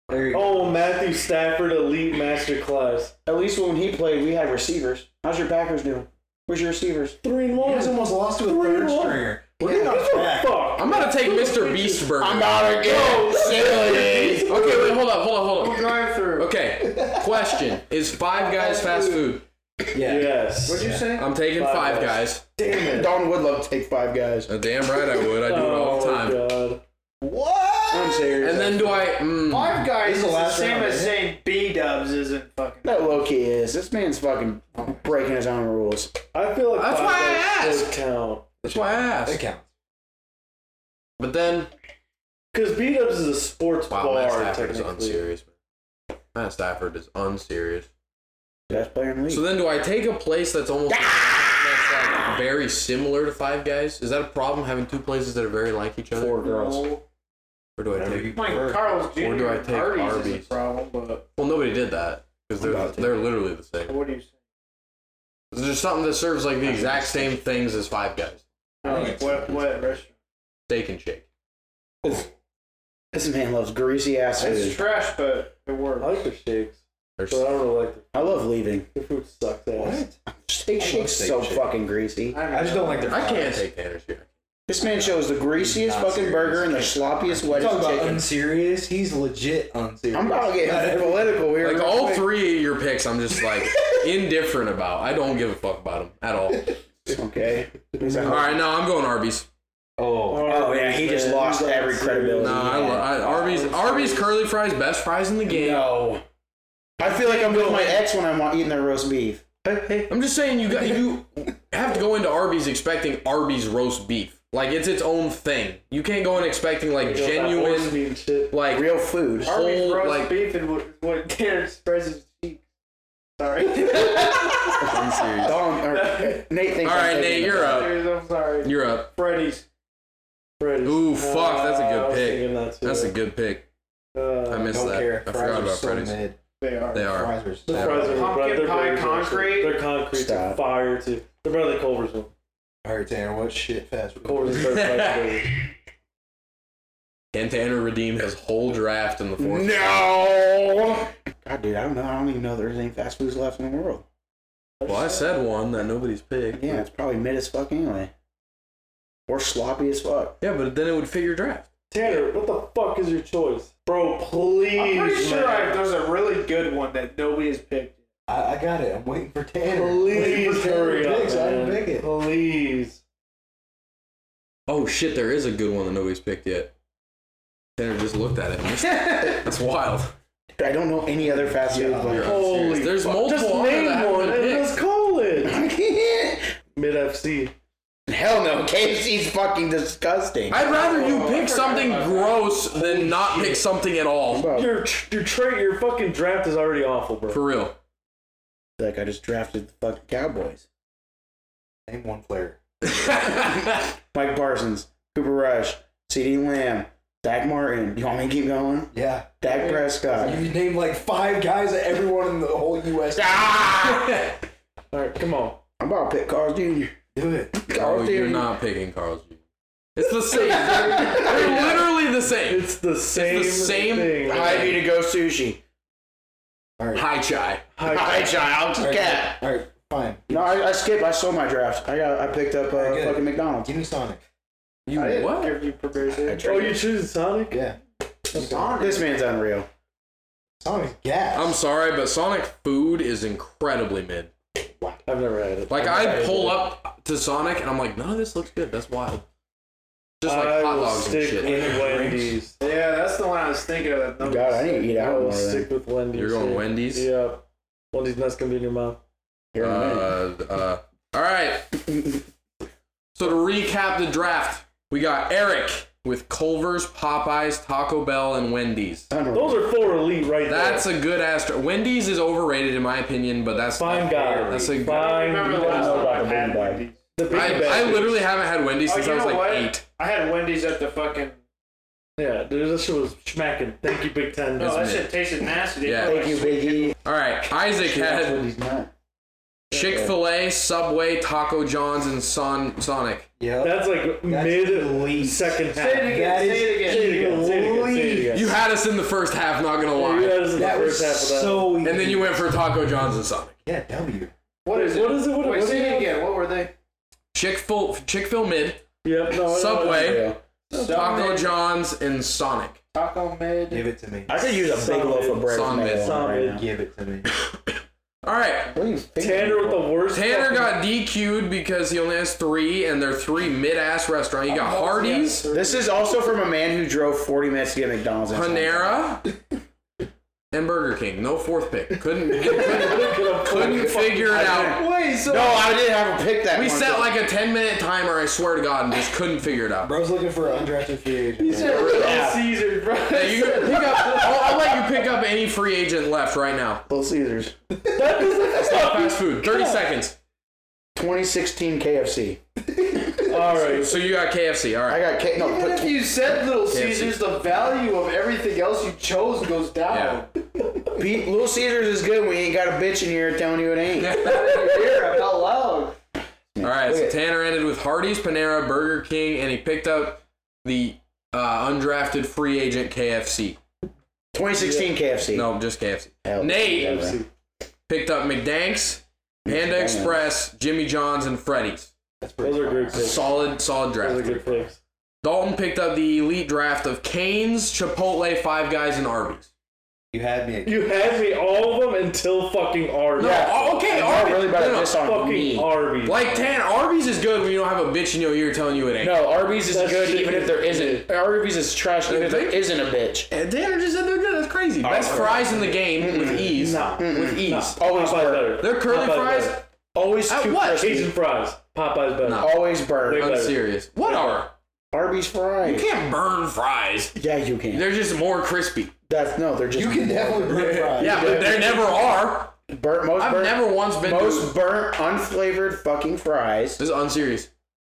[SPEAKER 5] There you go.
[SPEAKER 3] Oh, Matthew Stafford, elite master class.
[SPEAKER 2] At least when he played, we had receivers. How's your Packers doing? Where's your receivers?
[SPEAKER 3] Three and
[SPEAKER 5] You
[SPEAKER 3] one.
[SPEAKER 5] guys almost lost to a
[SPEAKER 3] Three
[SPEAKER 5] third
[SPEAKER 3] and one.
[SPEAKER 5] stringer.
[SPEAKER 3] What the fuck?
[SPEAKER 1] I'm gonna take Mr. Beast Burger. Oh,
[SPEAKER 2] out again.
[SPEAKER 1] okay, wait, hold up, hold up, hold
[SPEAKER 7] We'll
[SPEAKER 1] up.
[SPEAKER 7] drive through.
[SPEAKER 1] Okay, question. Is Five Guys fast food?
[SPEAKER 5] Yeah.
[SPEAKER 3] Yes.
[SPEAKER 7] What'd you say?
[SPEAKER 1] I'm taking
[SPEAKER 3] Five
[SPEAKER 1] Five Guys.
[SPEAKER 3] Damn it.
[SPEAKER 2] Don would love to take five guys.
[SPEAKER 1] Uh, damn right I would. I do it all the
[SPEAKER 3] Oh,
[SPEAKER 1] time.
[SPEAKER 3] God.
[SPEAKER 2] I'm serious.
[SPEAKER 1] And then do I? Mm,
[SPEAKER 7] Five Guys is
[SPEAKER 5] the
[SPEAKER 7] the
[SPEAKER 5] last
[SPEAKER 7] same
[SPEAKER 5] round,
[SPEAKER 7] as
[SPEAKER 5] isn't it?
[SPEAKER 7] saying B Dubs isn't fucking.
[SPEAKER 2] that low key is. This man's fucking breaking his own rules.
[SPEAKER 3] I feel like
[SPEAKER 1] That's
[SPEAKER 3] five
[SPEAKER 1] why I
[SPEAKER 3] guys should
[SPEAKER 1] asked.
[SPEAKER 3] Count.
[SPEAKER 1] that's why I
[SPEAKER 5] That
[SPEAKER 1] asked.
[SPEAKER 5] counts.
[SPEAKER 1] But then,
[SPEAKER 3] Because beat ups is a sports
[SPEAKER 1] wow, Matt
[SPEAKER 3] bar
[SPEAKER 1] Stafford is
[SPEAKER 3] technically.
[SPEAKER 1] unserious. man. Matt Stafford is unserious.
[SPEAKER 2] Best player in the league.
[SPEAKER 1] So then, do I take a place that's almost that's like very similar to Five Guys? Is that a problem having two places that are very like each other?
[SPEAKER 2] Four girls.
[SPEAKER 7] No.
[SPEAKER 1] Or do I take?
[SPEAKER 7] Like Carl's Jr.
[SPEAKER 1] Or do I take
[SPEAKER 7] Arby's
[SPEAKER 1] Arby's?
[SPEAKER 7] is a problem, but
[SPEAKER 1] Well, nobody did that because
[SPEAKER 2] I'm
[SPEAKER 1] they're
[SPEAKER 2] about to.
[SPEAKER 1] they're literally the same.
[SPEAKER 7] what do you say?
[SPEAKER 1] There's just something that serves like the exact same things as Five Guys.
[SPEAKER 7] No, what, what restaurant?
[SPEAKER 1] Steak and shake.
[SPEAKER 2] This man loves greasy ass
[SPEAKER 7] It's
[SPEAKER 2] food.
[SPEAKER 7] trash, but
[SPEAKER 3] I
[SPEAKER 7] it works.
[SPEAKER 3] like the shakes,
[SPEAKER 1] There's,
[SPEAKER 3] but I don't really like the,
[SPEAKER 2] I love leaving.
[SPEAKER 3] the food sucks ass.
[SPEAKER 5] What?
[SPEAKER 2] Steak
[SPEAKER 5] I love
[SPEAKER 2] shake's
[SPEAKER 5] steak
[SPEAKER 2] so
[SPEAKER 5] shake.
[SPEAKER 2] fucking greasy.
[SPEAKER 5] I just don't like their
[SPEAKER 1] I can't
[SPEAKER 5] fries.
[SPEAKER 1] take Tanner's here.
[SPEAKER 2] This man shows the greasiest
[SPEAKER 5] Not
[SPEAKER 2] fucking
[SPEAKER 5] serious.
[SPEAKER 2] burger and the sloppiest,
[SPEAKER 5] You talk
[SPEAKER 2] wettest
[SPEAKER 5] about
[SPEAKER 2] chicken.
[SPEAKER 5] unserious. He's legit unserious.
[SPEAKER 2] I'm about to
[SPEAKER 5] Not
[SPEAKER 2] get
[SPEAKER 5] every-
[SPEAKER 2] political here.
[SPEAKER 1] Like
[SPEAKER 2] real
[SPEAKER 1] all
[SPEAKER 2] quick.
[SPEAKER 1] three of your picks, I'm just like indifferent about. I don't give a fuck about them at all.
[SPEAKER 2] Okay.
[SPEAKER 1] All right, no, I'm going Arby's.
[SPEAKER 5] Oh,
[SPEAKER 2] Oh, yeah, he just
[SPEAKER 3] man,
[SPEAKER 2] lost
[SPEAKER 3] he's
[SPEAKER 2] every
[SPEAKER 3] unserious.
[SPEAKER 2] credibility.
[SPEAKER 1] No, I, lo- I Arby's. Arby's curly fries, best fries in the game.
[SPEAKER 2] No. I feel like I'm with my ex when I'm wa- eating their roast beef.
[SPEAKER 1] I'm just saying you got you have to go into Arby's expecting Arby's roast beef. Like it's its own thing. You can't go in expecting like
[SPEAKER 3] You know, that horse
[SPEAKER 1] genuine
[SPEAKER 3] meat and shit.
[SPEAKER 1] like
[SPEAKER 2] Real food.
[SPEAKER 7] Arby's
[SPEAKER 1] whole,
[SPEAKER 7] roast
[SPEAKER 1] like-
[SPEAKER 7] beef and what, what Tanner spreads his cheeks. Sorry.
[SPEAKER 1] I'm serious.
[SPEAKER 2] Don, or, Nate thinks
[SPEAKER 1] All
[SPEAKER 2] I'm
[SPEAKER 1] right,
[SPEAKER 2] taking
[SPEAKER 1] Nate,
[SPEAKER 2] the-
[SPEAKER 1] you're up.
[SPEAKER 7] I'm sorry.
[SPEAKER 1] You're up.
[SPEAKER 7] Freddy's.
[SPEAKER 3] Freddy's. Uh,
[SPEAKER 1] Ooh, fuck, that's a good
[SPEAKER 3] I was
[SPEAKER 1] pick.
[SPEAKER 3] thinking that too.
[SPEAKER 1] That's a good pick.
[SPEAKER 3] Uh,
[SPEAKER 1] I missed
[SPEAKER 5] don't
[SPEAKER 1] that.
[SPEAKER 5] care.
[SPEAKER 1] I
[SPEAKER 5] Fries
[SPEAKER 1] forgot
[SPEAKER 5] are
[SPEAKER 1] about
[SPEAKER 5] so
[SPEAKER 1] Freddy's.
[SPEAKER 5] mid.
[SPEAKER 7] They are.
[SPEAKER 1] They are.
[SPEAKER 5] Fries are
[SPEAKER 3] The
[SPEAKER 5] so
[SPEAKER 3] fries are
[SPEAKER 7] Pumpkin
[SPEAKER 3] bread- their
[SPEAKER 7] pie
[SPEAKER 3] burgers are-
[SPEAKER 7] concrete?
[SPEAKER 3] They're concrete. They're
[SPEAKER 2] Stop.
[SPEAKER 3] fire too. They're better than Culver's one.
[SPEAKER 5] All right, Tanner, what shit fast food?
[SPEAKER 3] Culver's is better than Culver's.
[SPEAKER 1] Can Tanner redeem his whole draft in the fourth?
[SPEAKER 2] No. God, dude, I don't know. I don't even know there's any fast foods left in the world.
[SPEAKER 1] Well, I said one that nobody's picked.
[SPEAKER 2] Yeah, it's probably mid as fuck anyway. Or sloppy as fuck.
[SPEAKER 1] Yeah, but then it would fit your draft.
[SPEAKER 3] Tanner, what the fuck is your choice, bro? Please,
[SPEAKER 7] I'm pretty sure
[SPEAKER 3] man.
[SPEAKER 7] I, there's a really good one that nobody's picked.
[SPEAKER 5] I, I got it. I'm waiting for Tanner. Waiting
[SPEAKER 3] Please
[SPEAKER 5] for Tanner
[SPEAKER 3] hurry
[SPEAKER 5] to
[SPEAKER 3] up,
[SPEAKER 5] pick so I can pick
[SPEAKER 3] man.
[SPEAKER 5] it.
[SPEAKER 3] Please.
[SPEAKER 1] Oh shit, there is a good one that nobody's picked yet. Tanner just looked at it. That's wild.
[SPEAKER 2] I don't know any other fast food
[SPEAKER 1] You're
[SPEAKER 2] place.
[SPEAKER 1] unserious.
[SPEAKER 3] Holy
[SPEAKER 1] There's
[SPEAKER 3] fuck.
[SPEAKER 1] multiple
[SPEAKER 3] Just
[SPEAKER 1] on there
[SPEAKER 3] name
[SPEAKER 1] that haven't
[SPEAKER 3] one
[SPEAKER 1] been
[SPEAKER 3] and
[SPEAKER 1] picked.
[SPEAKER 3] let's call it.
[SPEAKER 2] I can't.
[SPEAKER 3] Mid FC.
[SPEAKER 2] Hell no, KFC's fucking disgusting.
[SPEAKER 1] I'd rather you
[SPEAKER 7] Oh, I
[SPEAKER 1] pick
[SPEAKER 7] forgot
[SPEAKER 1] something
[SPEAKER 7] about that.
[SPEAKER 1] gross than not pick something at all.
[SPEAKER 2] Bro,
[SPEAKER 3] Your your trade your fucking draft is already awful, bro.
[SPEAKER 1] For real.
[SPEAKER 2] like I just drafted the fucking Cowboys.
[SPEAKER 5] Name one player.
[SPEAKER 2] Mike Parsons, Cooper Rush, C.D. Lamb, Dak Martin. You want me to keep going?
[SPEAKER 5] Yeah.
[SPEAKER 2] Dak Prescott.
[SPEAKER 5] You named like five guys that everyone in the whole U.S.
[SPEAKER 3] All right, come on.
[SPEAKER 2] I'm about to pick Carl Jr.
[SPEAKER 5] do it.
[SPEAKER 1] oh, you're not picking Carl's Jr. It's the same. They're literally the same.
[SPEAKER 3] It's the same.
[SPEAKER 1] same
[SPEAKER 3] thing.
[SPEAKER 2] Ivy to go sushi.
[SPEAKER 1] Hi chai.
[SPEAKER 2] Hi, child.
[SPEAKER 5] All right,
[SPEAKER 2] Cat.
[SPEAKER 5] all right, fine.
[SPEAKER 2] No, I, I skipped. I sold my draft. I got. I picked up uh,
[SPEAKER 5] Very good.
[SPEAKER 2] fucking McDonald's.
[SPEAKER 5] Give me Sonic.
[SPEAKER 1] You
[SPEAKER 7] I didn't
[SPEAKER 1] what?
[SPEAKER 7] give you permission.
[SPEAKER 3] Oh, you choosing Sonic?
[SPEAKER 5] Yeah.
[SPEAKER 2] This man's unreal.
[SPEAKER 5] Sonic's gas.
[SPEAKER 1] I'm sorry, but Sonic food is incredibly mid.
[SPEAKER 3] I've never had it.
[SPEAKER 1] Like
[SPEAKER 3] I've never
[SPEAKER 1] I
[SPEAKER 3] had
[SPEAKER 1] pull
[SPEAKER 3] it.
[SPEAKER 1] up to Sonic and I'm like, no, this looks good. That's wild. Just like
[SPEAKER 3] I
[SPEAKER 1] hot
[SPEAKER 3] will
[SPEAKER 1] dogs and
[SPEAKER 3] stick
[SPEAKER 1] shit.
[SPEAKER 3] with Wendy's.
[SPEAKER 7] Yeah, that's the one I was thinking of. That
[SPEAKER 2] God, I need to eat
[SPEAKER 3] I
[SPEAKER 2] out
[SPEAKER 3] will
[SPEAKER 2] more.
[SPEAKER 3] stick
[SPEAKER 2] Than.
[SPEAKER 3] with Wendy's.
[SPEAKER 1] You're going
[SPEAKER 3] yeah.
[SPEAKER 1] Wendy's?
[SPEAKER 3] Yeah. Wendy's nuts gonna be in your mouth.
[SPEAKER 2] Here
[SPEAKER 1] Uh,
[SPEAKER 2] in a minute.
[SPEAKER 1] uh, all right. So to recap the draft, we got Eric with Culver's, Popeyes, Taco Bell, and Wendy's.
[SPEAKER 2] Unreal.
[SPEAKER 3] Those are four elite right
[SPEAKER 1] That's
[SPEAKER 3] there.
[SPEAKER 1] a good ass. dra- Wendy's is overrated in my opinion, but that's
[SPEAKER 3] fine guy.
[SPEAKER 1] That's a-
[SPEAKER 7] I
[SPEAKER 3] fine.
[SPEAKER 7] remember the
[SPEAKER 3] guy.
[SPEAKER 7] last
[SPEAKER 2] know about
[SPEAKER 7] time I
[SPEAKER 2] the
[SPEAKER 7] had
[SPEAKER 2] big bag.
[SPEAKER 7] Wendy's.
[SPEAKER 3] The big
[SPEAKER 1] I,
[SPEAKER 3] bag.
[SPEAKER 1] I literally haven't had Wendy's
[SPEAKER 7] Oh,
[SPEAKER 1] since
[SPEAKER 7] you
[SPEAKER 1] I was
[SPEAKER 7] know
[SPEAKER 1] like
[SPEAKER 7] what?
[SPEAKER 1] eight.
[SPEAKER 7] I had Wendy's at the fucking.
[SPEAKER 3] Yeah, dude, that shit was smacking. Thank you, Big Ten.
[SPEAKER 7] No, oh, that
[SPEAKER 1] mid.
[SPEAKER 7] shit tasted nasty. They
[SPEAKER 1] Yeah.
[SPEAKER 7] put,
[SPEAKER 2] Thank you,
[SPEAKER 7] like,
[SPEAKER 2] Biggie.
[SPEAKER 1] All right, Isaac
[SPEAKER 2] That's what
[SPEAKER 1] had
[SPEAKER 2] he's not.
[SPEAKER 1] Chick Fil A, Subway, Taco John's, and Son- Sonic.
[SPEAKER 5] Yep.
[SPEAKER 3] That's like mid second half.
[SPEAKER 7] Say it again.
[SPEAKER 5] That
[SPEAKER 3] Say it again.
[SPEAKER 5] is
[SPEAKER 7] Say it again.
[SPEAKER 3] Say it again. Say it again.
[SPEAKER 1] You had us in the first half, not gonna
[SPEAKER 3] You
[SPEAKER 1] lie,
[SPEAKER 3] had us in the
[SPEAKER 5] That was
[SPEAKER 3] first half of that.
[SPEAKER 5] so easy.
[SPEAKER 1] and then you went for Taco John's and Sonic.
[SPEAKER 5] Yeah, W.
[SPEAKER 7] What is it?
[SPEAKER 3] What is it? What-
[SPEAKER 7] Wait,
[SPEAKER 3] what
[SPEAKER 7] say
[SPEAKER 3] is
[SPEAKER 7] it
[SPEAKER 3] it?
[SPEAKER 7] again. What were they?
[SPEAKER 1] Chick Fil Chick Fil mid,
[SPEAKER 3] Yep. No, no,
[SPEAKER 1] Subway, Taco
[SPEAKER 7] Subway.
[SPEAKER 1] John's, and Sonic.
[SPEAKER 7] Taco mid.
[SPEAKER 5] Give it to me.
[SPEAKER 2] I could use a big loaf of bread.
[SPEAKER 1] Son
[SPEAKER 2] from
[SPEAKER 1] mid.
[SPEAKER 2] that one right now.
[SPEAKER 5] Give it to me.
[SPEAKER 1] All right,
[SPEAKER 2] What are you
[SPEAKER 3] no.
[SPEAKER 2] thinking?
[SPEAKER 3] Tanner with the worst.
[SPEAKER 1] Tanner
[SPEAKER 3] fucking-
[SPEAKER 1] got DQ'd because he only has three, and they're three mid-ass restaurant. You got Hardee's,
[SPEAKER 2] This is also from a man who drove 40 minutes to get McDonald's. and something.
[SPEAKER 1] Panera, and Burger King. No fourth pick. Couldn't couldn't, couldn't figure it out.
[SPEAKER 5] Wait, so
[SPEAKER 2] No, I didn't have a pick that
[SPEAKER 1] We
[SPEAKER 2] one.
[SPEAKER 1] set like a 10 minute timer, I swear to God, and just couldn't figure it out.
[SPEAKER 5] bro's looking for an undrafted free agent.
[SPEAKER 7] Little Caesars, bro.
[SPEAKER 1] Yeah, you can pick up, I'll, I'll let you pick up any free agent left right now.
[SPEAKER 2] Little Caesars.
[SPEAKER 1] Fast food, 30 seconds.
[SPEAKER 2] 2016 KFC.
[SPEAKER 3] All right.
[SPEAKER 1] So you got KFC, all
[SPEAKER 2] I
[SPEAKER 1] right.
[SPEAKER 2] got K. No,
[SPEAKER 7] Even
[SPEAKER 2] put
[SPEAKER 7] if you said Little Caesars, the value of everything else you chose goes down.
[SPEAKER 2] Pete, Little Caesars is good when you ain't got a bitch in here telling you it ain't.
[SPEAKER 7] Here, how loud?
[SPEAKER 1] All right, so Tanner ended with Hardee's, Panera, Burger King, and he picked up the uh, undrafted free agent KFC.
[SPEAKER 2] 2016 KFC.
[SPEAKER 1] No, just KFC.
[SPEAKER 2] Hell,
[SPEAKER 1] Nate
[SPEAKER 2] yeah, bro.
[SPEAKER 1] picked up McDanks, Panda Express, Jimmy John's, and Freddy's.
[SPEAKER 3] Those are good picks.
[SPEAKER 1] Solid, solid
[SPEAKER 3] Those are
[SPEAKER 1] draft.
[SPEAKER 3] good picks.
[SPEAKER 1] Dalton picked up the elite draft of Canes, Chipotle, Five Guys, and Arby's.
[SPEAKER 5] You had me.
[SPEAKER 3] You had me all of them until fucking Arby's.
[SPEAKER 1] No, oh, okay,
[SPEAKER 2] Y'all
[SPEAKER 1] Arby's.
[SPEAKER 2] really
[SPEAKER 1] no,
[SPEAKER 2] about
[SPEAKER 1] no.
[SPEAKER 2] to diss on
[SPEAKER 3] fucking
[SPEAKER 2] me.
[SPEAKER 3] Arby's.
[SPEAKER 1] Like Tan, Arby's is good when you don't have a bitch in your ear telling you it ain't.
[SPEAKER 2] No, Arby's is
[SPEAKER 3] That's
[SPEAKER 2] good
[SPEAKER 3] shit.
[SPEAKER 2] even if there isn't. Arby's is trash even if there
[SPEAKER 1] think-
[SPEAKER 2] isn't a bitch.
[SPEAKER 1] And Tanner just said they're good. That's crazy. Best fries in the game with ease.
[SPEAKER 3] Nah.
[SPEAKER 1] With ease.
[SPEAKER 2] Always
[SPEAKER 3] Popeye's
[SPEAKER 2] burnt.
[SPEAKER 3] better.
[SPEAKER 1] Their curly
[SPEAKER 3] Popeye's
[SPEAKER 1] fries,
[SPEAKER 3] better.
[SPEAKER 2] Always
[SPEAKER 1] At
[SPEAKER 2] too
[SPEAKER 1] what?
[SPEAKER 2] crispy.
[SPEAKER 3] Cajun fries. Popeye's better.
[SPEAKER 1] Nah.
[SPEAKER 2] Always burnt.
[SPEAKER 3] Wait.
[SPEAKER 1] I'm
[SPEAKER 3] better.
[SPEAKER 1] serious. What are?
[SPEAKER 2] Arby's
[SPEAKER 1] You
[SPEAKER 2] fries.
[SPEAKER 1] can't burn fries.
[SPEAKER 2] Yeah, you can.
[SPEAKER 1] They're just more crispy.
[SPEAKER 2] That's no, they're just
[SPEAKER 5] You can definitely burn fries.
[SPEAKER 1] Yeah, but they never are.
[SPEAKER 2] burnt. Most
[SPEAKER 1] I've
[SPEAKER 2] burnt,
[SPEAKER 1] never once been.
[SPEAKER 2] most
[SPEAKER 1] Most,
[SPEAKER 2] burnt, unflavored fucking fries.
[SPEAKER 1] this is unserious.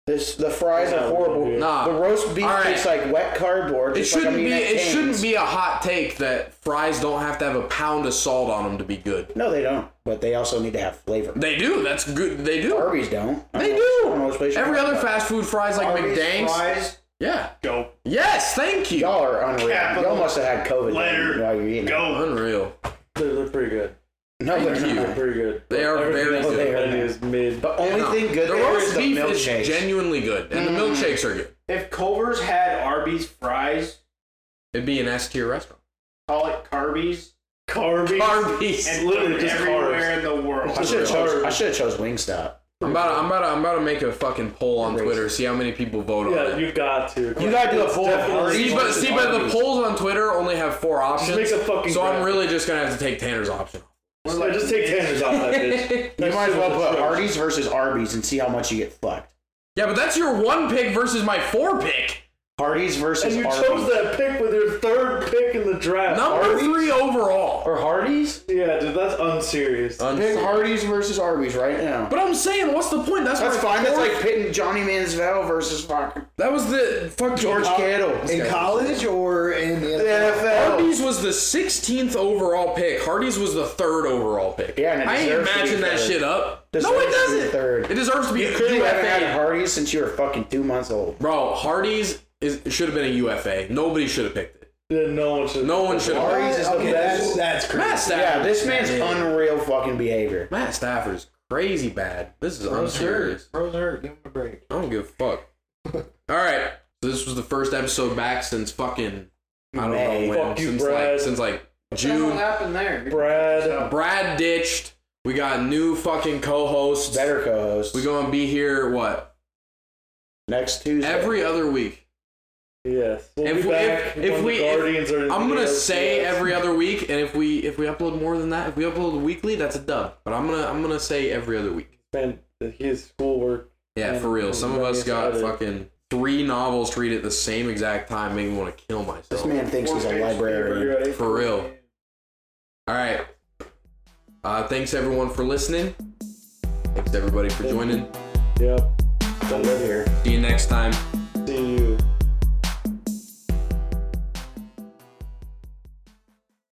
[SPEAKER 2] This the fries are horrible.
[SPEAKER 1] Nah.
[SPEAKER 2] The roast beef
[SPEAKER 1] All right.
[SPEAKER 2] tastes like wet cardboard.
[SPEAKER 1] It
[SPEAKER 2] just like
[SPEAKER 1] shouldn't
[SPEAKER 2] I'm
[SPEAKER 1] be.
[SPEAKER 2] eating at
[SPEAKER 1] It
[SPEAKER 2] Cane's.
[SPEAKER 1] shouldn't be a hot take that fries don't have to have a pound of salt on them to be good.
[SPEAKER 2] No, they don't. But they also need to have flavor.
[SPEAKER 1] They do. That's good. They do.
[SPEAKER 2] Arby's don't. I
[SPEAKER 1] They
[SPEAKER 2] don't know- I don't know which
[SPEAKER 1] do.
[SPEAKER 2] place you're
[SPEAKER 1] Every
[SPEAKER 2] talking
[SPEAKER 1] other
[SPEAKER 2] about.
[SPEAKER 1] fast food fries like
[SPEAKER 7] Arby's
[SPEAKER 1] McDangs.
[SPEAKER 7] fries,
[SPEAKER 1] Yeah.
[SPEAKER 7] go.
[SPEAKER 1] Yes. Thank you.
[SPEAKER 2] Y'all are unreal.
[SPEAKER 7] Capital
[SPEAKER 2] Y'all must have had COVID
[SPEAKER 7] letter
[SPEAKER 2] while you're eating.
[SPEAKER 7] Go.
[SPEAKER 1] Unreal.
[SPEAKER 3] They're, they're pretty good.
[SPEAKER 2] No, they're
[SPEAKER 1] you.
[SPEAKER 2] not.
[SPEAKER 3] They're pretty good.
[SPEAKER 1] They are
[SPEAKER 3] Everything
[SPEAKER 1] very
[SPEAKER 3] else on
[SPEAKER 2] good.
[SPEAKER 3] the menu is mid.
[SPEAKER 2] The only
[SPEAKER 1] No.
[SPEAKER 2] thing good
[SPEAKER 1] the
[SPEAKER 2] there
[SPEAKER 1] roast
[SPEAKER 2] is the
[SPEAKER 1] beef is
[SPEAKER 2] milkshakes.
[SPEAKER 1] genuinely good, and the milkshakes are good.
[SPEAKER 7] If Culver's had Arby's fries,
[SPEAKER 1] It'd be an S tier restaurant.
[SPEAKER 7] Call it Carby's.
[SPEAKER 3] Carby.
[SPEAKER 1] Arby's.
[SPEAKER 7] And literally
[SPEAKER 3] just
[SPEAKER 7] everywhere in the world.
[SPEAKER 2] I should have chose. I should have chose Wingstop.
[SPEAKER 1] I'm about, to, I'm about, to, I'm about to make a fucking poll on Twitter. See how many people vote
[SPEAKER 3] Yeah,
[SPEAKER 1] on it.
[SPEAKER 3] you got to.
[SPEAKER 2] You gotta do a full
[SPEAKER 3] Definitely.
[SPEAKER 1] See, but see, but the polls on Twitter only have four options.
[SPEAKER 3] make a fucking
[SPEAKER 1] so I'm
[SPEAKER 3] graphic.
[SPEAKER 1] really just gonna have to take Tanner's option.
[SPEAKER 3] So just take Tanner's off that bitch.
[SPEAKER 2] You might as well put Hardee's versus Arby's and see how much you get fucked.
[SPEAKER 1] Yeah, but that's your one pick versus my four pick.
[SPEAKER 2] Hardee's versus
[SPEAKER 3] And you
[SPEAKER 2] Arby's.
[SPEAKER 3] chose that pick with your third pick in the draft.
[SPEAKER 1] Number three overall.
[SPEAKER 2] or Hardee's?
[SPEAKER 3] Yeah, dude, that's unserious.
[SPEAKER 2] Pick Hardee's versus Arby's right now.
[SPEAKER 1] But I'm saying, what's the point? That's,
[SPEAKER 2] That's
[SPEAKER 1] my
[SPEAKER 2] fine. That's
[SPEAKER 1] fourth-
[SPEAKER 2] like pitting Johnny Manziel versus fucking
[SPEAKER 1] that was the fuck
[SPEAKER 2] George Kittle.
[SPEAKER 5] In college or in the
[SPEAKER 2] The NFL.
[SPEAKER 1] Hardee's was the 16th overall pick. Hardee's was the third overall pick.
[SPEAKER 2] Yeah, and it
[SPEAKER 1] I ain't
[SPEAKER 2] deserves to be
[SPEAKER 1] matching that
[SPEAKER 2] third.
[SPEAKER 1] shit up.
[SPEAKER 2] Deserves
[SPEAKER 1] no,
[SPEAKER 2] to
[SPEAKER 1] it
[SPEAKER 2] be
[SPEAKER 1] doesn't.
[SPEAKER 2] third.
[SPEAKER 1] It deserves to be a
[SPEAKER 2] You haven't had
[SPEAKER 1] UFA.
[SPEAKER 2] Hardee's since you were fucking two months old.
[SPEAKER 1] Bro, Hardee's is, should have been a UFA. Nobody should have picked it.
[SPEAKER 3] Yeah, no one should.
[SPEAKER 1] No one should have.
[SPEAKER 2] Hardee's is the
[SPEAKER 5] Okay, E? that's
[SPEAKER 2] best.
[SPEAKER 5] that's crazy.
[SPEAKER 1] Matt Stafford.
[SPEAKER 2] Yeah, this man's
[SPEAKER 1] is bad.
[SPEAKER 2] unreal fucking behavior.
[SPEAKER 1] Matt Stafford is crazy bad. This is unserious.
[SPEAKER 5] Bros hurt. Give him a break.
[SPEAKER 1] I don't give a fuck. All right. So this was the first episode back since fucking I don't
[SPEAKER 2] May.
[SPEAKER 1] know when.
[SPEAKER 3] Fuck you,
[SPEAKER 1] since like
[SPEAKER 3] Brad.
[SPEAKER 1] since like
[SPEAKER 7] What
[SPEAKER 1] June.
[SPEAKER 7] happened there?
[SPEAKER 3] Brad.
[SPEAKER 1] Brad ditched. We got new fucking co-hosts.
[SPEAKER 2] Better co-host.
[SPEAKER 1] We gonna be here what
[SPEAKER 2] next Tuesday.
[SPEAKER 1] every other week.
[SPEAKER 3] Yes. We'll
[SPEAKER 1] If
[SPEAKER 3] be
[SPEAKER 1] we- if-
[SPEAKER 3] back
[SPEAKER 1] if
[SPEAKER 3] when
[SPEAKER 1] we-
[SPEAKER 3] the
[SPEAKER 1] if-
[SPEAKER 3] Guardians are in
[SPEAKER 1] I'm
[SPEAKER 3] the
[SPEAKER 1] gonna say
[SPEAKER 3] ALCS.
[SPEAKER 1] every other week, and if we if we upload more than that, if we upload weekly, that's a dub. But I'm gonna I'm gonna say every other week.
[SPEAKER 3] man, his schoolwork.
[SPEAKER 1] Yeah, for real. Some of us got fucking three novels to read at the same exact time, made me want to kill
[SPEAKER 2] This
[SPEAKER 1] myself.
[SPEAKER 2] man thinks he's a librarian.
[SPEAKER 1] For real. All right. Uh, thanks everyone for listening. Thanks everybody for joining.
[SPEAKER 3] Yep.
[SPEAKER 2] Don't live here.
[SPEAKER 1] See you next time.